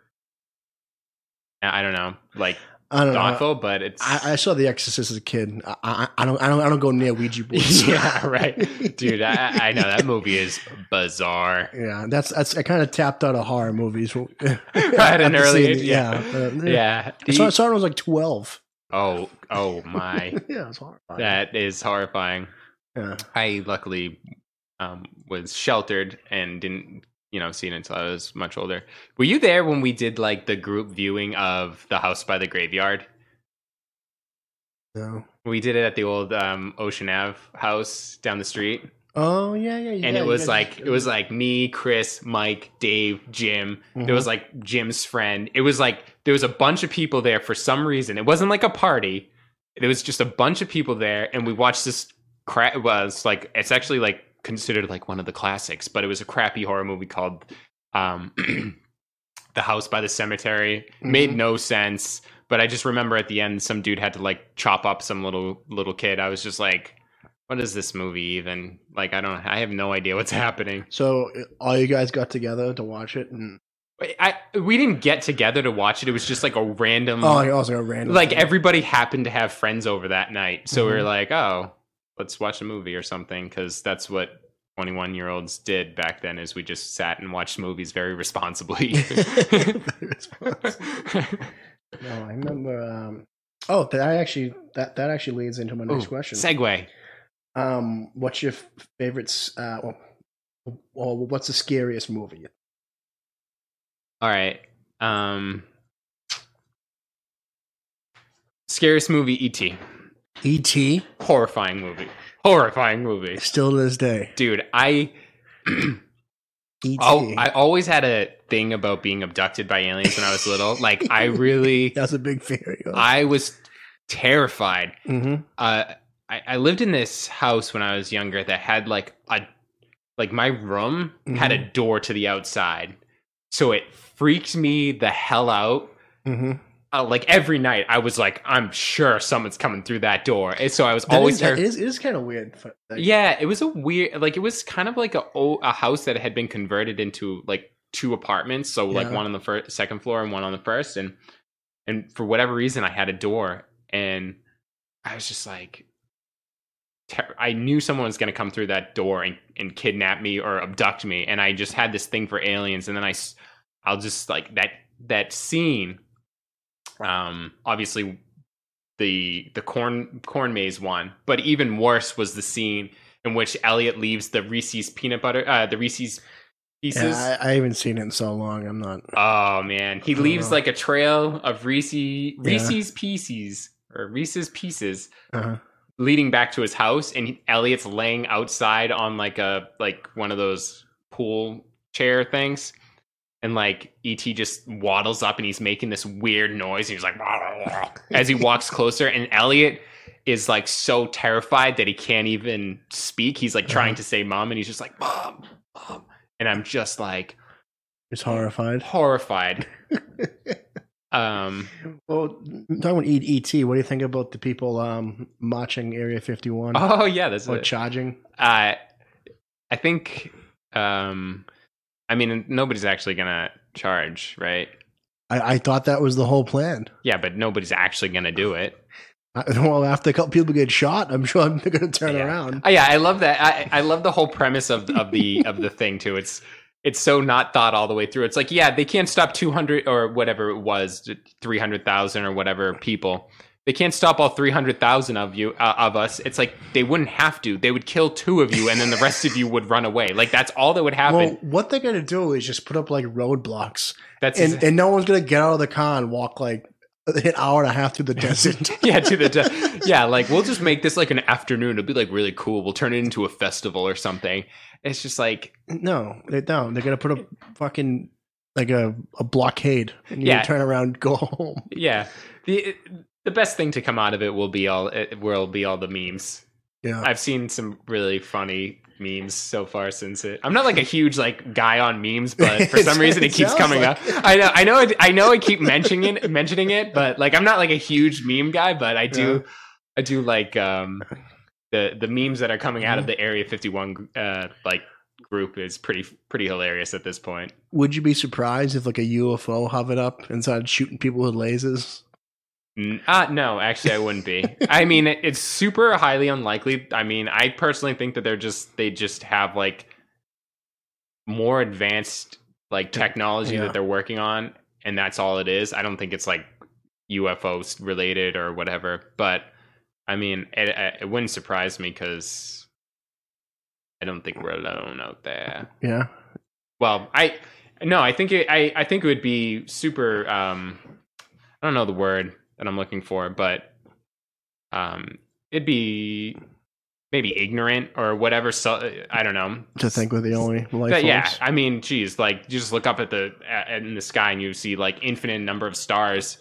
Speaker 2: I I don't know, like
Speaker 1: I don't know.
Speaker 2: thoughtful, but it's
Speaker 1: Uh, I, [LAUGHS] I saw The Exorcist as a kid. I, I, I don't, I don't, I don't go near
Speaker 2: [LAUGHS]
Speaker 1: Ouija boards.
Speaker 2: yeah, right, dude. I, I know that movie is bizarre.
Speaker 1: [LAUGHS]
Speaker 2: [LAUGHS]
Speaker 1: Yeah, that's that's. I kind of tapped out of horror movies right
Speaker 2: at an early age, yeah.
Speaker 1: Yeah, uh,
Speaker 2: Yeah.
Speaker 1: I saw, I saw it when I was like twelve. [LAUGHS]
Speaker 2: oh, oh my,
Speaker 1: yeah, it's horrifying.
Speaker 2: that is horrifying.
Speaker 1: Yeah.
Speaker 2: I luckily um, was sheltered and didn't, you know, see it until I was much older. Were you there when we did like the group viewing of the house by the graveyard?
Speaker 1: No.
Speaker 2: We did it at the old um, Ocean Ave house down the street,
Speaker 1: Oh yeah, yeah.
Speaker 2: and it was like it was like me, Chris, Mike, Dave, Jim.
Speaker 1: Mm-hmm.
Speaker 2: There was like Jim's friend. It was like there was a bunch of people there for some reason. It wasn't like a party. There was just a bunch of people there, and we watched this crap. It was like it's actually like considered like one of the classics, but it was a crappy horror movie called um, [CLEARS THROAT] "The House by the Cemetery." Made
Speaker 1: Mhm.
Speaker 2: no sense, but I just remember at the end, some dude had to like chop up some little little kid. I was just like, "What is this movie even?" Like I don't, I have no idea what's [LAUGHS] happening.
Speaker 1: So uh, all you guys got together to watch it, and
Speaker 2: I we didn't get together to watch it. It was just like a random,
Speaker 1: oh, I also got random.
Speaker 2: Mm. like
Speaker 1: thing.
Speaker 2: everybody happened to have friends over that night, so we were
Speaker 1: Mhm.
Speaker 2: like, oh, let's watch a movie or something because that's what twenty one year olds did back then. Is we just sat and watched movies
Speaker 1: [LAUGHS]
Speaker 2: very responsibly. [LAUGHS]
Speaker 1: no, Oh, I remember. Um, oh, that actually that that actually leads into my next
Speaker 2: Ooh,
Speaker 1: question.
Speaker 2: Segue.
Speaker 1: um, what's your f- favorites? Uh, or, or what's the scariest movie?
Speaker 2: All right. Um, Scariest movie, E.T.
Speaker 1: E.T.
Speaker 2: Horrifying movie. Horrifying movie.
Speaker 1: Still to this day. E
Speaker 2: Dude, I [CLEARS THROAT]
Speaker 1: E.T.
Speaker 2: oh, I always had a thing about being abducted by aliens when I was little. Like
Speaker 1: [LAUGHS]
Speaker 2: I really
Speaker 1: that was a big fear. of yours.
Speaker 2: I was terrified.
Speaker 1: Mhm.
Speaker 2: Uh I, I lived in this house when I was younger that had like a like my room had
Speaker 1: Mm-hmm.
Speaker 2: a door to the outside. So it freaked me the hell out
Speaker 1: Mhm.
Speaker 2: uh, like every night I was like, I'm sure someone's coming through that door. And so I was
Speaker 1: That
Speaker 2: always
Speaker 1: is, that
Speaker 2: terrified.
Speaker 1: is, is kind of weird. for- like,
Speaker 2: Yeah, it was a weird, like it was kind of like a o- a house that had been converted into like two apartments. So like
Speaker 1: Yeah.
Speaker 2: one on the first, second floor and one on the first. And and for whatever reason, I had a door, and I was just like, ter- I knew someone was going to come through that door and and kidnap me or abduct me. And I just had this thing for aliens. And then I, s- I'll just like that that scene um obviously the the corn corn maze one but even worse was the scene in which elliot leaves the reese's peanut butter uh the reese's pieces
Speaker 1: Yeah, I, I haven't seen it in so long. I'm not.
Speaker 2: oh man he
Speaker 1: I don't
Speaker 2: leaves
Speaker 1: know.
Speaker 2: like a trail of reese reese's pieces or reese's pieces
Speaker 1: Uh-huh.
Speaker 2: leading back to his house and he- elliot's laying outside on like a like one of those pool chair things and like et just waddles up and he's making this weird noise and he's like [LAUGHS] "Rah, rah, rah," as he walks closer and elliot is like so terrified that he can't even speak he's like trying to say mom and he's just like mom mom and i'm just like
Speaker 1: It's horrified.
Speaker 2: horrified um
Speaker 1: Well, talking about E- E.T., what do you think about the people um, marching Area 51
Speaker 2: oh yeah that's
Speaker 1: or
Speaker 2: it.
Speaker 1: charging?
Speaker 2: I Uh, I think um I mean nobody's actually gonna charge, right?
Speaker 1: I, I thought that was the whole plan.
Speaker 2: Yeah, but nobody's actually gonna do it.
Speaker 1: I, [LAUGHS] well, after a couple people get shot, I'm sure [LAUGHS] they're going to turn
Speaker 2: Yeah.
Speaker 1: around.
Speaker 2: Oh, yeah, I love that. I, I love the whole premise of of
Speaker 1: [LAUGHS]
Speaker 2: the of the thing too. It's it's so not thought all the way through. It's like yeah, they can't stop two hundred or whatever it was, three hundred thousand or whatever people. They can't stop all three hundred thousand of you uh, of us. It's like they wouldn't have to. They would kill two of you, and then the rest of you would run away. Like that's all that would happen.
Speaker 1: Well, what they're going to do is just put up like roadblocks,
Speaker 2: that's
Speaker 1: and,
Speaker 2: exa-
Speaker 1: and no one's going to get out of the car and walk like an hour and a half through the
Speaker 2: [LAUGHS]
Speaker 1: desert.
Speaker 2: yeah, to the de- yeah, like we'll just make this like an afternoon. It'll be like really cool. We'll turn it into a festival or something. It's just like
Speaker 1: no, they don't. They're going to put up fucking like a, a blockade, and you
Speaker 2: Yeah.
Speaker 1: turn around, go [LAUGHS] home.
Speaker 2: yeah, the the best thing to come out of it will be all it will be all the memes.
Speaker 1: Yeah,
Speaker 2: I've seen some really funny memes so far since it. I'm not like a huge like guy on memes,
Speaker 1: [LAUGHS]
Speaker 2: but for
Speaker 1: It
Speaker 2: some reason it keeps
Speaker 1: sounds
Speaker 2: coming
Speaker 1: like-
Speaker 2: up. I know, I know, I, I know. I keep mentioning it, mentioning it, but like I'm not like a huge meme guy, but I do, I do like um the the memes that are coming out of
Speaker 1: Mm-hmm.
Speaker 2: the Area 51 uh like group is pretty pretty hilarious at this point.
Speaker 1: Would you be surprised if like a UFO hovered up and started shooting people with lasers?
Speaker 2: N- Uh, no, actually, I wouldn't be. I mean, it, it's super highly unlikely. I mean, I personally think that they're just they just have like more advanced like technology
Speaker 1: Yeah.
Speaker 2: that they're working on, and that's all it is. I don't think it's like UFOs related or whatever. But I mean, it, it- it wouldn't surprise me because I don't think we're alone out there.
Speaker 1: Yeah.
Speaker 2: Well, I no, I think it, I I think it would be super. Um, I don't know the word that I'm looking for, but um, it'd be maybe ignorant or whatever. So I don't know.
Speaker 1: To think we're the only life
Speaker 2: But
Speaker 1: forms.
Speaker 2: yeah, I mean, geez, like you just look up at the at, in the sky and you see like infinite number of stars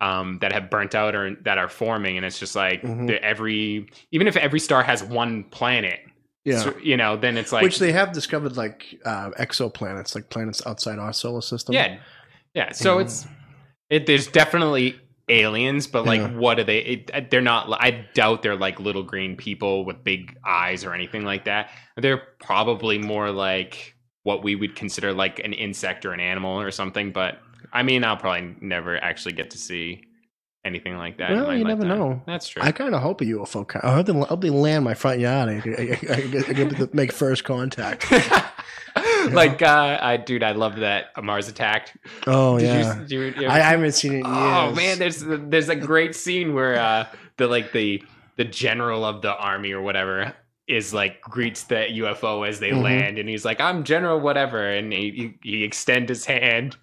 Speaker 2: um, that have burnt out or that are forming, and it's just like
Speaker 1: Mhm.
Speaker 2: the, every even if every star has one planet,
Speaker 1: Yeah.
Speaker 2: so- you know, then it's like
Speaker 1: Which they have discovered like uh, exoplanets, like planets outside our solar system.
Speaker 2: Yeah, yeah. So
Speaker 1: Yeah.
Speaker 2: it's it. There's definitely aliens, but like,
Speaker 1: Yeah.
Speaker 2: what are they? It, they're not. I doubt they're like little green people with big eyes or anything like that. They're probably more like what we would consider like an insect or an animal or something. But I mean, I'll probably never actually get to see anything like that. in
Speaker 1: Well,
Speaker 2: my
Speaker 1: you never
Speaker 2: lifetime.
Speaker 1: know.
Speaker 2: That's true.
Speaker 1: I kind of hope a UFO. co- I hope they, I hope they land my front yard. I, I, I, I get- I get to make first contact.
Speaker 2: [LAUGHS] like, uh, I dude, I love that Mars Attacked.
Speaker 1: Oh
Speaker 2: did
Speaker 1: yeah.
Speaker 2: you, did you, you ever
Speaker 1: I, I haven't seen it. In
Speaker 2: Oh
Speaker 1: years.
Speaker 2: man, there's there's a great scene where uh, the like the the general of the army or whatever is like greets the UFO as they
Speaker 1: Mhm.
Speaker 2: land, and he's like, "I'm General whatever," and he he, he extends his hand,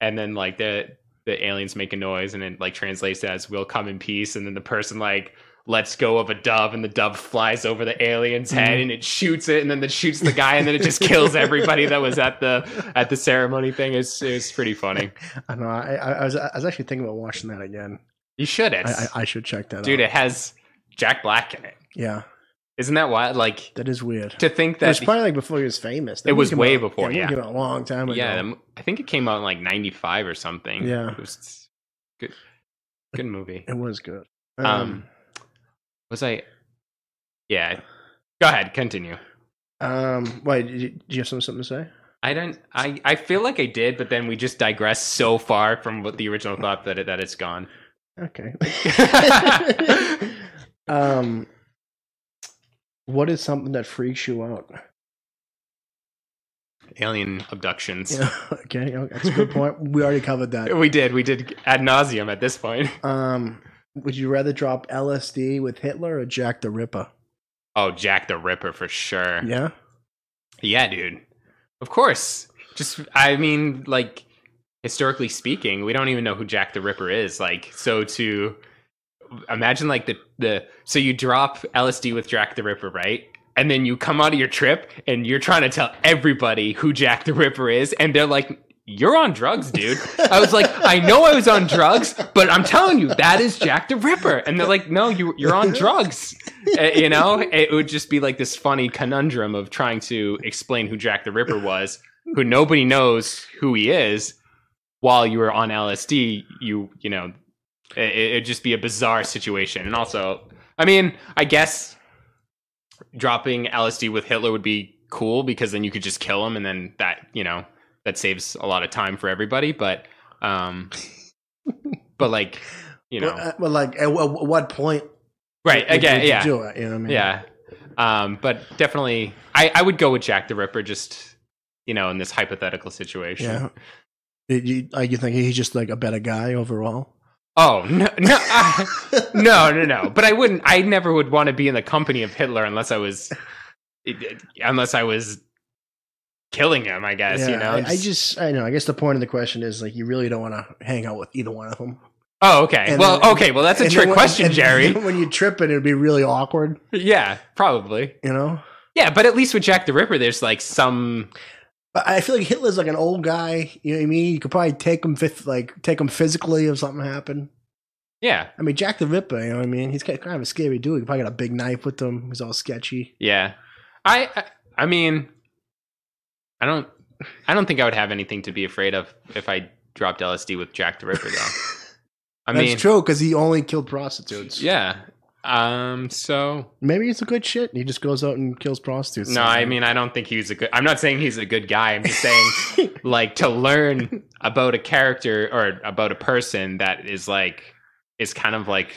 Speaker 2: and then like the the aliens make a noise and it like translates as "We'll come in peace," and then the person like lets go of a dove and the dove flies over the alien's
Speaker 1: Mm-hmm.
Speaker 2: head and it shoots it and then it shoots the guy and then it just kills everybody that was at the at the ceremony thing. It's it's pretty funny.
Speaker 1: I know. I, I, I was I was actually thinking about watching that again.
Speaker 2: You should
Speaker 1: [LAUGHS] I,
Speaker 2: it's,
Speaker 1: I, I should check that
Speaker 2: dude.
Speaker 1: out.
Speaker 2: It has Jack Black in it.
Speaker 1: Yeah,
Speaker 2: Isn't that wild? Like
Speaker 1: that is weird.
Speaker 2: to think
Speaker 1: It was
Speaker 2: that
Speaker 1: probably like before he was famous.
Speaker 2: It was
Speaker 1: came
Speaker 2: way
Speaker 1: out-
Speaker 2: before,
Speaker 1: that movie
Speaker 2: yeah.
Speaker 1: came out a long time ago.
Speaker 2: yeah, the m- I think it came out in like '95 or something.
Speaker 1: Yeah.
Speaker 2: it was good. Good movie.
Speaker 1: it was good. Um,
Speaker 2: Um, was I? Yeah. Go ahead. Continue.
Speaker 1: um, wait, did you, did you have some- something to say?
Speaker 2: I don't. I I feel like I did, but then we just digress so far from what the original thought that it, that it's gone. [LAUGHS]
Speaker 1: Okay. [LAUGHS] um, what is something that freaks you out?
Speaker 2: Alien abductions.
Speaker 1: Yeah, [LAUGHS] okay, okay, that's a good point. We already covered that.
Speaker 2: [LAUGHS] We did. We did ad nauseum at this point.
Speaker 1: Um, would you rather drop LSD with Hitler or Jack the Ripper?
Speaker 2: Oh, Jack the Ripper for sure.
Speaker 1: Yeah.
Speaker 2: Yeah, dude. Of course. Just I mean, like historically speaking, we don't even know who Jack the Ripper is. Like, so to imagine like the the so you drop LSD with Jack the Ripper, right? And then you come out of your trip and you're trying to tell everybody who Jack the Ripper is, and they're like, "You're on drugs, dude." I was like, "I know I was on drugs, but I'm telling you, that is Jack the Ripper." And they're like, "No, you you're on drugs." Uh, you know, it would just be like this funny conundrum of trying to explain who Jack the Ripper was, who nobody knows who he is, while you were on LSD. You, you know, it, it'd just be a bizarre situation. And also, I mean, I guess dropping LSD with Hitler would be cool because then you could just kill him, and then that, you know, that saves a lot of time for everybody. But, um, but like, you know,
Speaker 1: Well, uh, well, like, at, wh- what point?
Speaker 2: right?
Speaker 1: would-
Speaker 2: Again,
Speaker 1: would you
Speaker 2: yeah.
Speaker 1: Do it. You know what I mean?
Speaker 2: Yeah. Um, but definitely, I, I would go with Jack the Ripper, just, you know, in this hypothetical situation.
Speaker 1: Yeah. Did you, are you thinking he's just like a better guy
Speaker 2: [LAUGHS]
Speaker 1: overall?
Speaker 2: Oh, no, no, [LAUGHS] I- no, no, no. But I wouldn't, I never would want to be in the company of Hitler unless I was, unless I was killing him, I guess, you know?
Speaker 1: I, I just, I know. I guess the point of the question is like you really don't want to hang out with either one of them.
Speaker 2: oh, okay.
Speaker 1: and
Speaker 2: Well,
Speaker 1: then-
Speaker 2: okay. Well, that's a
Speaker 1: And
Speaker 2: trick
Speaker 1: then when-
Speaker 2: question,
Speaker 1: and [LAUGHS]
Speaker 2: Jerry.
Speaker 1: then When you trip it, it'd be really awkward.
Speaker 2: yeah, probably.
Speaker 1: You know.
Speaker 2: Yeah, but at least with Jack the Ripper, there's like some,
Speaker 1: But I feel like Hitler's like an old guy. You know what I mean? You could probably take him, fifth, like take him physically if something happened.
Speaker 2: yeah,
Speaker 1: I mean, Jack the Ripper. You know what I mean? He's kind of a scary dude. He probably got a big knife with him. He's all sketchy.
Speaker 2: Yeah. I, I I mean I don't I don't think I would have anything to be afraid of if I dropped LSD with Jack the Ripper though.
Speaker 1: [LAUGHS]
Speaker 2: I
Speaker 1: That's
Speaker 2: mean
Speaker 1: true because he only killed prostitutes.
Speaker 2: Yeah. Um so
Speaker 1: Maybe it's a good shit. And he just goes out and kills prostitutes.
Speaker 2: no, I mean I don't think he's a good I'm not saying he's a good guy. I'm just saying
Speaker 1: [LAUGHS]
Speaker 2: like to learn about a character or about a person that is like is kind of like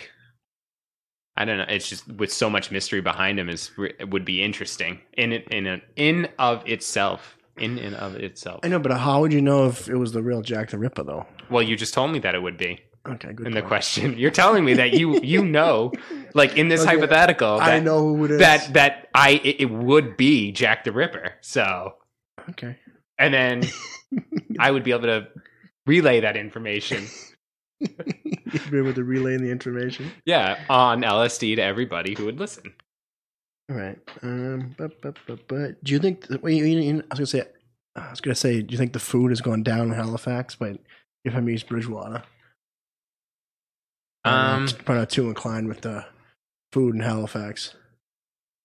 Speaker 2: I don't know. It's just with so much mystery behind him is would be interesting in it in an in of itself in and of itself.
Speaker 1: I know, but how would you know if it was the real Jack the Ripper though?
Speaker 2: Well, you just told me that it would be
Speaker 1: Okay, good.
Speaker 2: in the
Speaker 1: point.
Speaker 2: question. You're telling me that you you know, like in
Speaker 1: [LAUGHS]
Speaker 2: this
Speaker 1: Okay,
Speaker 2: hypothetical, that,
Speaker 1: I know who it is.
Speaker 2: that that I it, it would be Jack the Ripper. So
Speaker 1: okay.
Speaker 2: and then I would be able to relay that information.
Speaker 1: [LAUGHS] You'd be able to relay the information.
Speaker 2: Yeah, on LSD to everybody who would listen.
Speaker 1: All right. Um, but, but, but, but, do you think? th- Wait, you, you- I was gonna say. I was gonna say. Do you think the food has gone down in Halifax? But if I'm East Bridgewater,
Speaker 2: Um,
Speaker 1: I'm probably not too inclined with the food in Halifax.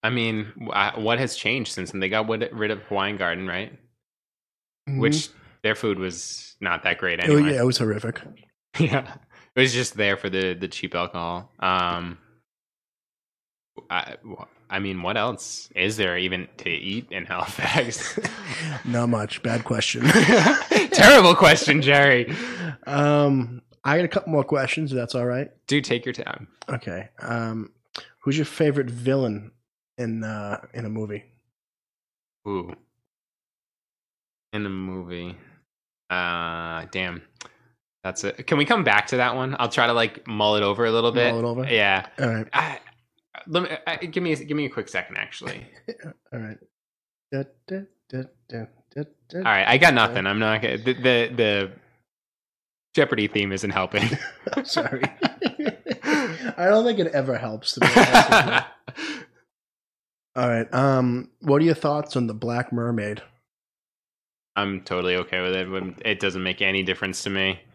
Speaker 2: I mean, wh- I- what has changed since then? They got wid- rid of Hawaiian Garden, right?
Speaker 1: Mm-hmm.
Speaker 2: Which their food was not that great
Speaker 1: Mhm. Oh,
Speaker 2: anyway.
Speaker 1: yeah, it was horrific.
Speaker 2: [LAUGHS] yeah it was just there for the the cheap alcohol um i i mean what else is there even to eat in
Speaker 1: [LAUGHS]
Speaker 2: [LAUGHS] halifax
Speaker 1: Not much. Bad question. [LAUGHS]
Speaker 2: terrible question jerry
Speaker 1: um, I got a couple more questions. If that's all right.
Speaker 2: do take your time
Speaker 1: Okay. Um, who's your favorite villain in uh, in a movie?
Speaker 2: ooh in a movie uh damn that's it can we come back to that one i'll try to like mull it over a little bit
Speaker 1: Mull it over?
Speaker 2: yeah
Speaker 1: All right.
Speaker 2: I, let me I, give me a, give me a quick second
Speaker 1: [LAUGHS]
Speaker 2: actually
Speaker 1: All right. Da, da, da, da, da, da.
Speaker 2: All right, I got nothing. I'm not gonna, the, the the Jeopardy theme
Speaker 1: [LAUGHS]
Speaker 2: isn't helping.
Speaker 1: I'm
Speaker 2: [LAUGHS]
Speaker 1: sorry. I don't think it ever helps. To be honest with you. All right. Um, what are your thoughts on the Black Mermaid?
Speaker 2: [LAUGHS] I'm totally okay with it. but It doesn't make any difference to me. [LAUGHS]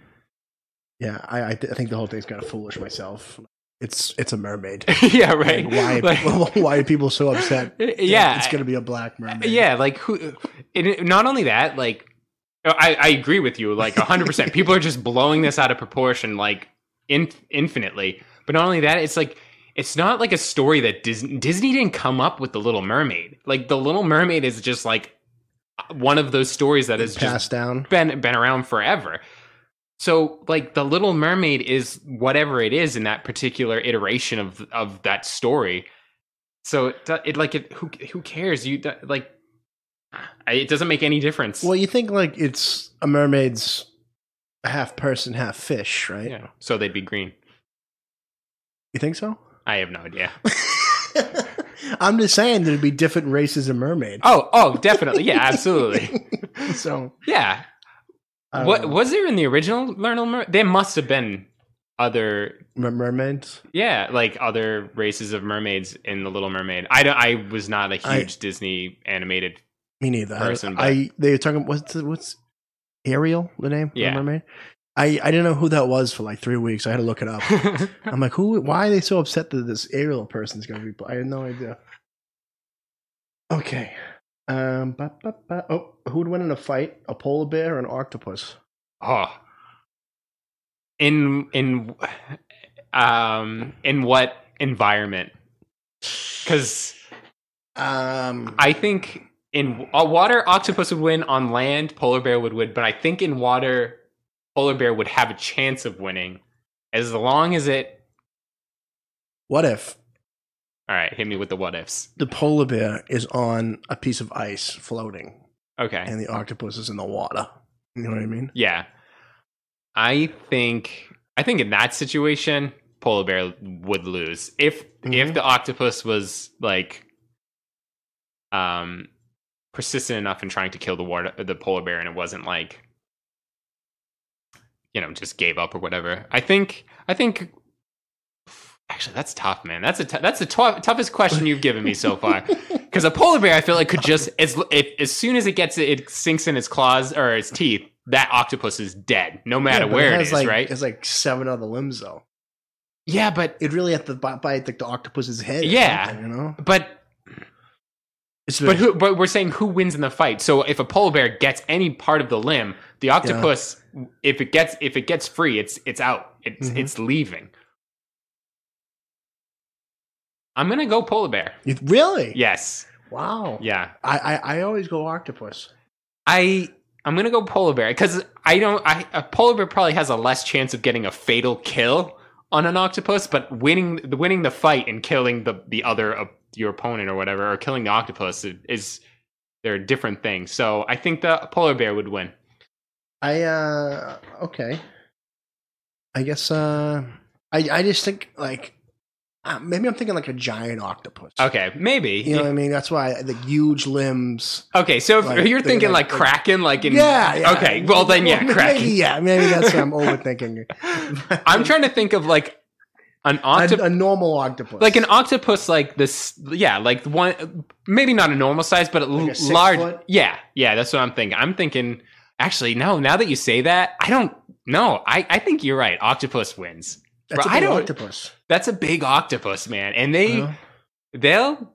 Speaker 1: Yeah, I I, th- I think the whole thing's kind of foolish myself. It's it's a mermaid.
Speaker 2: yeah, [LAUGHS] right.
Speaker 1: Like, why
Speaker 2: [LAUGHS]
Speaker 1: [LAUGHS]
Speaker 2: Like-
Speaker 1: why are people so upset? that
Speaker 2: [LAUGHS] Yeah,
Speaker 1: it's gonna be a black mermaid.
Speaker 2: yeah. Like who? It, not only that, like oh, I, I agree with you. Like 100. percent People are just blowing this out of proportion, like in, infinitely. But not only that, it's like it's not like a story that Disney Disney didn't come up with. The Little Mermaid, like the Little Mermaid, is just like one of those stories that is
Speaker 1: it's
Speaker 2: just
Speaker 1: passed down.
Speaker 2: been been around forever. So like the Little Mermaid is whatever it is in that particular iteration of of that story. So it, do- it like it who who cares you do- like I- it doesn't make any difference.
Speaker 1: Well, you think like it's a mermaid's half person, half fish, right?
Speaker 2: yeah. So they'd be green.
Speaker 1: You think so?
Speaker 2: I have no idea.
Speaker 1: [LAUGHS] I'm just saying there'd be different races of mermaids.
Speaker 2: Oh oh definitely yeah absolutely
Speaker 1: [LAUGHS] so um,
Speaker 2: yeah.
Speaker 1: I don't
Speaker 2: What
Speaker 1: know.
Speaker 2: was there in the original Little Mermaid? There must have been other
Speaker 1: Mer- mermaids?
Speaker 2: Yeah, like other races of mermaids in the Little Mermaid. I don't, I was not a
Speaker 1: I-
Speaker 2: huge Disney animated.
Speaker 1: Me neither. I-
Speaker 2: Person, but-
Speaker 1: I, they were talking what's the, what's Ariel the name? of
Speaker 2: Yeah.
Speaker 1: The mermaid. I I didn't know who that was for like three weeks. I had to look it
Speaker 2: [LAUGHS]
Speaker 1: up. I'm like, who? Why are they so upset that this Ariel person's going to be? I had no idea. Okay. Um. Ba, ba, ba. Oh, who'd win in a fight? A polar bear or an octopus?
Speaker 2: oh, in in um in what environment? Because
Speaker 1: Um.
Speaker 2: I think in uh, water, octopus would win. On land, polar bear would win. But I think in water, polar bear would have a chance of winning, as long as it.
Speaker 1: what if
Speaker 2: All right, hit me with the what ifs.
Speaker 1: the polar bear is on a piece of ice floating,
Speaker 2: Okay.
Speaker 1: and the octopus is in the water? You know what I mean?
Speaker 2: Yeah. I think I think in that situation, polar bear would lose. If if
Speaker 1: Mhm.
Speaker 2: the octopus was like um persistent enough in trying to kill the water the polar bear and it wasn't like you know, just gave up or whatever. I think I think actually that's tough, man. That's a t- that's the tw- toughest question you've given me so
Speaker 1: [LAUGHS]
Speaker 2: far. Because a polar bear, I feel like could just as if, as soon as it gets it, it sinks in its claws or its teeth. That octopus is dead, no matter
Speaker 1: Yeah, but
Speaker 2: where it
Speaker 1: has,
Speaker 2: is,
Speaker 1: like,
Speaker 2: right?
Speaker 1: It's like seven other limbs though.
Speaker 2: Yeah, but
Speaker 1: It'd really have to bi- bite like the octopus's head. or
Speaker 2: Yeah.
Speaker 1: something, you know.
Speaker 2: but
Speaker 1: It's
Speaker 2: but who? But we're saying who wins in the fight. So if a polar bear gets any part of the limb, the octopus, if it gets if it gets free, it's it's out. It's
Speaker 1: Mhm.
Speaker 2: it's leaving. I'm gonna go polar bear.
Speaker 1: You- really?
Speaker 2: Yes.
Speaker 1: Wow.
Speaker 2: Yeah.
Speaker 1: I, I I always go octopus.
Speaker 2: I I'm gonna go polar bear because I don't. I a polar bear probably has a less chance of getting a fatal kill on an octopus, but winning the winning the fight and killing the the other op- your opponent or whatever, or killing the octopus is, is they're different things. So I think the polar bear would win.
Speaker 1: I uh okay. I guess uh I I just think like uh, maybe I'm thinking like a giant octopus.
Speaker 2: Okay, maybe.
Speaker 1: You know what I mean? That's why the huge limbs.
Speaker 2: Okay, so if
Speaker 1: Like, they're
Speaker 2: you're thinking like,
Speaker 1: like- like-
Speaker 2: kraken, like in
Speaker 1: yeah, yeah.
Speaker 2: Okay, well then
Speaker 1: [LAUGHS]
Speaker 2: yeah,
Speaker 1: maybe,
Speaker 2: kraken.
Speaker 1: Yeah, maybe that's what I'm overthinking.
Speaker 2: [LAUGHS] I'm trying to think of like an octopus.
Speaker 1: a, a normal octopus,
Speaker 2: like an octopus like this yeah like one maybe not a normal size but a l-
Speaker 1: Like a six
Speaker 2: large
Speaker 1: foot?
Speaker 2: yeah yeah that's what i'm thinking i'm thinking actually no now that you say that i don't no i, I think you're right octopus wins
Speaker 1: that's a
Speaker 2: I
Speaker 1: big
Speaker 2: don't-
Speaker 1: octopus. Uh-huh.
Speaker 2: that's a big octopus man and they
Speaker 1: you know?
Speaker 2: they'll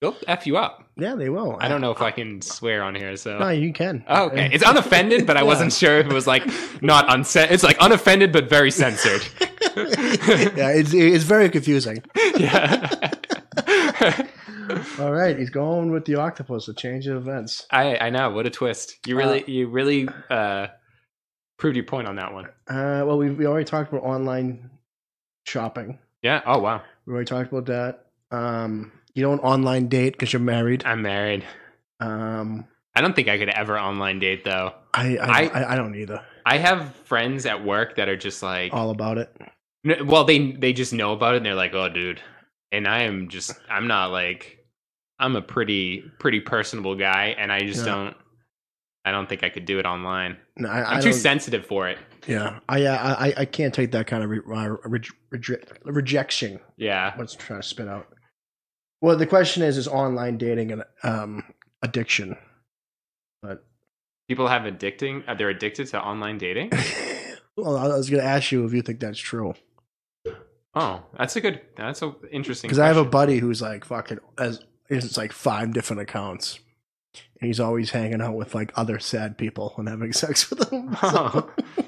Speaker 2: they'll f you up
Speaker 1: Yeah, they will.
Speaker 2: i don't know if i can swear on here so
Speaker 1: No, you can.
Speaker 2: Oh, okay it's unoffended but i
Speaker 1: Yeah.
Speaker 2: wasn't sure if it was like not uncensored it's like unoffended but very censored
Speaker 1: [LAUGHS]
Speaker 2: [LAUGHS]
Speaker 1: yeah, it's it's very confusing. [LAUGHS]
Speaker 2: yeah
Speaker 1: All right, he's going with the octopus. A change of events.
Speaker 2: I I know. What a twist! You really you really uh, proved your point on that one.
Speaker 1: Uh, well, we we already talked about online shopping.
Speaker 2: Yeah. Oh wow.
Speaker 1: We already talked about that. Um, you don't online date because you're married.
Speaker 2: I'm married.
Speaker 1: Um,
Speaker 2: I don't think I could ever online date though.
Speaker 1: I I,
Speaker 2: I-
Speaker 1: I I don't either.
Speaker 2: I have friends at work that are just like,
Speaker 1: All about it.
Speaker 2: N- well, they they just know about it and they're like, oh, dude. And I am just I'm not like I'm a pretty pretty personable guy, and I just
Speaker 1: Yeah.
Speaker 2: don't. I don't think I could do it online.
Speaker 1: No, I,
Speaker 2: I'm
Speaker 1: I
Speaker 2: too
Speaker 1: don't-
Speaker 2: sensitive for it.
Speaker 1: Yeah, I, uh, I I can't take that kind of re- uh, re- reje- rejection.
Speaker 2: Yeah.
Speaker 1: What's trying to spit out? Well, the question is: Is online dating an um, addiction?
Speaker 2: [LAUGHS] People have addicting, uh, they're addicted to online dating.
Speaker 1: well, I was going to ask you if you think that's true
Speaker 2: Oh, that's a good, that's a
Speaker 1: [LAUGHS]
Speaker 2: interesting.
Speaker 1: because I have a
Speaker 2: question.
Speaker 1: buddy who's like fucking as it's like five different accounts, and he's always hanging out with like other sad people and having [LAUGHS] sex with them.
Speaker 2: [LAUGHS] Oh,
Speaker 1: So-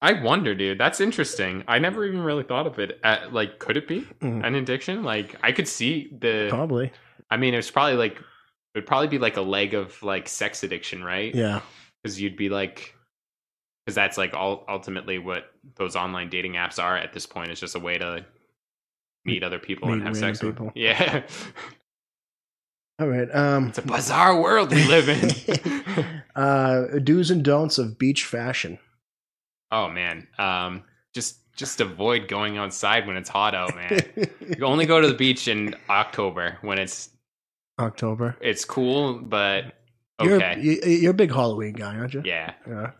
Speaker 2: I wonder, dude. That's interesting. I never even really thought of it. At, like, could it be
Speaker 1: Mm.
Speaker 2: an addiction? Like, I could see the.
Speaker 1: Probably,
Speaker 2: I mean, it's probably like it would probably be like a leg of like sex addiction, right?
Speaker 1: yeah.
Speaker 2: Because you'd be like, because that's like all ultimately what those online dating apps are at this point. It's just a way to meet other people and
Speaker 1: Meet
Speaker 2: have
Speaker 1: random
Speaker 2: sex with.
Speaker 1: people.
Speaker 2: [LAUGHS] Yeah,
Speaker 1: All right. Um,
Speaker 2: it's a bizarre world we
Speaker 1: [LAUGHS]
Speaker 2: live in.
Speaker 1: uh, do's and don'ts of beach fashion.
Speaker 2: oh man, um, just just avoid going outside when it's hot out, man. You only go to the beach in October when it's
Speaker 1: [LAUGHS] October.
Speaker 2: it's cool, but
Speaker 1: You're,
Speaker 2: okay.
Speaker 1: you, you're a big Halloween guy, aren't you?
Speaker 2: yeah,
Speaker 1: Yeah.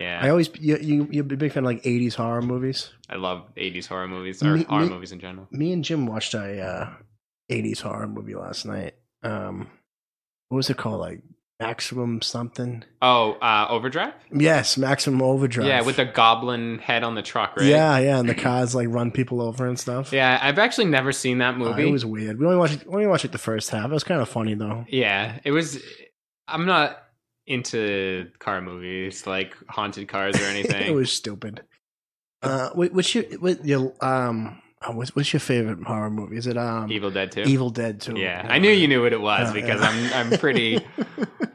Speaker 1: I
Speaker 2: yeah.
Speaker 1: always you, you you're a big fan of like '80s horror movies.
Speaker 2: I, love 80s horror movies or
Speaker 1: Me-
Speaker 2: horror
Speaker 1: me-
Speaker 2: movies in general.
Speaker 1: Me and Jim watched a uh, '80s horror movie last night. Um, what was it called? Like Maximum something?
Speaker 2: Oh, uh, Overdrive?
Speaker 1: Yes, Maximum Overdrive.
Speaker 2: Yeah, with the goblin head on the truck, right?
Speaker 1: yeah, yeah, and the cars like run people over and stuff.
Speaker 2: Yeah, I've actually never seen that
Speaker 1: Uh,
Speaker 2: movie.
Speaker 1: it was weird. We only watched we only watched it the first half. It was kind of funny though.
Speaker 2: yeah, it was. I'm not into car movies like haunted cars or anything.
Speaker 1: [LAUGHS] it was stupid. Uh, wh- what's your what your um oh, what's, what's your favorite horror movie? Is it um
Speaker 2: Evil Dead 2.
Speaker 1: Evil Dead Two?
Speaker 2: yeah, I knew you knew what it was
Speaker 1: Yeah,
Speaker 2: because
Speaker 1: yeah.
Speaker 2: I'm
Speaker 1: [LAUGHS]
Speaker 2: I'm pretty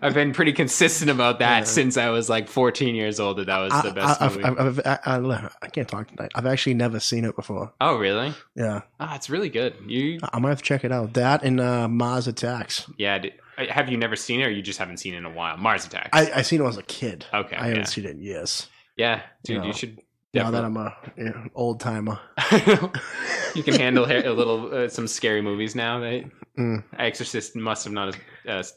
Speaker 2: I've been pretty consistent about that
Speaker 1: Yeah.
Speaker 2: since I was like 14 years old that that was the best
Speaker 1: I,
Speaker 2: movie.
Speaker 1: I've, I've, I've, I, I, I can't talk tonight. I've actually never seen it before.
Speaker 2: oh, really?
Speaker 1: Yeah,
Speaker 2: Ah, it's really good. You,
Speaker 1: I I might have to check it out. That and uh, Mars Attacks.
Speaker 2: yeah. d- Have you never seen it, or you just haven't seen it in a while? Mars Attacks.
Speaker 1: I, I seen it when I was a kid.
Speaker 2: okay.
Speaker 1: I haven't
Speaker 2: yeah.
Speaker 1: seen it in years.
Speaker 2: yeah, dude,
Speaker 1: No.
Speaker 2: you should.
Speaker 1: Now that
Speaker 2: Definitely.
Speaker 1: I'm a you know, old timer,
Speaker 2: [LAUGHS] you can handle ha- a little uh, some scary movies now. Right?
Speaker 1: Mm.
Speaker 2: Exorcist must have not uh, scarred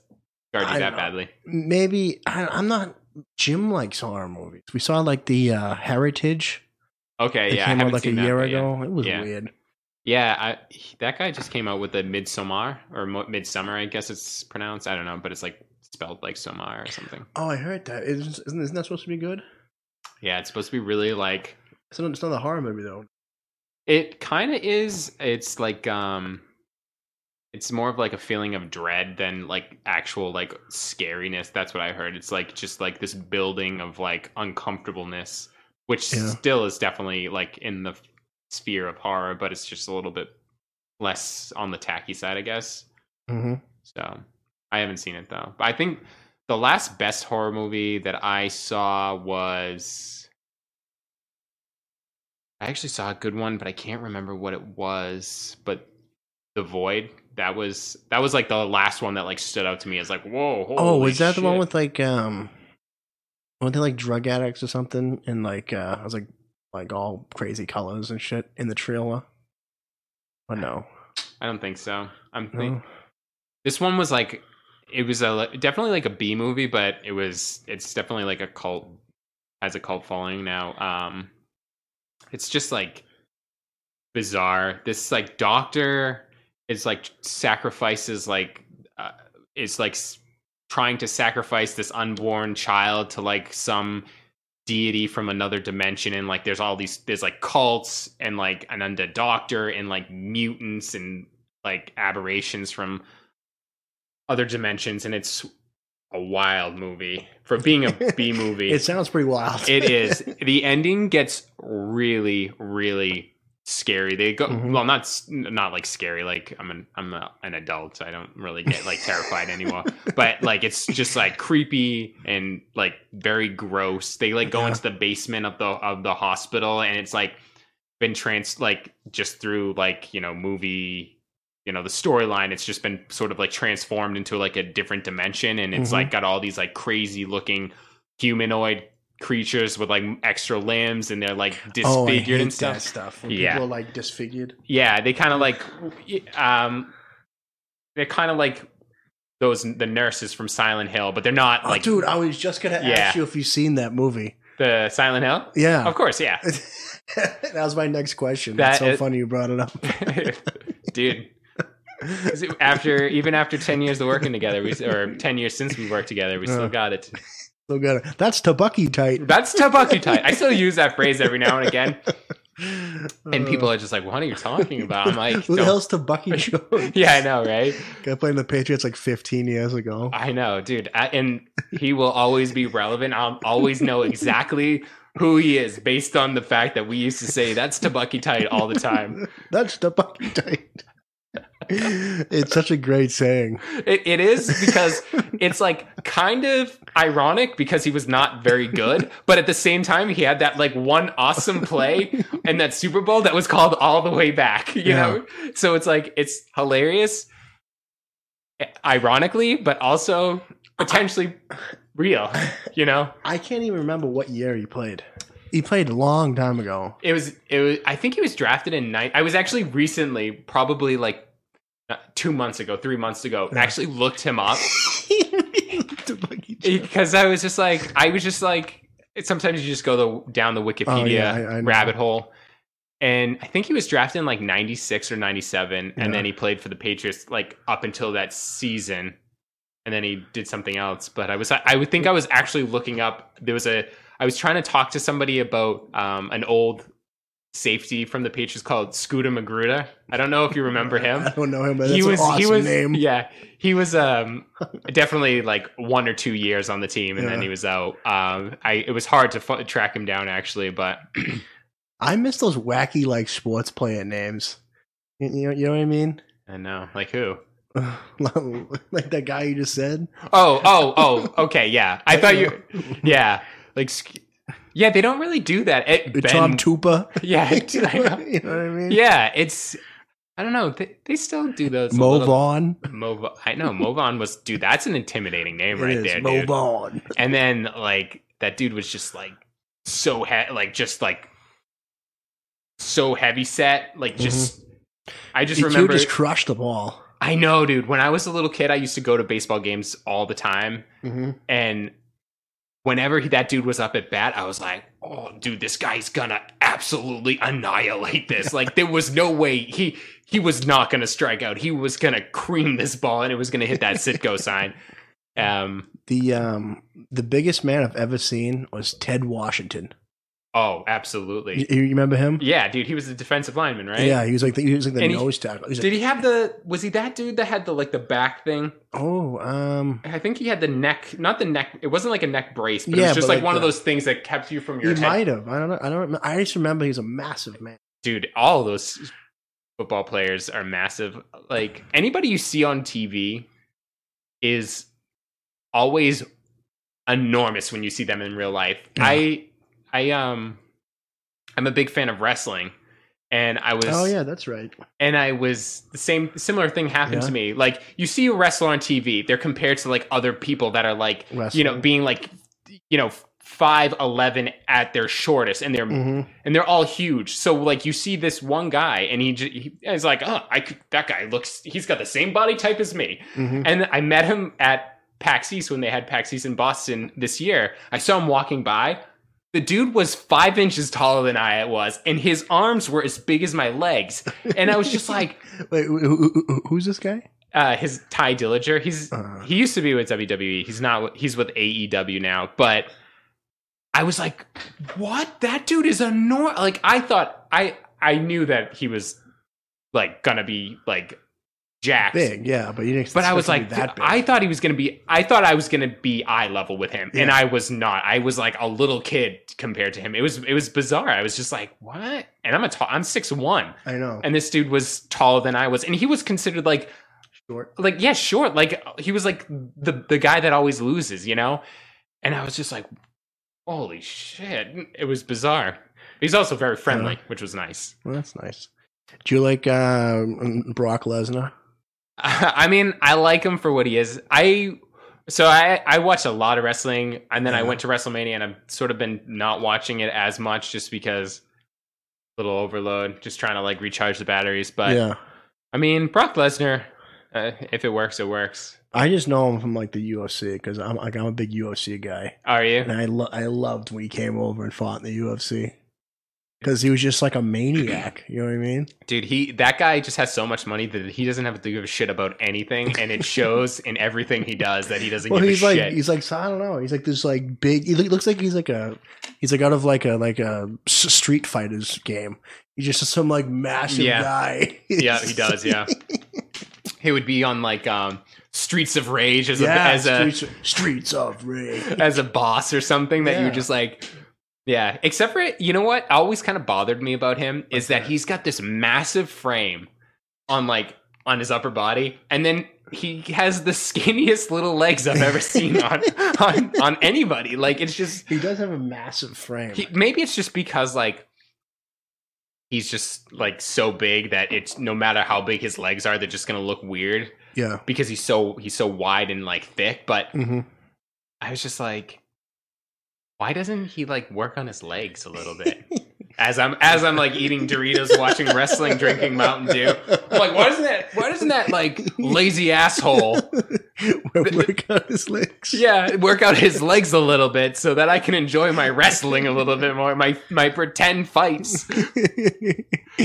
Speaker 1: I
Speaker 2: you that
Speaker 1: know.
Speaker 2: badly.
Speaker 1: [LAUGHS] maybe I, I'm not. Jim likes horror movies. We saw like the uh, Heritage.
Speaker 2: Okay,
Speaker 1: It
Speaker 2: yeah, I
Speaker 1: came out
Speaker 2: haven't
Speaker 1: like a
Speaker 2: seen that,
Speaker 1: year
Speaker 2: but yeah.
Speaker 1: ago. It was
Speaker 2: Yeah.
Speaker 1: weird.
Speaker 2: Yeah, I, he- that guy just came out with a Midsommar or Mo- Midsummer, I guess it's pronounced. I don't know, but it's like spelled like Somar or something.
Speaker 1: Oh, I heard that. Isn't, isn't, isn't that supposed to be good?
Speaker 2: Yeah, it's supposed to be really like
Speaker 1: It's not, it's not a horror movie though.
Speaker 2: It kind of is. It's like um it's more of like a feeling of dread than like actual like scariness. That's what I heard. It's like just like this building of like uncomfortableness, which
Speaker 1: Yeah.
Speaker 2: still is definitely like in the sphere of horror, but it's just a little bit less on the tacky side, I guess.
Speaker 1: Mm-hmm.
Speaker 2: So I haven't seen it though. But I think the last best horror movie that I saw was I actually saw a good one, but I can't remember what it was. But The Void. That was that was like the last one that like stood out to me as like whoa.
Speaker 1: Oh,
Speaker 2: holy
Speaker 1: was that the one
Speaker 2: shit.
Speaker 1: with like um, weren't they like drug addicts or something? And like uh, I was like like all crazy colors and shit in the trailer. But no,
Speaker 2: I don't think so. I'm think-
Speaker 1: no.
Speaker 2: this one was like it was a li- definitely like a B movie, but it was it's definitely like a cult has a cult following now. Um it's just like bizarre. This like doctor is like sacrifices like uh, is like s- trying to sacrifice this unborn child to like some deity from another dimension and like there's all these there's like cults and like an under doctor and like mutants and like aberrations from other dimensions and it's a wild movie for being a
Speaker 1: [LAUGHS]
Speaker 2: B movie.
Speaker 1: It sounds pretty wild. [LAUGHS]
Speaker 2: It is. The ending gets really, really scary. They go
Speaker 1: Mhm.
Speaker 2: well, not s- not like scary. Like I'm an I'm a, an adult. So I don't really get like terrified anymore. But like it's just like creepy and like very gross. They like go
Speaker 1: Yeah.
Speaker 2: into the basement of the of the hospital and it's like been trans like just through like you know movie you know the storyline it's just been sort of like transformed into like a different dimension and it's
Speaker 1: Mhm.
Speaker 2: like got all these like crazy looking humanoid creatures with like extra limbs and they're like
Speaker 1: Oh, I
Speaker 2: disfigured
Speaker 1: hate
Speaker 2: and stuff
Speaker 1: that stuff. When
Speaker 2: Yeah.
Speaker 1: people are like disfigured.
Speaker 2: yeah they kind of like um they're kind of like those the nurses from Silent Hill, but they're not
Speaker 1: Oh,
Speaker 2: like
Speaker 1: dude, I was just gonna
Speaker 2: Yeah.
Speaker 1: ask you if you've seen that movie.
Speaker 2: the Silent Hill.
Speaker 1: Yeah,
Speaker 2: Of course,
Speaker 1: [LAUGHS]
Speaker 2: yeah,
Speaker 1: that was my next question.
Speaker 2: That
Speaker 1: That's so
Speaker 2: is-
Speaker 1: funny you brought it up. [LAUGHS]
Speaker 2: dude. 'Cause it- After even after ten years of working together, we, or ten years since we worked together, we
Speaker 1: Yeah.
Speaker 2: still got it.
Speaker 1: So good. That's Tabucky tight.
Speaker 2: That's Tabucky tight. I still use that phrase every now and again, and
Speaker 1: Uh,
Speaker 2: people are just like, "What are you talking about?" I'm like,
Speaker 1: who the
Speaker 2: "Don't."
Speaker 1: hell's Tabucky
Speaker 2: [LAUGHS]
Speaker 1: Jones?
Speaker 2: "Yeah, I know, right?
Speaker 1: Guy playing the Patriots like 15 years ago.
Speaker 2: I know, dude." I, and he will always be relevant. I'll always know exactly who he is based on the fact that we used to say that's Tabucky tight all the time.
Speaker 1: That's Tabucky tight. it's such a great saying.
Speaker 2: It, it is because it's like kind of ironic because he was not very good, but at the same time, he had that like one awesome play in that Super Bowl that was called All the Way Back, you
Speaker 1: Yeah.
Speaker 2: know? So it's like, it's hilarious, ironically, but also potentially real, you know?
Speaker 1: I can't even remember what year he played. He played a long time ago. [LAUGHS]
Speaker 2: It was, it was, I think he was drafted in nine. I was actually recently, probably like uh, two months ago, three months ago,
Speaker 1: Yeah.
Speaker 2: actually looked
Speaker 1: [LAUGHS]
Speaker 2: him up.
Speaker 1: Tabucky Jones.
Speaker 2: because I was just like, I was just like, sometimes you just go the, down the Wikipedia
Speaker 1: Oh, yeah, I- I know.
Speaker 2: rabbit hole. And I think he was drafted in like 96 or 97,
Speaker 1: Yeah.
Speaker 2: and then he played for the Patriots like up until that season. And then he did something else. But I was, I would think I was actually looking up, there was a, I was trying to talk to somebody about um, an old safety from the Patriots called Scooter Magruder. I don't know if
Speaker 1: [LAUGHS]
Speaker 2: you remember him
Speaker 1: I don't know him, but that's an awesome
Speaker 2: he was
Speaker 1: name.
Speaker 2: yeah he
Speaker 1: [LAUGHS]
Speaker 2: was um definitely like one or two years on the team and then
Speaker 1: Yeah.
Speaker 2: he was out um i it was hard to f- track him down actually but
Speaker 1: I miss those wacky like sports player names. You, you know, you know what I mean? [LAUGHS]
Speaker 2: i know like who
Speaker 1: like that guy you just said.
Speaker 2: oh oh oh okay yeah i thought [LAUGHS] you yeah like sc- yeah they don't really do that it, ben, [LAUGHS]
Speaker 1: Tom Tupa. [LAUGHS]
Speaker 2: yeah
Speaker 1: you know
Speaker 2: I
Speaker 1: what
Speaker 2: know.
Speaker 1: I mean?
Speaker 2: yeah it's i don't know they, they still do those a
Speaker 1: Mo
Speaker 2: little-
Speaker 1: Vaughn.
Speaker 2: Mo Vaughn. i know movon was dude that's an intimidating name right
Speaker 1: it is
Speaker 2: there
Speaker 1: Mo
Speaker 2: dude.
Speaker 1: Vaughn.
Speaker 2: And then like that dude was just like so he- like just like so heavy set, like just I just
Speaker 1: DQ
Speaker 2: remember
Speaker 1: Mm-hmm. just crushed the ball.
Speaker 2: I know, dude, when I was a little kid I used to go to baseball games all the time and whenever he, that dude was up at bat, I was like, "Oh, dude, this guy's gonna absolutely annihilate this!" Like there was no way he he was not gonna strike out. He was gonna cream this ball, and it was gonna hit
Speaker 1: [LAUGHS]
Speaker 2: that Sitco sign. Um,
Speaker 1: The um the biggest man I've ever seen was Ted Washington.
Speaker 2: oh, absolutely.
Speaker 1: You, you remember him?
Speaker 2: Yeah, dude, he was a defensive lineman, right?
Speaker 1: Yeah, he was like the, he was like the
Speaker 2: And he-
Speaker 1: nose tackle. He was
Speaker 2: Did he have the? Was he that dude that had the like the back thing?
Speaker 1: like, oh, um,
Speaker 2: I think he had the neck, not the neck. It wasn't like a neck brace, but it
Speaker 1: Yeah,
Speaker 2: was just
Speaker 1: but
Speaker 2: like,
Speaker 1: like
Speaker 2: one of
Speaker 1: the-
Speaker 2: those things that kept you from
Speaker 1: he
Speaker 2: your head.
Speaker 1: might have. I don't know. I don't. Remember. I just remember he was a massive man.
Speaker 2: Dude, all those football players are massive. Like anybody you see on TV is always enormous when you see them in real life.
Speaker 1: Yeah.
Speaker 2: I, I um, I'm a big fan of wrestling, and I was
Speaker 1: Oh yeah, that's right.
Speaker 2: and I was the same similar thing happened
Speaker 1: Yeah.
Speaker 2: to me. Like you see a wrestler on TV, they're compared to like other people that are like you know being like you know five eleven at their shortest, and they're
Speaker 1: hmm
Speaker 2: and they're all huge. So like you see this one guy, and he, j- he is like, oh, I could, that guy looks he's got the same body type as me.
Speaker 1: hmm
Speaker 2: And I met him at PAX East when they had PAX East in Boston this year. I saw him walking by. The dude was five inches taller than I was, and his arms were as big as my legs. And I was just like,
Speaker 1: Wait, who, who- who- who's this guy?
Speaker 2: uh, his Ty Dillinger. He's
Speaker 1: Uh.
Speaker 2: he used to be with WWE. He's not. He's with AEW now. But I was like, what? That dude is a nor. Like I thought. I I knew that he was like gonna be like jacked.
Speaker 1: Big, yeah, but you didn't.
Speaker 2: But I
Speaker 1: expect him
Speaker 2: was
Speaker 1: to
Speaker 2: like,
Speaker 1: be that
Speaker 2: dude,
Speaker 1: big.
Speaker 2: I thought he was gonna be. I thought I was gonna be eye level with him, and
Speaker 1: Yeah.
Speaker 2: I was not. I was like a little kid compared to him. It was it was bizarre. I was just like, what? And I'm a tall. I'm six one,
Speaker 1: I know.
Speaker 2: and this dude was taller than I was, and he was considered like
Speaker 1: Short.
Speaker 2: like yeah sure like he was like the the guy that always loses you know and i was just like holy shit it was bizarre he's also very friendly which was nice [LAUGHS]
Speaker 1: Well, that's nice. Do you like um, Brock Lesnar?
Speaker 2: i mean i like him for what he is i so i i watched a lot of wrestling and then i
Speaker 1: Yeah.
Speaker 2: went to wrestlemania and i've sort of been not watching it as much just because little overload just trying to like recharge the batteries but
Speaker 1: yeah.
Speaker 2: i mean brock lesnar Uh, if it works, it works.
Speaker 1: I just know him from like the UFC because I'm like I'm a big UFC guy,
Speaker 2: Are
Speaker 1: and
Speaker 2: you?
Speaker 1: I lo- I loved when he came over and fought in the UFC because he was just like a maniac. You know what I mean?
Speaker 2: Dude, he that guy just has so much money that he doesn't have to give a shit about anything and it shows in everything he does that he doesn't
Speaker 1: Well,
Speaker 2: give
Speaker 1: he's
Speaker 2: a
Speaker 1: like
Speaker 2: shit.
Speaker 1: he's like so I don't know. He's like this like big. He look- looks like he's like a he's like out of like a like a s- street fighters game. He's just some like massive
Speaker 2: Yeah.
Speaker 1: guy. [LAUGHS]
Speaker 2: yeah, he does, yeah. he would be on like um Streets of Rage as
Speaker 1: yeah,
Speaker 2: a as a
Speaker 1: streets, streets of rage.
Speaker 2: as a boss or something that
Speaker 1: Yeah.
Speaker 2: you're just like yeah except for you know what always kind of bothered me about him is that he's got this massive frame on like on his upper body and then he has the skinniest little legs i've ever seen
Speaker 1: [LAUGHS]
Speaker 2: on on, on anybody like it's just
Speaker 1: He does have a massive frame.
Speaker 2: he, maybe it's just because like he's just like so big that it's no matter how big his legs are they're just gonna look weird
Speaker 1: yeah.
Speaker 2: because he's so he's so wide and like thick but
Speaker 1: Mm-hmm.
Speaker 2: I was just like, why doesn't he like work on his legs a little bit? as I'm as I'm like eating Doritos, watching wrestling, drinking Mountain Dew.
Speaker 1: [LAUGHS]
Speaker 2: I'm like, why doesn't that why doesn't that like lazy asshole
Speaker 1: work out his legs.
Speaker 2: yeah work out his legs a little bit so that I can enjoy my wrestling a little bit more, my my pretend fights.
Speaker 1: [LAUGHS]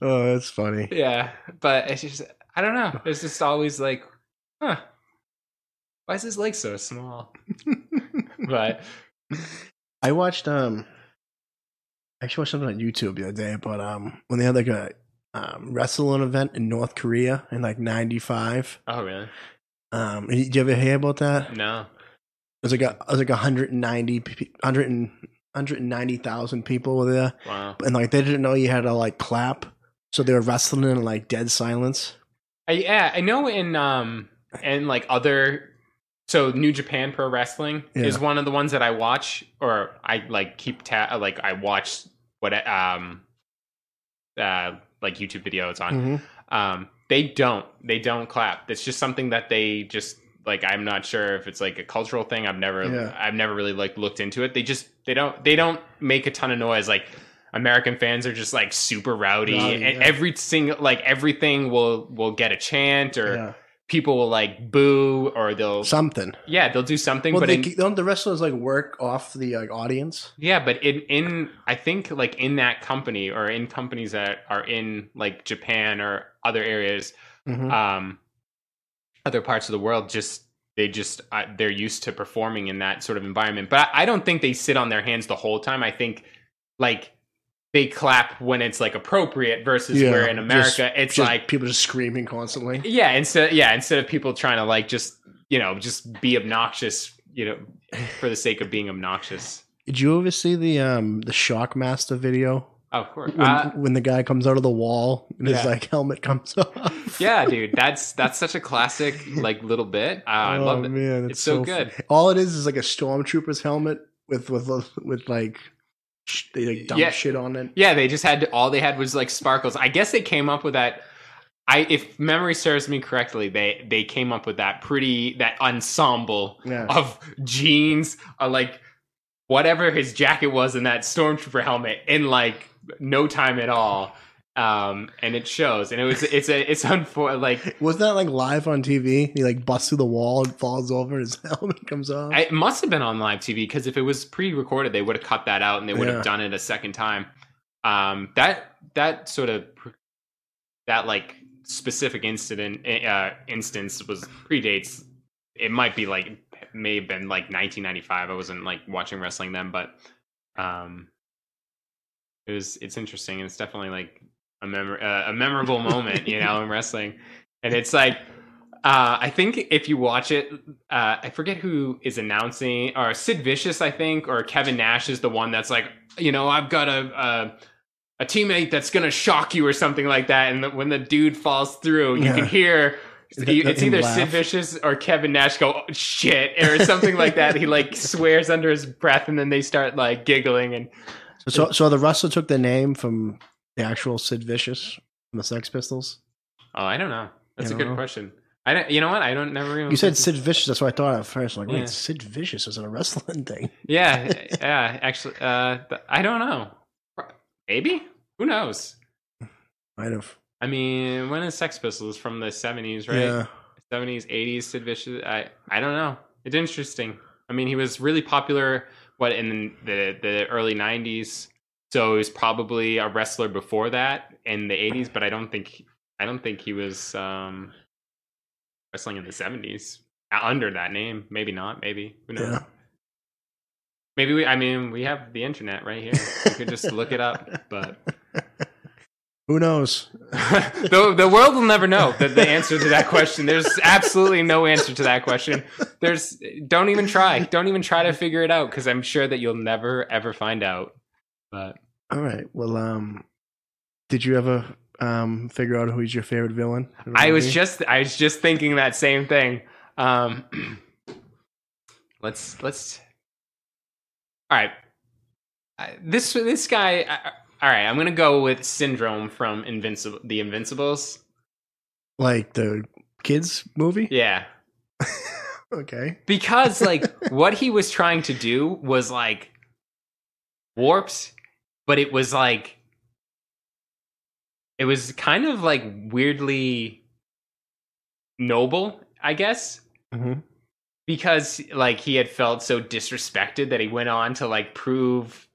Speaker 1: oh, that's funny.
Speaker 2: Yeah. But it's just I don't know. It's just always like, huh. Why is his leg so small? but
Speaker 1: I watched um I actually watched something on YouTube the other day, but um when they had like a um, wrestling event in North Korea in like ninety five.
Speaker 2: oh really?
Speaker 1: Um did you ever hear about that? It
Speaker 2: No.
Speaker 1: was like a it was like 190 pe- 100 and 190,000 people were there
Speaker 2: Wow.
Speaker 1: and like they didn't know you had to like clap. So they were wrestling in like dead silence.
Speaker 2: I, yeah, I know in um and like other so New Japan Pro Wrestling
Speaker 1: Yeah.
Speaker 2: is one of the ones that I watch or I like keep ta- like I watch what um uh like YouTube videos on.
Speaker 1: Mhm.
Speaker 2: Um they don't they don't clap. It's just something that they just like I'm not sure if it's like a cultural thing. I've never
Speaker 1: Yeah.
Speaker 2: I've never really like looked into it. They just they don't they don't make a ton of noise like American fans are just like super rowdy,
Speaker 1: Rowdy,
Speaker 2: and
Speaker 1: yeah.
Speaker 2: every single like everything will will get a chant or
Speaker 1: Yeah.
Speaker 2: people will like boo or they'll
Speaker 1: Something.
Speaker 2: yeah they'll do something.
Speaker 1: Well,
Speaker 2: but
Speaker 1: they,
Speaker 2: in,
Speaker 1: don't the wrestlers like work off the like audience?
Speaker 2: yeah, but in in I think like in that company or in companies that are in like Japan or other areas,
Speaker 1: Mm-hmm.
Speaker 2: um, other parts of the world, just they just uh, they're used to performing in that sort of environment. But I, I don't think they sit on their hands the whole time. I think like. They clap when it's like appropriate versus
Speaker 1: Yeah,
Speaker 2: where in
Speaker 1: just-
Speaker 2: America it's
Speaker 1: Just
Speaker 2: like
Speaker 1: people just screaming constantly.
Speaker 2: Yeah, instead yeah, instead of people trying to like just you know just be obnoxious, you know, for the sake of being obnoxious.
Speaker 1: Did you ever see the um the Shockmaster video
Speaker 2: Oh, of course,
Speaker 1: when,
Speaker 2: uh,
Speaker 1: when the guy comes out of the wall and his
Speaker 2: Yeah.
Speaker 1: like helmet comes [LAUGHS] off?
Speaker 2: yeah, dude, that's that's such a classic like little bit. Uh, I
Speaker 1: oh,
Speaker 2: love it.
Speaker 1: Man,
Speaker 2: It's so
Speaker 1: fu-
Speaker 2: good.
Speaker 1: All it is is like a stormtrooper's helmet with with with like sh- they like dump
Speaker 2: Yeah.
Speaker 1: shit on it.
Speaker 2: Yeah, they just had all they had was like sparkles. I guess they came up with that. I, if memory serves me correctly, they they came up with that pretty that ensemble
Speaker 1: Yeah.
Speaker 2: of jeans or like whatever his jacket was in that stormtrooper helmet in like no time at all um and it shows and it was it's a it's unfor like
Speaker 1: Wasn't that like live on TV? He like busts through the wall and falls over and his [LAUGHS] helmet comes off.
Speaker 2: it must have been on live tv because if it was pre-recorded they would have cut that out and they would
Speaker 1: Yeah.
Speaker 2: have done it a second time um that that sort of pr- that like specific incident uh instance was predates it might be like may have been like 1995 i wasn't like watching wrestling then but um it was it's interesting and it's definitely like a memor- uh, a memorable moment
Speaker 1: [LAUGHS]
Speaker 2: you know in wrestling and it's like uh, I think if you watch it, uh, I forget who is announcing, or Sid Vicious, I think, or Kevin Nash is the one that's like, you know, I've got a a, a teammate that's gonna shock you or something like that. And the, when the dude falls through, you
Speaker 1: Yeah.
Speaker 2: can hear
Speaker 1: Th- th-
Speaker 2: it's
Speaker 1: him
Speaker 2: either
Speaker 1: laugh.
Speaker 2: Sid Vicious or Kevin Nash go "Oh, shit or something like that.
Speaker 1: [LAUGHS]
Speaker 2: He like swears under his breath, and then they start like giggling and
Speaker 1: So, so the wrestler took the name from the actual Sid Vicious from the Sex Pistols.
Speaker 2: oh, I don't know. That's
Speaker 1: You
Speaker 2: a good
Speaker 1: know?
Speaker 2: question. I don't. You know what? I don't never. Even
Speaker 1: You said Sid Vicious, that's what I thought at first. Like, wait,
Speaker 2: Yeah.
Speaker 1: Sid Vicious isn't a wrestling [LAUGHS] thing.
Speaker 2: yeah, yeah. Actually, uh, th- I don't know. Maybe. Who knows?
Speaker 1: Might have.
Speaker 2: I mean, when is Sex Pistols from the seventies,
Speaker 1: Yeah.
Speaker 2: right? Seventies, eighties. Sid Vicious. I I don't know. It's interesting. I mean, he was really popular. What in the the early nineties? So he was probably a wrestler before that in the eighties. But I don't think I don't think he was um, wrestling in the seventies under that name. Maybe not. Maybe who knows?
Speaker 1: Yeah.
Speaker 2: Maybe we. I mean, we have the internet right here. We could just look it up, but.
Speaker 1: [LAUGHS] Who
Speaker 2: [LAUGHS]
Speaker 1: knows?
Speaker 2: the, the world will never know the, the answer to that question. There's absolutely no answer to that question. There's don't even try. Don't even try to figure it out because I'm sure that you'll never ever find out. But
Speaker 1: All right. Well, um, did you ever um figure out who's your favorite villain?
Speaker 2: I was just I was just thinking that same thing. Um, [CLEARS THROAT] let's let's. All right, I- this this guy. I, I- all right, I'm gonna go with Syndrome from Invincible, The Invincibles.
Speaker 1: like the kids movie.
Speaker 2: Yeah,
Speaker 1: Okay.
Speaker 2: because like what he was trying to do was like warped but it was like it was kind of like weirdly noble i guess
Speaker 1: Mm-hmm.
Speaker 2: because like he had felt so disrespected that he went on to like prove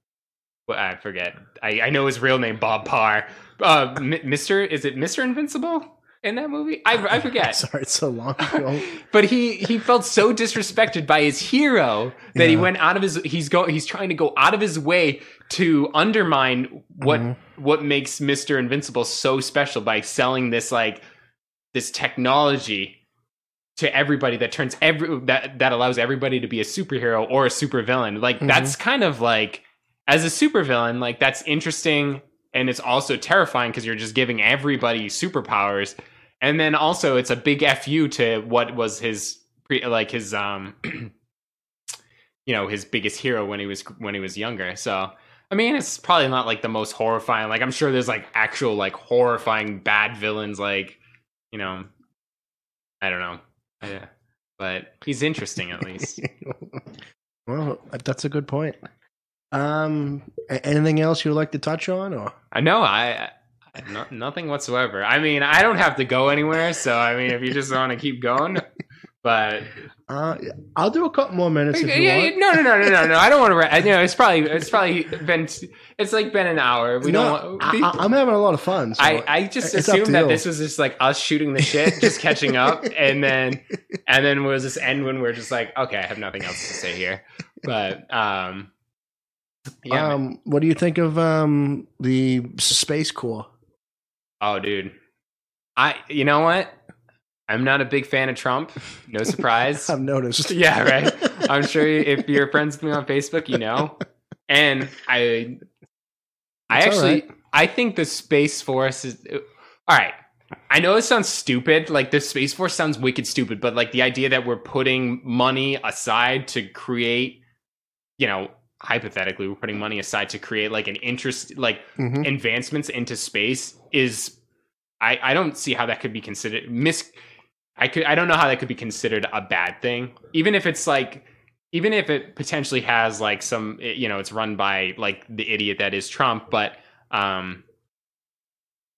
Speaker 2: well, i forget I, I know his real name bob parr uh, M- mr is it mr invincible in that movie i, I
Speaker 1: [LAUGHS]
Speaker 2: forget
Speaker 1: Sorry, it's so long ago.
Speaker 2: but he he felt so disrespected by his hero that he
Speaker 1: Yeah.
Speaker 2: went out of his he's go he's trying to go out of his way to undermine [LAUGHS] what
Speaker 1: Mhm.
Speaker 2: what makes Mr. Invincible so special by selling this like this technology to everybody that turns every that that allows everybody to be a superhero or a supervillain. Like
Speaker 1: Mhm.
Speaker 2: that's kind of like as a supervillain, like that's interesting and it's also terrifying because you're just giving everybody superpowers. And then also it's a big fu to what was his pre like his um [CLEARS THROAT] you know his biggest hero when he was when he was younger. So I mean it's probably not like the most horrifying. Like I'm sure there's like actual like horrifying bad villains like you know I don't know. I, uh, but he's interesting at least.
Speaker 1: well, that's a good point. Um, a- anything else you would like to touch on, or
Speaker 2: [LAUGHS] I know I, I no, nothing whatsoever. I mean, I don't have to go anywhere, so I mean, if you just want to keep going, [LAUGHS] but
Speaker 1: uh, I'll do a couple more minutes if you
Speaker 2: Yeah,
Speaker 1: want.
Speaker 2: yeah, no, no, no, no, no, no. I don't want to. Ra- you know, it's probably it's probably been it's like been an hour. We
Speaker 1: No,
Speaker 2: don't.
Speaker 1: I,
Speaker 2: Want,
Speaker 1: I- I'm having a lot of fun. So
Speaker 2: I, I just
Speaker 1: It's up to
Speaker 2: assumed that
Speaker 1: you.
Speaker 2: this was just like us shooting the shit, just catching up,
Speaker 1: [LAUGHS]
Speaker 2: and then and then we'll just end when we're just like, okay, I have nothing else to say here. But um, yeah. man.
Speaker 1: um, what do you think of um the space corps?
Speaker 2: oh, dude, I you know what? I'm not a big fan of Trump. No
Speaker 1: [LAUGHS]
Speaker 2: surprise.
Speaker 1: I've noticed.
Speaker 2: [LAUGHS] Yeah,
Speaker 1: [LAUGHS]
Speaker 2: right. I'm sure if you're friends with me on Facebook, you know. And I, I
Speaker 1: It's all
Speaker 2: actually,
Speaker 1: right.
Speaker 2: I think the Space Force is all right. I know it sounds stupid, like the Space Force sounds wicked stupid, but like the idea that we're putting money aside to create, you know, hypothetically, we're putting money aside to create like an interest, like
Speaker 1: Mhm.
Speaker 2: advancements into space is I, I don't see how that could be considered mis I could I don't know how that could be considered a bad thing. Even if it's like even if it potentially has like some it- you know it's run by like the idiot that is Trump, but um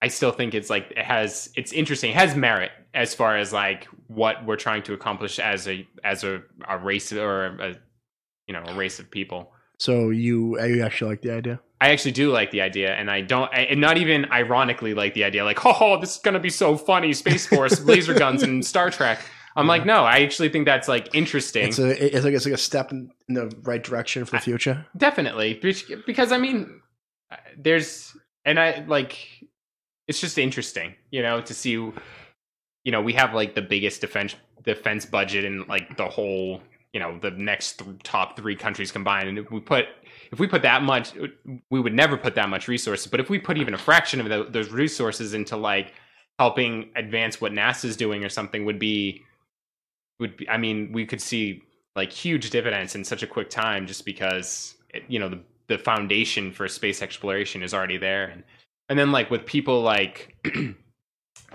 Speaker 2: I still think it's like it has it's interesting, it has merit as far as like what we're trying to accomplish as a as a, a race or a you know, a race of people.
Speaker 1: So you uh, you actually like the idea?
Speaker 2: I actually do like the idea, and I don't, I, and not even ironically like the idea. Like, [LAUGHS] oh, this is gonna be so funny, Space Force, laser guns, and Star Trek. I'm like, no, I actually think that's like interesting,
Speaker 1: It's a it's like it's like a step in, in the right direction for the future.
Speaker 2: definitely, be- because I mean, uh, there's, and I like, it's just interesting, you know, to see, you know, we have like the biggest defense defense budget in like the whole, you know, the next th- top three countries combined, and if we put if we put that much uh, we would never put that much resources but if we put even a fraction of tho- those resources into like helping advance what nasa's doing or something would be would be, i mean we could see like huge dividends in such a quick time just because it, you know the, the foundation for space exploration is already there and and then like with people like [CLEARS THROAT]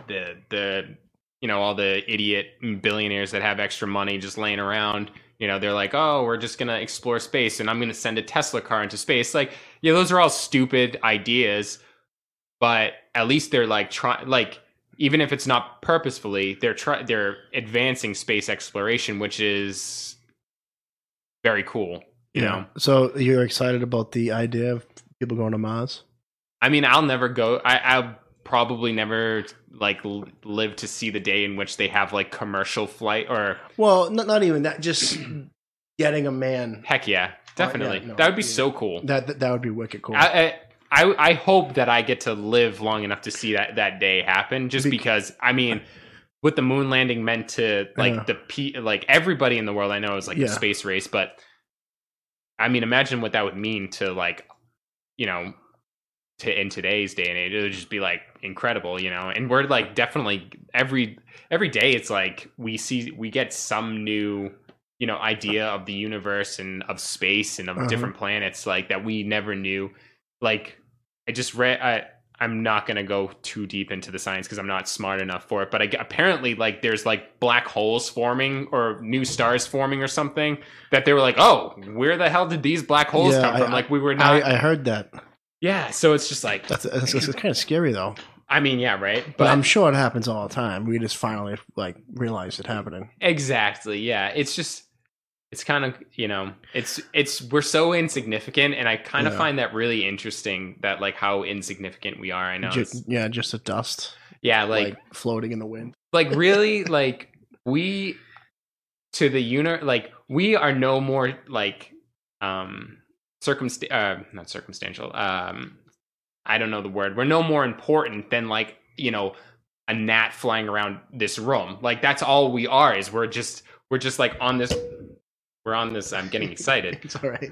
Speaker 2: the the you know all the idiot billionaires that have extra money just laying around you know they're like oh we're just gonna explore space and i'm gonna send a tesla car into space like yeah those are all stupid ideas but at least they're like trying like even if it's not purposefully they're try- they're advancing space exploration which is very cool you know
Speaker 1: So you're excited about the idea of people going to Mars?
Speaker 2: i mean i'll never go i i'll probably never like l- live to see the day in which they have like commercial flight or
Speaker 1: Well, not, not even that.
Speaker 2: [CLEARS THROAT]
Speaker 1: Just getting a man
Speaker 2: heck yeah definitely
Speaker 1: no,
Speaker 2: that would be
Speaker 1: Oh, yeah.
Speaker 2: so cool
Speaker 1: that that, that would be wicked cool.
Speaker 2: I, I I I hope that I get to live long enough to see that that day happen. Just
Speaker 1: Bec-
Speaker 2: because I mean, with the moon landing meant to like
Speaker 1: Yeah.
Speaker 2: the pe- like everybody in the world I know is like
Speaker 1: Yeah.
Speaker 2: a space race, but I mean, imagine what that would mean to like you know to in today's day and age. It would just be like incredible, you know. And we're like definitely every every day it's like we see we get some new you know idea of the universe and of space and of
Speaker 1: Uh-huh.
Speaker 2: different planets like that we never knew like i just read i i'm not going to go too deep into the science because i'm not smart enough for it but I, g- apparently like there's like black holes forming or new stars forming or something that they were like oh where the hell did these black holes
Speaker 1: Yeah,
Speaker 2: come from
Speaker 1: I-
Speaker 2: like we were not
Speaker 1: I, I heard that.
Speaker 2: yeah so it's just like
Speaker 1: That's, that's, that's kind of scary though.
Speaker 2: i mean yeah right
Speaker 1: But I'm sure it happens all the time. We just finally like realize it happening.
Speaker 2: Exactly. Yeah. It's just it's kind of you know it's it's we're so insignificant and i kind of
Speaker 1: Yeah.
Speaker 2: find that really interesting that like how insignificant we are i know
Speaker 1: Ju-
Speaker 2: it's-
Speaker 1: yeah, just the dust
Speaker 2: yeah
Speaker 1: like,
Speaker 2: like
Speaker 1: floating in the wind. [LAUGHS]
Speaker 2: like really like we to the uni like we are no more like um circumst uh not circumstantial um i don't know the word we're no more important than like you know a gnat flying around this room like that's all we are is we're just we're just like on this we're on this i'm getting excited
Speaker 1: It's all [LAUGHS] right.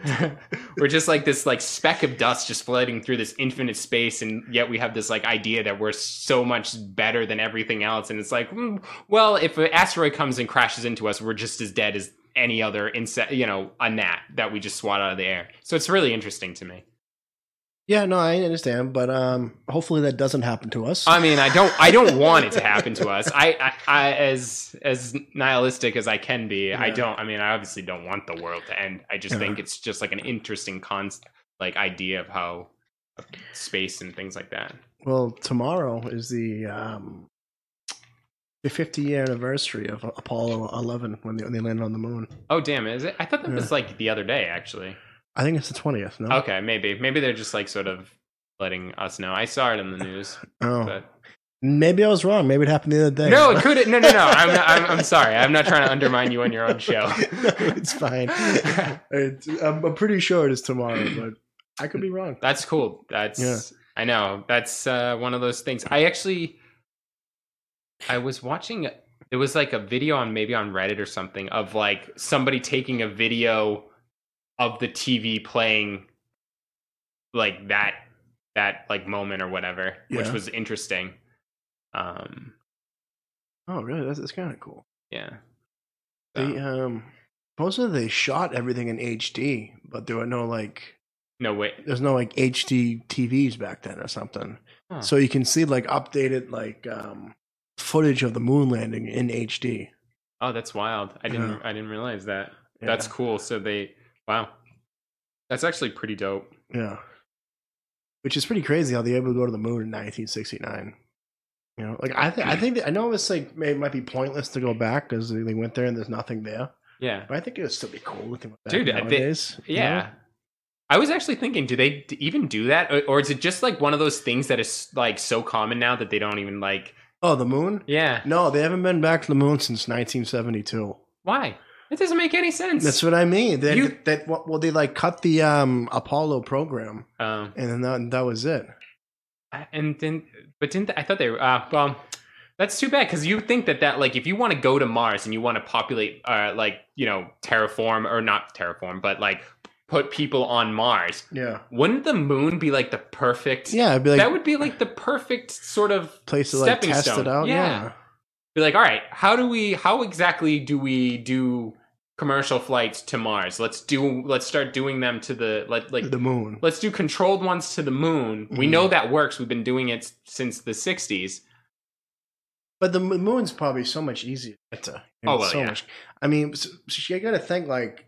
Speaker 2: we're just like this like speck of dust just floating through this infinite space and yet we have this like idea that we're so much better than everything else and it's like hmm, well if an asteroid comes and crashes into us we're just as dead as any other insect you know a gnat that we just swat out of the air so it's really interesting to me
Speaker 1: Yeah, no, I understand, but um, hopefully that doesn't happen to us.
Speaker 2: i mean i don't i don't want it to happen to us i i, I as as nihilistic as i can be i
Speaker 1: Yeah.
Speaker 2: don't i mean i obviously don't want the world to end i just
Speaker 1: Yeah.
Speaker 2: think it's just like an interesting con like idea of how of space and things like that
Speaker 1: Well, tomorrow is the um, the 50 year anniversary of Apollo 11 when they, when they landed on the moon.
Speaker 2: Oh damn! Is it? I thought that
Speaker 1: Yeah.
Speaker 2: was like the other day, actually.
Speaker 1: I think it's the 20th. No,
Speaker 2: Okay, maybe, maybe they're just like sort of letting us know. I saw it in the news,
Speaker 1: oh,
Speaker 2: but
Speaker 1: maybe I was wrong. Maybe it happened the other day. [LAUGHS]
Speaker 2: no, it could. No, no, no. I'm, not, I'm, I'm sorry. I'm not trying to undermine you on your own show.
Speaker 1: [LAUGHS] No, it's fine.
Speaker 2: [LAUGHS]
Speaker 1: It's- I'm, I'm pretty sure it is tomorrow, but I could be wrong.
Speaker 2: That's cool. That's I know. That's uh, one of those things. I actually, I was watching. It was like a video on maybe on Reddit or something of like somebody taking a video of the TV playing like that that like moment or whatever, which
Speaker 1: Yeah.
Speaker 2: was interesting. Um,
Speaker 1: Oh, really? That's, that's kind of cool.
Speaker 2: yeah.
Speaker 1: They
Speaker 2: So,
Speaker 1: um, supposedly they shot everything in HD, but there were no like
Speaker 2: no way.
Speaker 1: there's no like HD TVs back then or something.
Speaker 2: Huh.
Speaker 1: So you can see like updated like um footage of the moon landing in HD.
Speaker 2: Oh, that's wild. I didn't.
Speaker 1: Yeah.
Speaker 2: I didn't realize that.
Speaker 1: Uh-huh. Yeah.
Speaker 2: That's cool. So they. Wow. That's actually pretty dope.
Speaker 1: yeah. Which is pretty crazy how they were able to go to the moon in 1969. You know, like I think I think that, I know it's like may, it might be pointless to go back because they they went there and there's nothing there.
Speaker 2: Yeah.
Speaker 1: But I think it would still be cool looking back
Speaker 2: Dude, I think-
Speaker 1: nowadays. you know?
Speaker 2: Yeah. I was actually thinking, do they d- even do that, or, or is it just like one of those things that is like so common now that they don't even like?
Speaker 1: Oh, the moon?
Speaker 2: Yeah.
Speaker 1: No, they haven't been back to the moon since 1972.
Speaker 2: Why? It doesn't make any sense.
Speaker 1: That's what I mean. They,
Speaker 2: You-
Speaker 1: that what well, they like cut the um Apollo program.
Speaker 2: um,
Speaker 1: and then that, that was it.
Speaker 2: I- and then, but didn't I thought they? were uh, Well, that's too bad because you think that that like if you want to go to Mars and you want to populate, uh, like you know, terraform or not terraform, but like put people on Mars,
Speaker 1: Yeah,
Speaker 2: wouldn't the moon be like the perfect?
Speaker 1: yeah. I'd be like,
Speaker 2: that would be like the perfect sort of
Speaker 1: place to like
Speaker 2: stepping
Speaker 1: test
Speaker 2: stone.
Speaker 1: it out.
Speaker 2: Yeah.
Speaker 1: Yeah.
Speaker 2: be like, all right, how do we, how exactly do we do commercial flights to Mars? Let's do, let's start doing them to the, like, like
Speaker 1: the moon.
Speaker 2: let's do controlled ones to the moon. We
Speaker 1: Mhm.
Speaker 2: know that works. We've been doing it s- since the 60s.
Speaker 1: But the mo- moon's probably so much easier. To,
Speaker 2: Oh, well,
Speaker 1: so
Speaker 2: yeah.
Speaker 1: much. I mean, s- s- you got to think like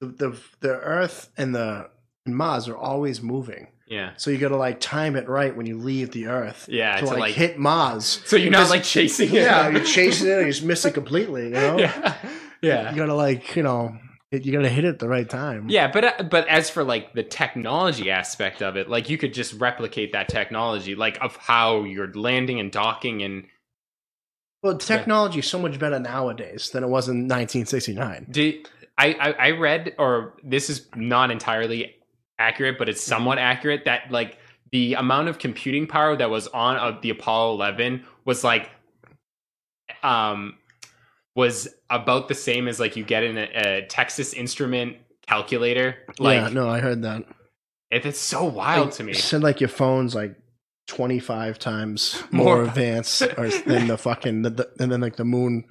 Speaker 1: the, the the Earth and the and Mars are always moving.
Speaker 2: Yeah.
Speaker 1: So you got to like time it right when you leave the Earth
Speaker 2: Yeah.
Speaker 1: to, like, hit Mars.
Speaker 2: so you're not like chasing it. [LAUGHS]
Speaker 1: Yeah, you're chasing it or you just miss it completely. You know,
Speaker 2: yeah.
Speaker 1: you
Speaker 2: Yeah.
Speaker 1: got to like you know it, you got to hit it at the right time.
Speaker 2: Yeah, but uh, but as for like the technology aspect of it, like you could just replicate that technology, like of how you're landing and docking and
Speaker 1: Well, technology is so much better nowadays than it was in 1969.
Speaker 2: Did I, I I read or this is not entirely accurate, but it's somewhat accurate that like the amount of computing power that was on uh, the Apollo 11 was like um was about the same as like you get in a, a Texas Instrument calculator. Like
Speaker 1: yeah, no, I heard that.
Speaker 2: it, it's so wild to me.
Speaker 1: It said like your phone's like 25 times
Speaker 2: [LAUGHS] More-
Speaker 1: more, advanced or, than the fucking the, the, and then like the
Speaker 2: [LAUGHS]
Speaker 1: moon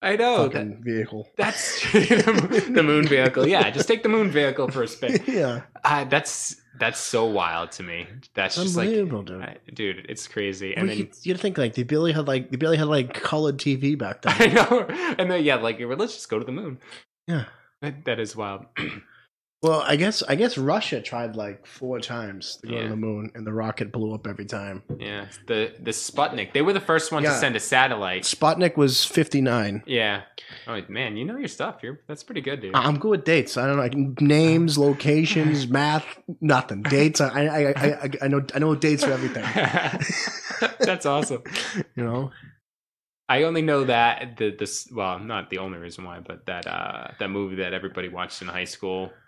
Speaker 2: I know that,
Speaker 1: fucking vehicle.
Speaker 2: that's
Speaker 1: [LAUGHS]
Speaker 2: [LAUGHS] the moon vehicle. Yeah, just take the moon vehicle for a spin.
Speaker 1: [LAUGHS] yeah,
Speaker 2: Uh, that's that's so wild to me. That's
Speaker 1: it's
Speaker 2: just like
Speaker 1: unbelievable, dude.
Speaker 2: I- dude, it's crazy.
Speaker 1: We
Speaker 2: And then
Speaker 1: could- you'd think like the Billy had like the Billy had like colored TV back then.
Speaker 2: [LAUGHS] I [LAUGHS] know, and then yeah, like let's just go to the moon.
Speaker 1: Yeah.
Speaker 2: that, that is wild. [CLEARS THROAT]
Speaker 1: well, I guess I guess Russia tried like four times to go
Speaker 2: Yeah.
Speaker 1: to the moon, and the rocket blew up every time.
Speaker 2: yeah, it's the the Sputnik. They were the first one to
Speaker 1: Yeah.
Speaker 2: send a satellite.
Speaker 1: Sputnik was 59.
Speaker 2: Yeah. Oh man, you know your stuff. You're that's pretty good, dude.
Speaker 1: I'm good with dates. I don't know like names, locations,
Speaker 2: [LAUGHS]
Speaker 1: math, nothing. Dates. I I, I, I I know I know dates for everything.
Speaker 2: [LAUGHS] that's awesome.
Speaker 1: You
Speaker 2: [LAUGHS]
Speaker 1: know.
Speaker 2: I only know that the this well, not the only reason why, but that uh that movie that everybody watched in high school. [LAUGHS]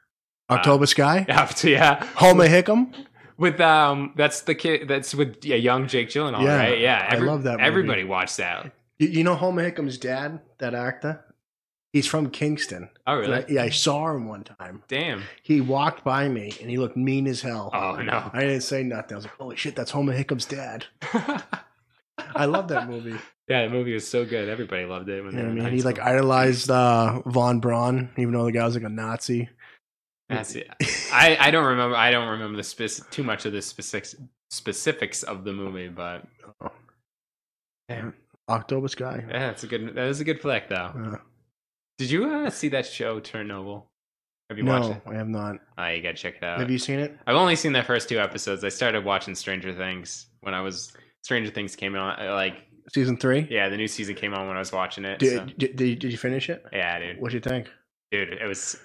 Speaker 2: Uh,
Speaker 1: October Sky,
Speaker 2: After yeah,
Speaker 1: Homer Hickam.
Speaker 2: with um, that's the kid. That's with yeah, young Jake Gyllenhaal,
Speaker 1: Yeah,
Speaker 2: right? Yeah,
Speaker 1: I love that movie.
Speaker 2: Everybody watched that.
Speaker 1: You, you know Homer Hickam's dad, that actor. He's from Kingston.
Speaker 2: Oh really?
Speaker 1: And I- yeah, I saw him one time.
Speaker 2: Damn.
Speaker 1: He walked by me and he looked mean as hell.
Speaker 2: Oh no.
Speaker 1: I didn't say nothing. I was like, "Holy shit, that's Homer Hickam's dad."
Speaker 2: yeah,
Speaker 1: [LAUGHS] I love that
Speaker 2: [LAUGHS]
Speaker 1: movie.
Speaker 2: that movie was so good. Everybody loved it. When
Speaker 1: You know
Speaker 2: they
Speaker 1: what I
Speaker 2: were in
Speaker 1: mean?
Speaker 2: high
Speaker 1: He like
Speaker 2: school.
Speaker 1: idolized uh, Von Braun, even though the guy was like a Nazi.
Speaker 2: That's it. [LAUGHS]
Speaker 1: [LAUGHS]
Speaker 2: I, I don't remember. I don't remember the spec- too much of the specifics specifics of the movie, but
Speaker 1: Oh.
Speaker 2: yeah,
Speaker 1: October Sky.
Speaker 2: that's a good. That is a good flick, though.
Speaker 1: Uh,
Speaker 2: Did you uh, see that show Chernobyl? Have you watched
Speaker 1: no,
Speaker 2: it?
Speaker 1: I have not.
Speaker 2: Ah, you gotta check it out.
Speaker 1: Have you seen it?
Speaker 2: I've only seen the first two episodes. I started watching Stranger Things when I was Stranger Things came on. uh, Like,
Speaker 1: Season three.
Speaker 2: yeah, the new season came on when I was watching it. so-
Speaker 1: Did, did, did, did you finish it?
Speaker 2: yeah, dude,
Speaker 1: What'd you think?
Speaker 2: dude, it was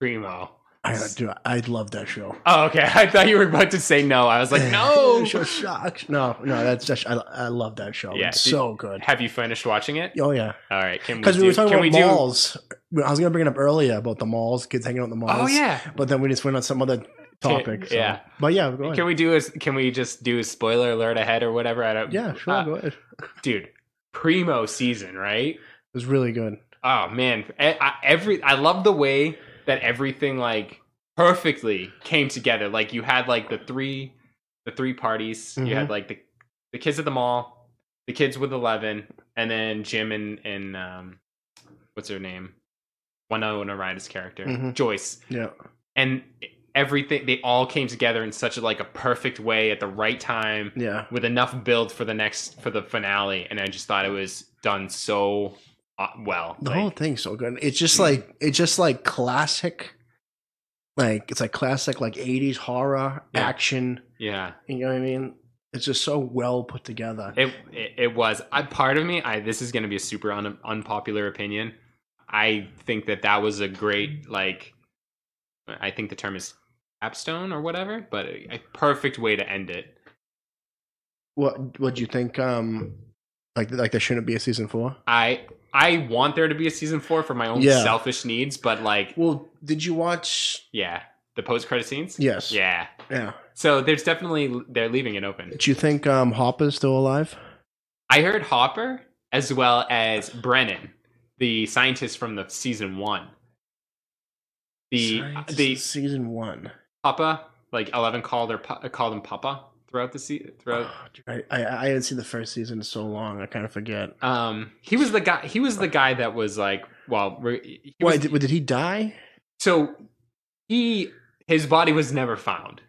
Speaker 2: primo.
Speaker 1: I do. I love that show.
Speaker 2: Oh, okay. [LAUGHS] I thought you were about to say no. I
Speaker 1: [SIGHS] [LAUGHS]
Speaker 2: was like, no.
Speaker 1: show sucks. No, no, that's just. I, I love that show.
Speaker 2: Yeah,
Speaker 1: it's
Speaker 2: did-
Speaker 1: so good.
Speaker 2: Have you finished watching it?
Speaker 1: Oh yeah,
Speaker 2: All right. Can
Speaker 1: because we,
Speaker 2: do-
Speaker 1: were talking
Speaker 2: can we
Speaker 1: about
Speaker 2: do-
Speaker 1: malls. I was gonna bring it up earlier about the malls, kids hanging out in the malls.
Speaker 2: Oh yeah.
Speaker 1: but then we just went on some other topic. so-
Speaker 2: yeah.
Speaker 1: but yeah, go ahead.
Speaker 2: Can we do a? Can we just do a spoiler alert ahead or whatever? I don't.
Speaker 1: yeah, sure,
Speaker 2: Uh,
Speaker 1: go ahead. It
Speaker 2: dude. Primo season, right?
Speaker 1: was really good.
Speaker 2: Oh man, E- I- every I love the way that everything like perfectly came together. Like you had like the three, the three parties. You
Speaker 1: Mhm.
Speaker 2: had like the the kids at the mall, the kids with eleven, and then Jim and and um, what's her name, Winona Ryder's character,
Speaker 1: Mhm.
Speaker 2: Joyce,
Speaker 1: Yeah,
Speaker 2: and everything. They all came together in such a like a perfect way at the right time
Speaker 1: yeah.
Speaker 2: with enough build for the next for the finale. And I just thought it was done so uh, well.
Speaker 1: The
Speaker 2: Like,
Speaker 1: whole thing's so good. It's just like it's just like classic. Like it's like classic like '80s horror
Speaker 2: Yeah.
Speaker 1: action.
Speaker 2: yeah.
Speaker 1: You know what I mean? It's just so well put together.
Speaker 2: It it, it was. I, part of me, I this is going to be a super un, unpopular opinion. I think that that was a great like. I think the term is capstone or whatever, but a, a perfect way to end it.
Speaker 1: What What do you think? Um, like like there shouldn't be a season four.
Speaker 2: I I want there to be a season four for my own
Speaker 1: Yeah.
Speaker 2: selfish needs, but like,
Speaker 1: Well, did you watch?
Speaker 2: yeah, the post credit scenes.
Speaker 1: Yes.
Speaker 2: Yeah.
Speaker 1: Yeah.
Speaker 2: So there's definitely they're leaving it open.
Speaker 1: Do you think um Hopper's still alive?
Speaker 2: I heard Hopper as well as Brennan, the scientist from the season one. The
Speaker 1: Scientist
Speaker 2: the
Speaker 1: in season one.
Speaker 2: Papa, like Eleven called her pa- called him Papa throughout the se-
Speaker 1: [SIGHS]
Speaker 2: throughout.
Speaker 1: Oh, dude, I, I I haven't seen the first season in so long. I kind of forget.
Speaker 2: Um, he was the guy. He was the guy that was like, well, re- he
Speaker 1: Why
Speaker 2: was-
Speaker 1: did, did he die?
Speaker 2: so he his body was never found,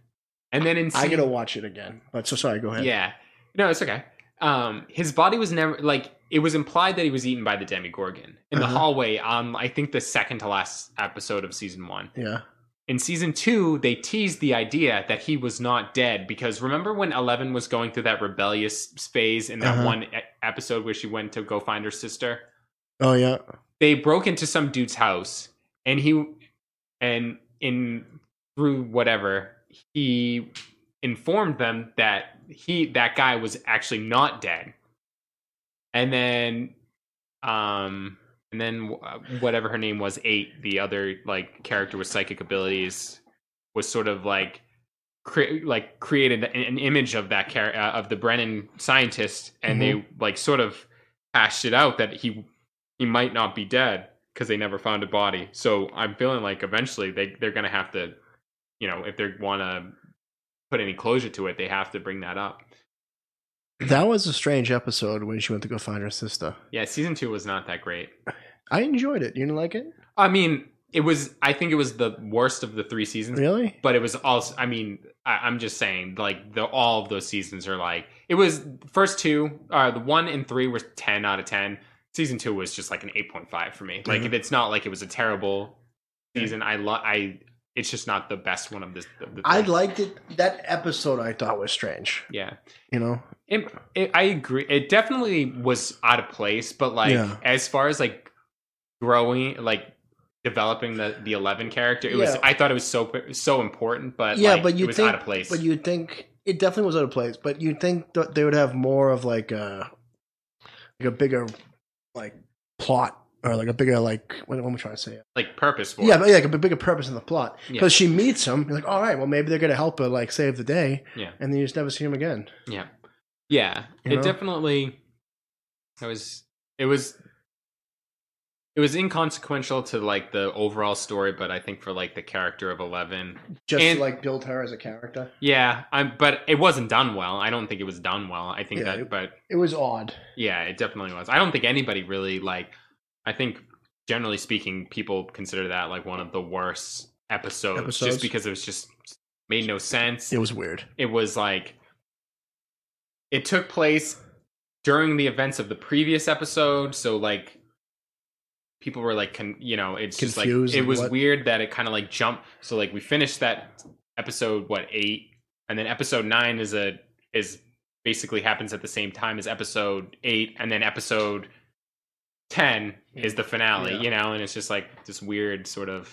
Speaker 2: and then in
Speaker 1: I
Speaker 2: se-
Speaker 1: gotta watch it again. But so sorry. Go ahead.
Speaker 2: yeah, no, it's okay. Um, his body was never like it was implied that he was eaten by the demigorgon in the
Speaker 1: Uh-huh.
Speaker 2: hallway. Um, I think the second to last episode of season one.
Speaker 1: Yeah.
Speaker 2: In season two, they teased the idea that he was not dead because remember when Eleven was going through that rebellious phase in that
Speaker 1: Uh-huh.
Speaker 2: one e- episode where she went to go find her sister?
Speaker 1: Oh yeah.
Speaker 2: they broke into some dude's house and he and in through whatever he informed them that he that guy was actually not dead and then um and then wh- whatever her name was eight the other like character with psychic abilities was sort of like cre- like created an, an image of that char- uh, of the brennan scientist and they like sort of hashed it out that he he might not be dead because they never found a body. So I'm feeling like eventually they they're gonna have to, you know, if they want to put any closure to it, they have to bring that up.
Speaker 1: That was a strange episode when she went to go find her sister.
Speaker 2: Yeah, season two was not that great.
Speaker 1: I enjoyed it. You didn't like it?
Speaker 2: I mean, it was. I think it was the worst of the three seasons.
Speaker 1: Really?
Speaker 2: But it was also. I mean, I, I'm just saying, like the all of those seasons are like it was first two. Uh, the one and three were ten out of ten. Season two was just like an eight point five for me. Like
Speaker 1: Yeah.
Speaker 2: if it's not like it was a terrible season. I love. I. It's just not the best one of this. Of the
Speaker 1: I
Speaker 2: three.
Speaker 1: liked it. That episode I thought was strange.
Speaker 2: Yeah.
Speaker 1: You know?
Speaker 2: It, it, I agree. It definitely was out of place, but like
Speaker 1: Yeah.
Speaker 2: as far as like growing, like developing the the eleven character, it was.
Speaker 1: Yeah.
Speaker 2: I thought it was so so important, but
Speaker 1: Yeah,
Speaker 2: like,
Speaker 1: but you
Speaker 2: it was
Speaker 1: think-
Speaker 2: out of place.
Speaker 1: But you'd think it definitely was out of place. But you'd think that they would have more of like a like a bigger like plot or like a bigger like what, what am I trying to say?
Speaker 2: like purposeful.
Speaker 1: Yeah, but yeah, like a bigger purpose in the plot
Speaker 2: Yeah.
Speaker 1: because she meets him. You're like, all right, well maybe they're gonna help her like save the day.
Speaker 2: Yeah.
Speaker 1: and then you just never see him again.
Speaker 2: Yeah,
Speaker 1: You
Speaker 2: it
Speaker 1: know?
Speaker 2: definitely. It was. It was. It was inconsequential to like the overall story, but I think for like the character of Eleven,
Speaker 1: Just
Speaker 2: And-
Speaker 1: to, like build her as a character.
Speaker 2: yeah. I'm, but it wasn't done well. I don't think it was done well. I think
Speaker 1: Yeah,
Speaker 2: that,
Speaker 1: it-
Speaker 2: but
Speaker 1: It was odd.
Speaker 2: Yeah, it definitely was. I don't think anybody really like. I think generally speaking, people consider that like one of the worst episodes,
Speaker 1: Episodes?
Speaker 2: just because it was just made no sense.
Speaker 1: It was weird.
Speaker 2: It was like it took place during the events of the previous episode, so like people were like, con- you know, it's just like
Speaker 1: Confused
Speaker 2: it
Speaker 1: and
Speaker 2: was
Speaker 1: what-
Speaker 2: weird that it kind of like jumped. So like we finished that episode what eight, and then episode nine is a is basically happens at the same time as episode eight, and then episode ten is the finale,
Speaker 1: Yeah.
Speaker 2: you know, and it's just like this weird sort of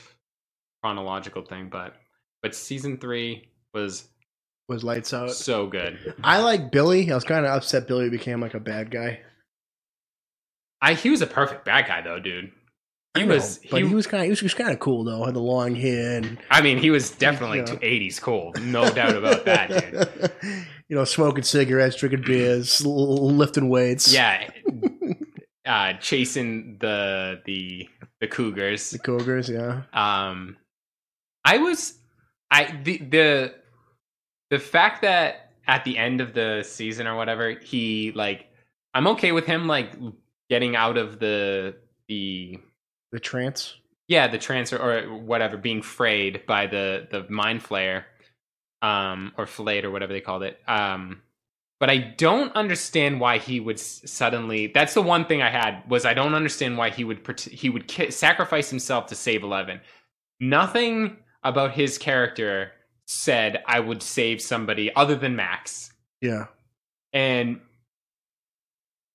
Speaker 2: chronological thing, but but season three was
Speaker 1: It was lights out.
Speaker 2: so good.
Speaker 1: I like Billy. I was kind of upset Billy became like a bad guy.
Speaker 2: I he was a perfect bad guy though, dude. He
Speaker 1: I know,
Speaker 2: was
Speaker 1: but
Speaker 2: he,
Speaker 1: he, was kind of he was, kind of cool though. Had the long hair and
Speaker 2: I mean, he was definitely
Speaker 1: Yeah.
Speaker 2: 80s cool, no doubt about that,
Speaker 1: [LAUGHS]
Speaker 2: dude.
Speaker 1: you know, smoking cigarettes, drinking beers, l- lifting weights.
Speaker 2: Yeah. Uh chasing the the the cougars.
Speaker 1: the Cougars. Yeah,
Speaker 2: Um I was I the the the fact that at the end of the season or whatever, he like I'm okay with him like getting out of the the
Speaker 1: the trance.
Speaker 2: yeah the transfer or whatever being frayed by the the mind flayer um or flayed or whatever they called it um but i don't understand why he would s- suddenly that's the one thing i had was i don't understand why he would part- he would ki- sacrifice himself to save 11 nothing about his character said i would save somebody other than max
Speaker 1: Yeah,
Speaker 2: and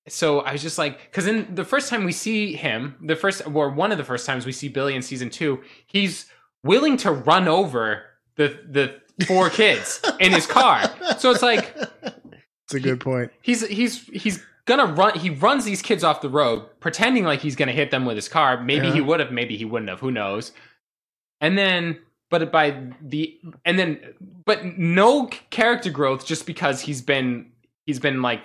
Speaker 2: so I was just like, because in the first time we see him, the first or one of the first times we see Billy in season two, he's willing to run over the the four kids in his car. So it's like
Speaker 1: it's a good point.
Speaker 2: he's he's he's gonna run. He runs these kids off the road, pretending like he's gonna hit them with his car. Maybe
Speaker 1: Yeah.
Speaker 2: he would have, maybe he wouldn't have. Who knows? And then, but by the and then, but no character growth just because he's been he's been like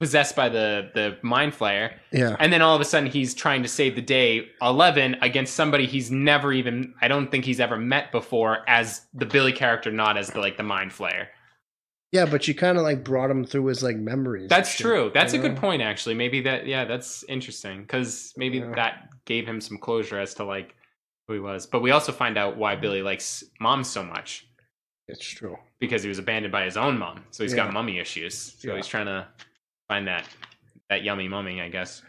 Speaker 2: possessed by the the mind flayer
Speaker 1: Yeah,
Speaker 2: and then all of a sudden he's trying to save the day 11 against somebody he's never even i don't think he's ever met before as the billy character not as the like the mind flayer
Speaker 1: yeah, but you kind of like brought him through his like memories.
Speaker 2: That's
Speaker 1: and shit,
Speaker 2: true. That's a
Speaker 1: you
Speaker 2: good
Speaker 1: know?
Speaker 2: point, actually. Maybe that, yeah, that's interesting because maybe
Speaker 1: Yeah.
Speaker 2: that gave him some closure as to like who he was. But we also find out why Billy
Speaker 1: Mm-hmm.
Speaker 2: likes mom so much
Speaker 1: It's true. [LAUGHS]
Speaker 2: because he was abandoned by his own mom, so he's
Speaker 1: Yeah.
Speaker 2: got mummy issues. So
Speaker 1: Yeah.
Speaker 2: he's trying to find that that yummy mummy, I guess.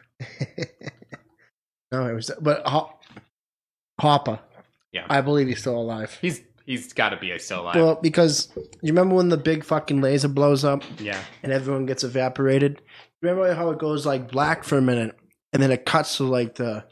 Speaker 1: no, it was but Ho- Hopper.
Speaker 2: Yeah.
Speaker 1: I believe he's still alive.
Speaker 2: He's he's got to be still alive.
Speaker 1: Well, because you remember when the big fucking laser blows up
Speaker 2: yeah.
Speaker 1: and everyone gets evaporated? Remember how it goes like black for a minute and then it cuts to like the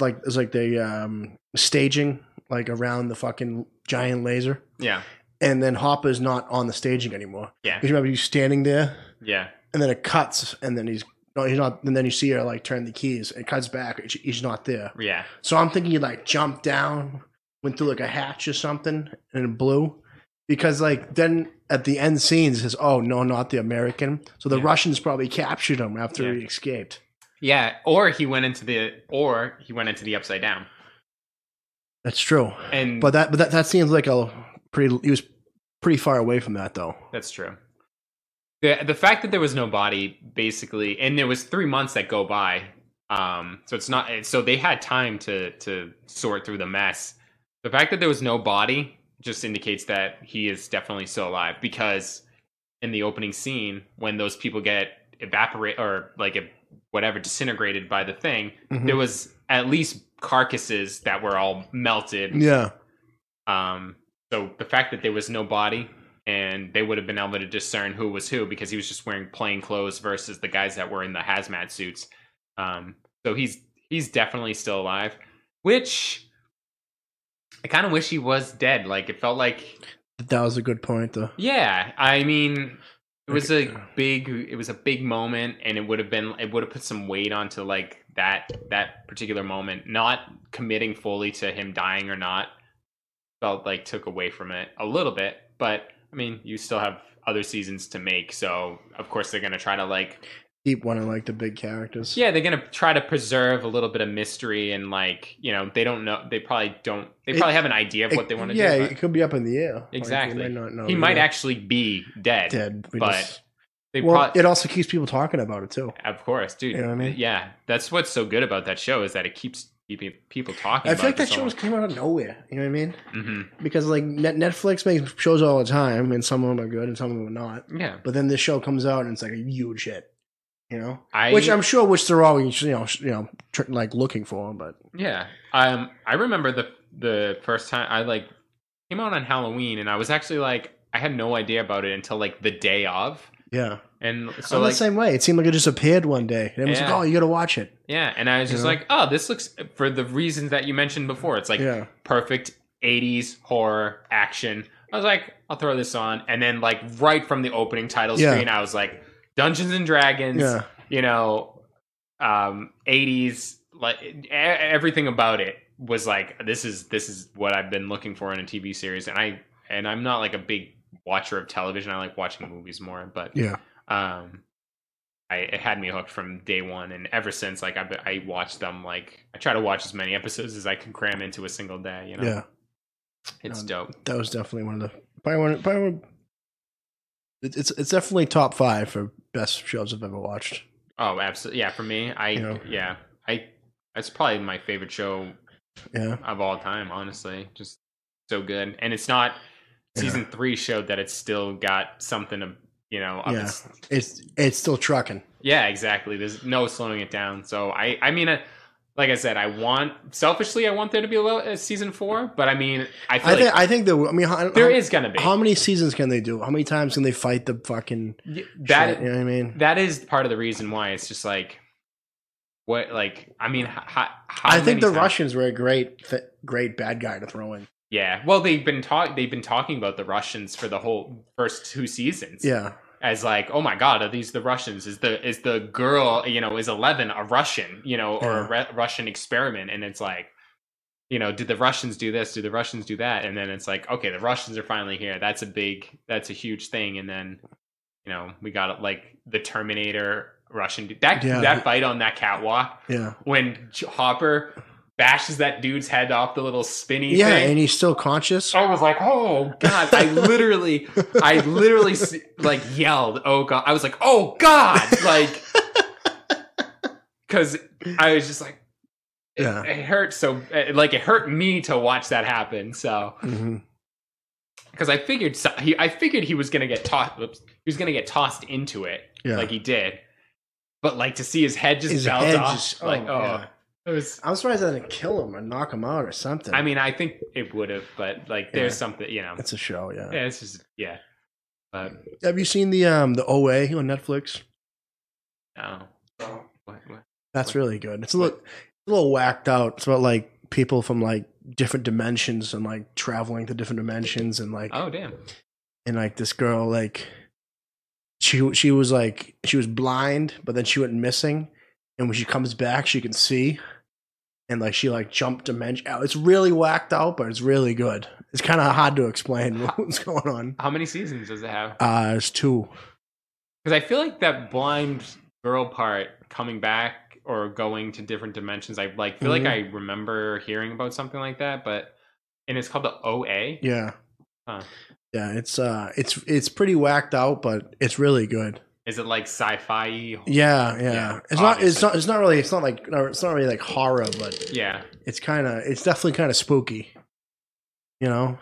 Speaker 1: like it's like the um staging like around the fucking giant laser
Speaker 2: Yeah.
Speaker 1: and then Hopper's not on the staging anymore.
Speaker 2: Yeah.
Speaker 1: Because remember he's standing there
Speaker 2: Yeah.
Speaker 1: and then it cuts and then he's no, he's not and then you see her like turn the keys and it cuts back and she- he's not there.
Speaker 2: Yeah.
Speaker 1: So I'm thinking he like jumped down, went through like a hatch or something, and it blew. Because like then at the end scenes it says, "Oh no, not the American." So the
Speaker 2: Yeah.
Speaker 1: Russians probably captured him after
Speaker 2: Yeah.
Speaker 1: he escaped.
Speaker 2: Yeah. Or he went into the or he went into the upside down.
Speaker 1: That's true.
Speaker 2: And
Speaker 1: But that but that, that seems like a pretty. He was pretty far away from that though.
Speaker 2: That's true. The the fact that there was no body basically and there was 3 months that go by um so it's not so they had time to to sort through the mess. The fact that there was no body just indicates that he is definitely still alive because in the opening scene when those people get evaporate or like e, whatever disintegrated by the thing
Speaker 1: Mhm.
Speaker 2: there was at least carcasses that were all melted
Speaker 1: yeah,
Speaker 2: um, so the fact that there was no body and they would have been able to discern who was who because he was just wearing plain clothes versus the guys that were in the hazmat suits. Um, so he's he's definitely still alive, which I kind of wish he was dead. Like it felt like
Speaker 1: that was a good point though.
Speaker 2: yeah, I mean it was
Speaker 1: Okay.
Speaker 2: a big it was a big moment and it would have been it would have put some weight onto like that that particular moment not committing fully to him dying or not felt like took away from it a little bit but I mean you still have other seasons to make so of course they're going to try to like
Speaker 1: Keep one of like the big characters.
Speaker 2: yeah they're going to try to preserve a little bit of mystery and like you know they don't know they probably don't they
Speaker 1: It-
Speaker 2: probably have an idea of
Speaker 1: It-
Speaker 2: what they want to
Speaker 1: yeah,
Speaker 2: do but
Speaker 1: it could be up in the air. Like, we
Speaker 2: Exactly.
Speaker 1: might not know.
Speaker 2: he might
Speaker 1: Yeah.
Speaker 2: actually be dead,
Speaker 1: dead, We
Speaker 2: but
Speaker 1: just-
Speaker 2: They
Speaker 1: well,
Speaker 2: prob-
Speaker 1: it also keeps people talking about it too.
Speaker 2: Of course, dude.
Speaker 1: You know what I mean?
Speaker 2: Yeah, that's what's so good about that show is that it keeps keeping people talking.
Speaker 1: I feel like that show was came out of nowhere. You know what I mean?
Speaker 2: hmm
Speaker 1: Because like Net- Netflix makes shows all the time, and some of them are good and some of them are not.
Speaker 2: Yeah,
Speaker 1: But then this show comes out, and it's like a huge hit. You know,
Speaker 2: I
Speaker 1: which um, I'm sure, which they're always you know sh- you know tr- like looking for, but
Speaker 2: yeah. Um, I remember the the first time I like came out on Halloween, and I was actually like, I had no idea about it until like the day of,
Speaker 1: yeah.
Speaker 2: and
Speaker 1: So
Speaker 2: so like,
Speaker 1: the same way, it seemed like it just appeared one day. And it was
Speaker 2: Yeah.
Speaker 1: like, oh, you got to watch it.
Speaker 2: yeah, and I was
Speaker 1: You
Speaker 2: just
Speaker 1: know?
Speaker 2: like, oh, this looks for the reasons that you mentioned before. It's like
Speaker 1: yeah,
Speaker 2: perfect 80s horror action. I was like, I'll throw this on. And then, like, right from the opening title
Speaker 1: Yeah.
Speaker 2: screen, I was like, Dungeons and Dragons,
Speaker 1: yeah.
Speaker 2: you know, um, 80s, like, e- everything about it was like, this is, this is what I've been looking for in a TV series. And I, and I'm not like a big watcher of television. I like watching movies more, but,
Speaker 1: Yeah.
Speaker 2: um, I, it had me hooked from day one, and ever since, like I've been, I watched them. Like I try to watch as many episodes as I can cram into a single day. You know,
Speaker 1: Yeah,
Speaker 2: it's
Speaker 1: Um,
Speaker 2: dope.
Speaker 1: that was definitely one of the probably one. Probably one it- it's it's definitely top five for best shows I've ever watched.
Speaker 2: Oh, absolutely. Yeah, for me, I
Speaker 1: You know.
Speaker 2: yeah, I that's probably my favorite show
Speaker 1: Yeah,
Speaker 2: of all time. Honestly, just so good, and it's not season three showed that it's still got something to you know. Up
Speaker 1: Yeah.
Speaker 2: its-
Speaker 1: it's it's still trucking.
Speaker 2: yeah, exactly. There's no slowing it down. So I, I mean. uh like I said, I want selfishly, I want there to be a, lo- a season four, but I mean, I feel
Speaker 1: I
Speaker 2: like
Speaker 1: think I think that I mean how,
Speaker 2: there
Speaker 1: how-
Speaker 2: is gonna be.
Speaker 1: how many seasons can they do? How many times can they fight the fucking
Speaker 2: Y-
Speaker 1: that?
Speaker 2: that
Speaker 1: you know what I mean?
Speaker 2: that is part of the reason why it's just like what like I mean how, how
Speaker 1: I think
Speaker 2: many
Speaker 1: the
Speaker 2: times-
Speaker 1: Russians were a great th- great bad guy to throw in.
Speaker 2: yeah well they've been talk they've been talking about the Russians for the whole first two seasons
Speaker 1: Yeah,
Speaker 2: as like oh my god are these the Russians is the is the girl you know is eleven a Russian you know or a Re- Russian experiment and it's like you know did the Russians do this do the Russians do that and then it's like okay the Russians are finally here that's a big that's a huge thing and then you know we got like the Terminator Russian dude. that
Speaker 1: Yeah.
Speaker 2: that fight on that catwalk
Speaker 1: yeah,
Speaker 2: when J- Hopper bashes that dude's head off the little spinny
Speaker 1: yeah,
Speaker 2: thing.
Speaker 1: and he's still conscious.
Speaker 2: I was like, oh god! I literally, I literally s- like yelled, oh god! I was like, oh god! Like, because I was just like, it,
Speaker 1: Yeah.
Speaker 2: it hurt so, it- like, it hurt me to watch that happen. So,
Speaker 1: Mhm.
Speaker 2: because I figured, so, he, I figured he was gonna get tossed. Oops, he was gonna get tossed into it,
Speaker 1: Yeah,
Speaker 2: like he did. But like to see his head just
Speaker 1: His
Speaker 2: bounce
Speaker 1: head
Speaker 2: off,
Speaker 1: just-
Speaker 2: like oh,
Speaker 1: yeah.
Speaker 2: It was.
Speaker 1: I'm surprised that didn't kill him or knock him out or something.
Speaker 2: I mean, I think it would have, but like, there's
Speaker 1: Yeah. uh,
Speaker 2: something, you know.
Speaker 1: it's a show, yeah.
Speaker 2: Yeah, it's just yeah. But
Speaker 1: Have you seen the um the OA on Netflix?
Speaker 2: no. Oh. What, what?
Speaker 1: That's
Speaker 2: What?
Speaker 1: really good. It's a little, a little whacked out. It's about like people from like different dimensions and like traveling to different dimensions and like
Speaker 2: Oh damn.
Speaker 1: and like this girl like she she was like she was blind but then she went missing and when she comes back she can see and like she like jumped dimension out it's really whacked out but it's really good it's kind of hard to explain [LAUGHS] what's going on
Speaker 2: How many seasons does it have?
Speaker 1: uh it's two
Speaker 2: Because I feel like that blind girl part coming back or going to different dimensions. I like feel
Speaker 1: Mhm.
Speaker 2: like I remember hearing about something like that, but and it's called the OA.
Speaker 1: yeah
Speaker 2: Huh.
Speaker 1: yeah it's uh it's it's pretty whacked out but it's really good
Speaker 2: Is it like sci-fi? Yeah.
Speaker 1: yeah yeah,
Speaker 2: Yeah,
Speaker 1: it's not it's
Speaker 2: obviously.
Speaker 1: not it's not really it's not like no, it's not really like horror but it's kind of it's definitely kind of spooky you know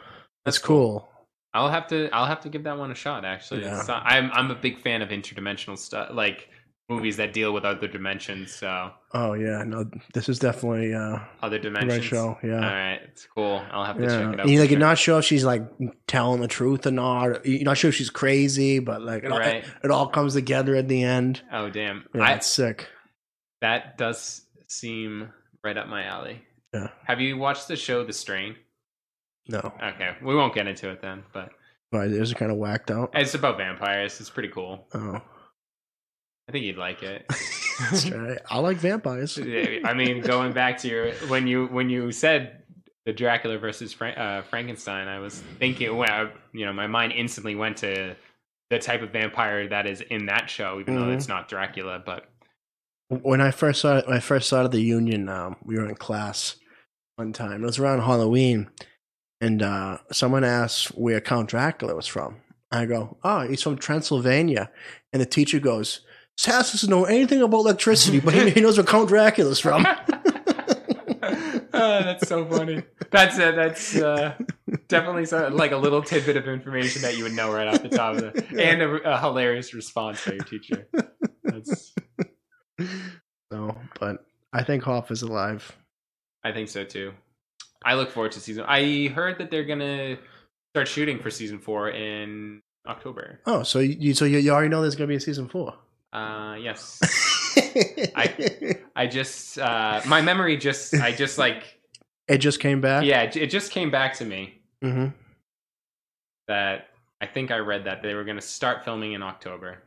Speaker 2: That's
Speaker 1: it's cool.
Speaker 2: I'll have to I'll have to give that one a shot actually.
Speaker 1: Yeah.
Speaker 2: It's- I'm I'm a big fan of interdimensional stuff like movies that deal with other dimensions, so
Speaker 1: Oh yeah, no, this is definitely uh,
Speaker 2: other
Speaker 1: the right
Speaker 2: dimensions.
Speaker 1: show.
Speaker 2: All
Speaker 1: Yeah,
Speaker 2: right, it's cool. I'll have to
Speaker 1: yeah.
Speaker 2: check it out.
Speaker 1: And you're,
Speaker 2: for
Speaker 1: like, you're
Speaker 2: sure.
Speaker 1: not sure if she's like telling the truth or not. or You're not sure if she's crazy, but like it, all- [LAUGHS]
Speaker 2: Right.
Speaker 1: it all comes together at the end.
Speaker 2: Oh damn!
Speaker 1: Yeah,
Speaker 2: I,
Speaker 1: it's sick.
Speaker 2: that does seem right up my alley.
Speaker 1: Yeah.
Speaker 2: Have you watched the show The Strain?
Speaker 1: No,
Speaker 2: Okay, we won't get into it then, but
Speaker 1: but it was kind of whacked out.
Speaker 2: it's about vampires. It's pretty cool.
Speaker 1: Oh, [LAUGHS]
Speaker 2: I think you'd like it.
Speaker 1: Let's try it. I like vampires.
Speaker 2: I mean, going back to your when you when you said the Dracula versus Fra- uh, Frankenstein, I was thinking, well, you know, my mind instantly went to the type of vampire that is in that show, even though
Speaker 1: Mhm.
Speaker 2: it's not Dracula. But
Speaker 1: When I first saw when I first saw the Union, um, we were in class one time. It was around Halloween, and uh, someone asked where Count Dracula was from. I go, "Oh, he's from Transylvania," and the teacher goes, "Sass doesn't know anything about electricity, but he, he knows where Count Dracula's from."
Speaker 2: [LAUGHS] oh, that's so funny. That's uh, that's uh, definitely so, like a little tidbit of information that you would know right off the top of the, and a, a hilarious response by your teacher. That's,
Speaker 1: So, but I think Hoff is alive.
Speaker 2: I think so too. I look forward to season. I heard that they're gonna start shooting for season four in October.
Speaker 1: Oh, so you so you, you already know there's gonna be a season four.
Speaker 2: Uh,
Speaker 1: [LAUGHS]
Speaker 2: yes, [LAUGHS] I just uh, my memory just I just like
Speaker 1: it just came back.
Speaker 2: yeah it it just came back to me
Speaker 1: hmm
Speaker 2: that I think I read that they were going to start filming in October.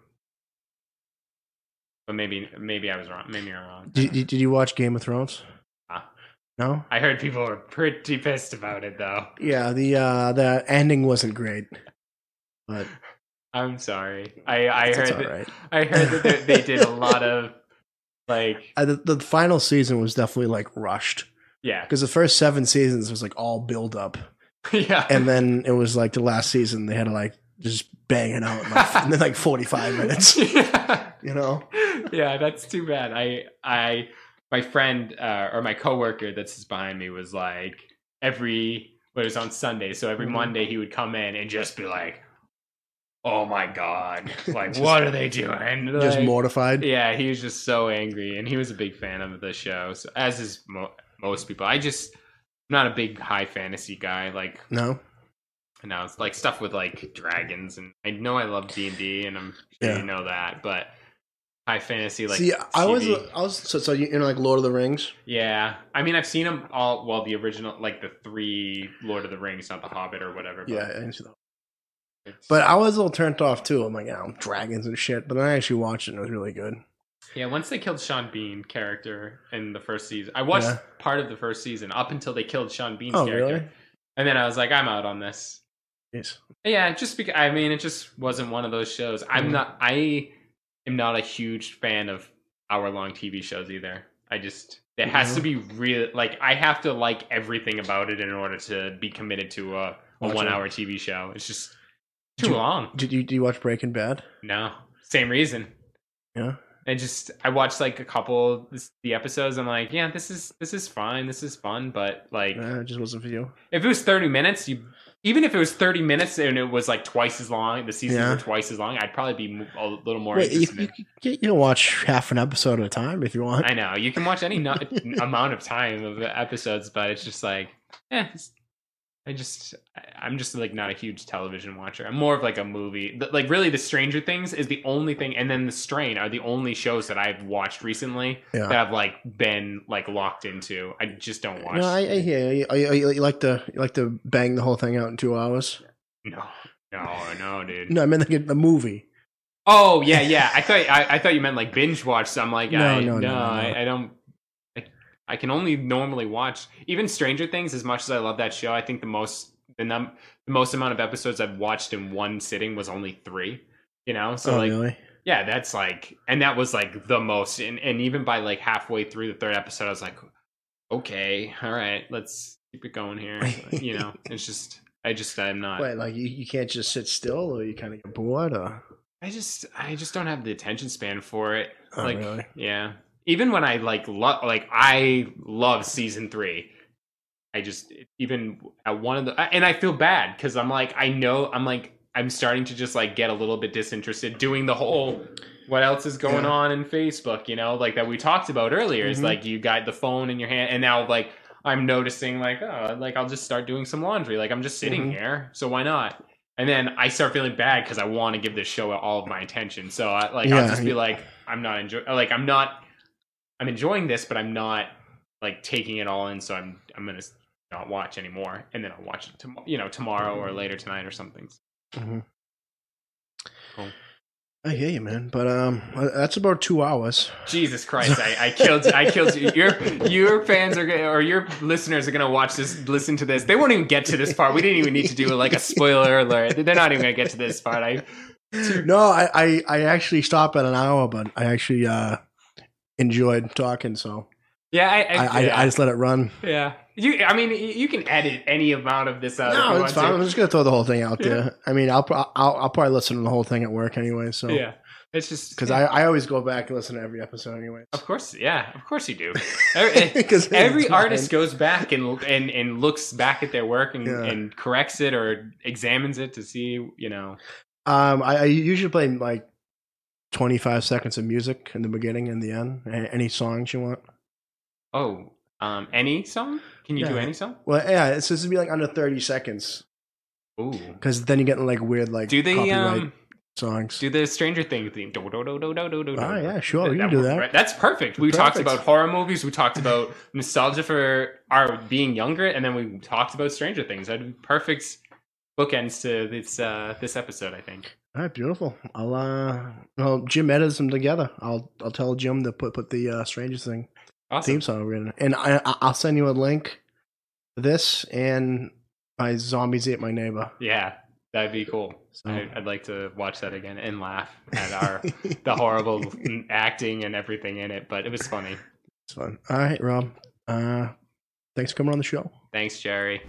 Speaker 2: But maybe maybe I was wrong. Maybe you're wrong.
Speaker 1: Did, did did you watch Game of Thrones?
Speaker 2: Ah.
Speaker 1: No.
Speaker 2: I heard people were pretty pissed about it though.
Speaker 1: Yeah, the uh the ending wasn't great. But
Speaker 2: I'm sorry. I I
Speaker 1: it's
Speaker 2: heard
Speaker 1: all
Speaker 2: that,
Speaker 1: right.
Speaker 2: I heard that they, they did a lot of
Speaker 1: [LAUGHS]
Speaker 2: like
Speaker 1: Uh, the, the final season was definitely like rushed
Speaker 2: yeah. [LAUGHS]
Speaker 1: because the first seven seasons was like all build up,
Speaker 2: yeah.
Speaker 1: and then it was like the last season they had to like just bang it out in like,
Speaker 2: [LAUGHS]
Speaker 1: in like forty five minutes. [LAUGHS]
Speaker 2: Yeah.
Speaker 1: You know?
Speaker 2: [LAUGHS] yeah, that's too bad. I I my friend uh, or my coworker that's just behind me was like every well, it was on Sunday, so every
Speaker 1: Mhm.
Speaker 2: Monday he would come in and just be like, "Oh my
Speaker 1: [LAUGHS]
Speaker 2: god, like
Speaker 1: Just-
Speaker 2: what are they doing?"
Speaker 1: Just
Speaker 2: Like,
Speaker 1: mortified.
Speaker 2: Yeah, he was just so angry, and he was a big fan of the show, so as is mo- most people. I just I'm not a big high fantasy guy, like
Speaker 1: No.
Speaker 2: and now it's like stuff with like dragons and i know i love d&d and i'm sure
Speaker 1: Yeah.
Speaker 2: you know that but high fantasy like
Speaker 1: See, I was
Speaker 2: TV.
Speaker 1: I was so so you, you know like Lord of the Rings.
Speaker 2: yeah i mean i've seen them all well the original like the three lord of the rings not the hobbit or whatever but
Speaker 1: Yeah, I didn't see that.
Speaker 2: it's-
Speaker 1: But I was a little turned off too. I'm like, oh, dragons and shit. But then I actually watched it and it was really good.
Speaker 2: yeah once they killed sean bean character in the first season i watched
Speaker 1: Yeah.
Speaker 2: part of the first season up until they killed sean bean's
Speaker 1: Oh,
Speaker 2: character
Speaker 1: really?
Speaker 2: and then i was like i'm out on this
Speaker 1: Yes.
Speaker 2: Yeah, just because I mean, it just wasn't one of those shows. I'm
Speaker 1: Mhm.
Speaker 2: not. I am not a huge fan of hour long TV shows either. I just it has to
Speaker 1: Mm-hmm.
Speaker 2: be real. Like I have to like everything about it in order to be committed to a, a
Speaker 1: Watch it.
Speaker 2: one hour TV show. It's just too
Speaker 1: Do-
Speaker 2: long.
Speaker 1: Did you do you watch Breaking Bad?
Speaker 2: No, same reason.
Speaker 1: Yeah.
Speaker 2: I just I watched like a couple this, the episodes. I'm like, yeah, this is this is fine. This is fun, but like
Speaker 1: Uh, it just wasn't for you.
Speaker 2: if it was 30 minutes, you even if it was 30 minutes and it was like twice as long, the seasons
Speaker 1: Yeah.
Speaker 2: were twice as long, I'd probably be mo- a little more
Speaker 1: Wait, you,
Speaker 2: interested.
Speaker 1: you,
Speaker 2: in it.
Speaker 1: you can watch half an episode at a time if you want.
Speaker 2: I know you can watch any no- [LAUGHS] amount of time of episodes, but it's just like, eh, it's- I just, I- I'm just like not a huge television watcher. I'm more of like a movie. Th- Like really, the Stranger Things is the only thing, and then the Strain are the only shows that I've watched recently
Speaker 1: Yeah.
Speaker 2: that I've like been like locked into. I just don't watch.
Speaker 1: No, I, I hear you. You, you- you like to you like to bang the whole thing out in two hours.
Speaker 2: no, no, no, dude.
Speaker 1: No, I mean like the movie.
Speaker 2: Oh yeah, yeah. I thought I, I thought you meant like binge watch. So I'm like,
Speaker 1: No,
Speaker 2: I,
Speaker 1: no,
Speaker 2: no,
Speaker 1: no, no, no.
Speaker 2: I, I don't. I, I can only normally watch even Stranger Things. As much as I love that show, I think the most the num the most amount of episodes I've watched in one sitting was only three. You know, so
Speaker 1: oh,
Speaker 2: like
Speaker 1: really?
Speaker 2: yeah, that's like, and that was like the most, and and even by like halfway through the third episode, I was like, okay, all right, let's keep it going here. you
Speaker 1: [LAUGHS]
Speaker 2: know, it's just I just I'm not.
Speaker 1: Wait, like you, you can't just sit still, or you kind of get bored, or
Speaker 2: I just I just don't have the attention span for it.
Speaker 1: oh,
Speaker 2: like
Speaker 1: really?
Speaker 2: yeah even when i like love like i love season three i just even at one of the and i feel bad because i'm like i know i'm like i'm starting to just like get a little bit disinterested doing the whole what else is going
Speaker 1: Yeah.
Speaker 2: on in facebook you know like that we talked about earlier is
Speaker 1: Mhm.
Speaker 2: like you got the phone in your hand and now like i'm noticing like oh like i'll just start doing some laundry like i'm just sitting
Speaker 1: Mhm.
Speaker 2: here so why not and then I start feeling bad because I want to give this show all of my attention. So I like I'll
Speaker 1: Yeah.
Speaker 2: just be like, I'm not enjoying. Like I'm not. I'm enjoying this, but I'm not like taking it all in. So I'm I'm gonna s- not watch anymore, and then I'll watch it tomorrow, you know, tomorrow
Speaker 1: Mm-hmm.
Speaker 2: or later tonight or something.
Speaker 1: Mhm.
Speaker 2: Cool.
Speaker 1: I hear you, man. But um, that's about two hours.
Speaker 2: Jesus
Speaker 1: [LAUGHS]
Speaker 2: Christ! I, I killed I killed you. Your your fans are gonna, or your listeners are gonna watch this, listen to this. They won't even get to this part. We didn't even need to do like a spoiler alert. They're not even gonna get to this part. I
Speaker 1: No, I, I I actually stopped at an hour, but I actually uh enjoyed talking, so
Speaker 2: yeah I
Speaker 1: I I,
Speaker 2: yeah.
Speaker 1: I just let it run.
Speaker 2: Yeah. You, I mean, y- you can edit any amount of this out. Uh, if you
Speaker 1: no, it's
Speaker 2: want
Speaker 1: fine. I'm
Speaker 2: to.
Speaker 1: just gonna throw the whole thing out
Speaker 2: Yeah.
Speaker 1: there. I mean, I'll, pro- I'll I'll probably listen to the whole thing at work anyway. So
Speaker 2: Yeah. It's just
Speaker 1: because I, I always go back and listen to every episode anyway.
Speaker 2: of
Speaker 1: [LAUGHS]
Speaker 2: course, yeah, of course you do. Every, eh,
Speaker 1: Because
Speaker 2: every artist goes back and and and looks back at their work and,
Speaker 1: Yeah.
Speaker 2: and corrects it or examines it to see, you know.
Speaker 1: Um, I, I usually play like 25 seconds of music in the beginning and the end. a- Any songs you want.
Speaker 2: Oh, um, any song? Can you do
Speaker 1: Yeah.
Speaker 2: any song?
Speaker 1: Well, yeah, it's supposed to be like under 30 seconds
Speaker 2: Ooh.
Speaker 1: because then you're getting like weird like
Speaker 2: Do the
Speaker 1: copyright
Speaker 2: um,
Speaker 1: songs.
Speaker 2: do the Stranger Thing theme? Do, do, do, do, do, do, do,
Speaker 1: oh
Speaker 2: do.
Speaker 1: yeah, sure, you
Speaker 2: That
Speaker 1: can do
Speaker 2: would-
Speaker 1: that.
Speaker 2: right, That's perfect. We talked
Speaker 1: Perfect.
Speaker 2: about horror movies. We talked about nostalgia for our being younger, and then we talked about Stranger Things. That'd be perfect bookends to this uh, this episode, I think.
Speaker 1: All right, beautiful. I'll uh, well, Jim edits them together. I'll I'll tell Jim to put put the uh, Strangest Thing
Speaker 2: Awesome.
Speaker 1: theme song over in, and I I- I'll send you a link. to This and my zombies ate my neighbor.
Speaker 2: Yeah, that'd be cool.
Speaker 1: So.
Speaker 2: I, I'd like to watch that again and laugh at our
Speaker 1: [LAUGHS]
Speaker 2: the horrible acting and everything in it. But it was funny.
Speaker 1: It's fun. All right, Rob. Uh, thanks for coming on the show.
Speaker 2: Thanks, Jerry.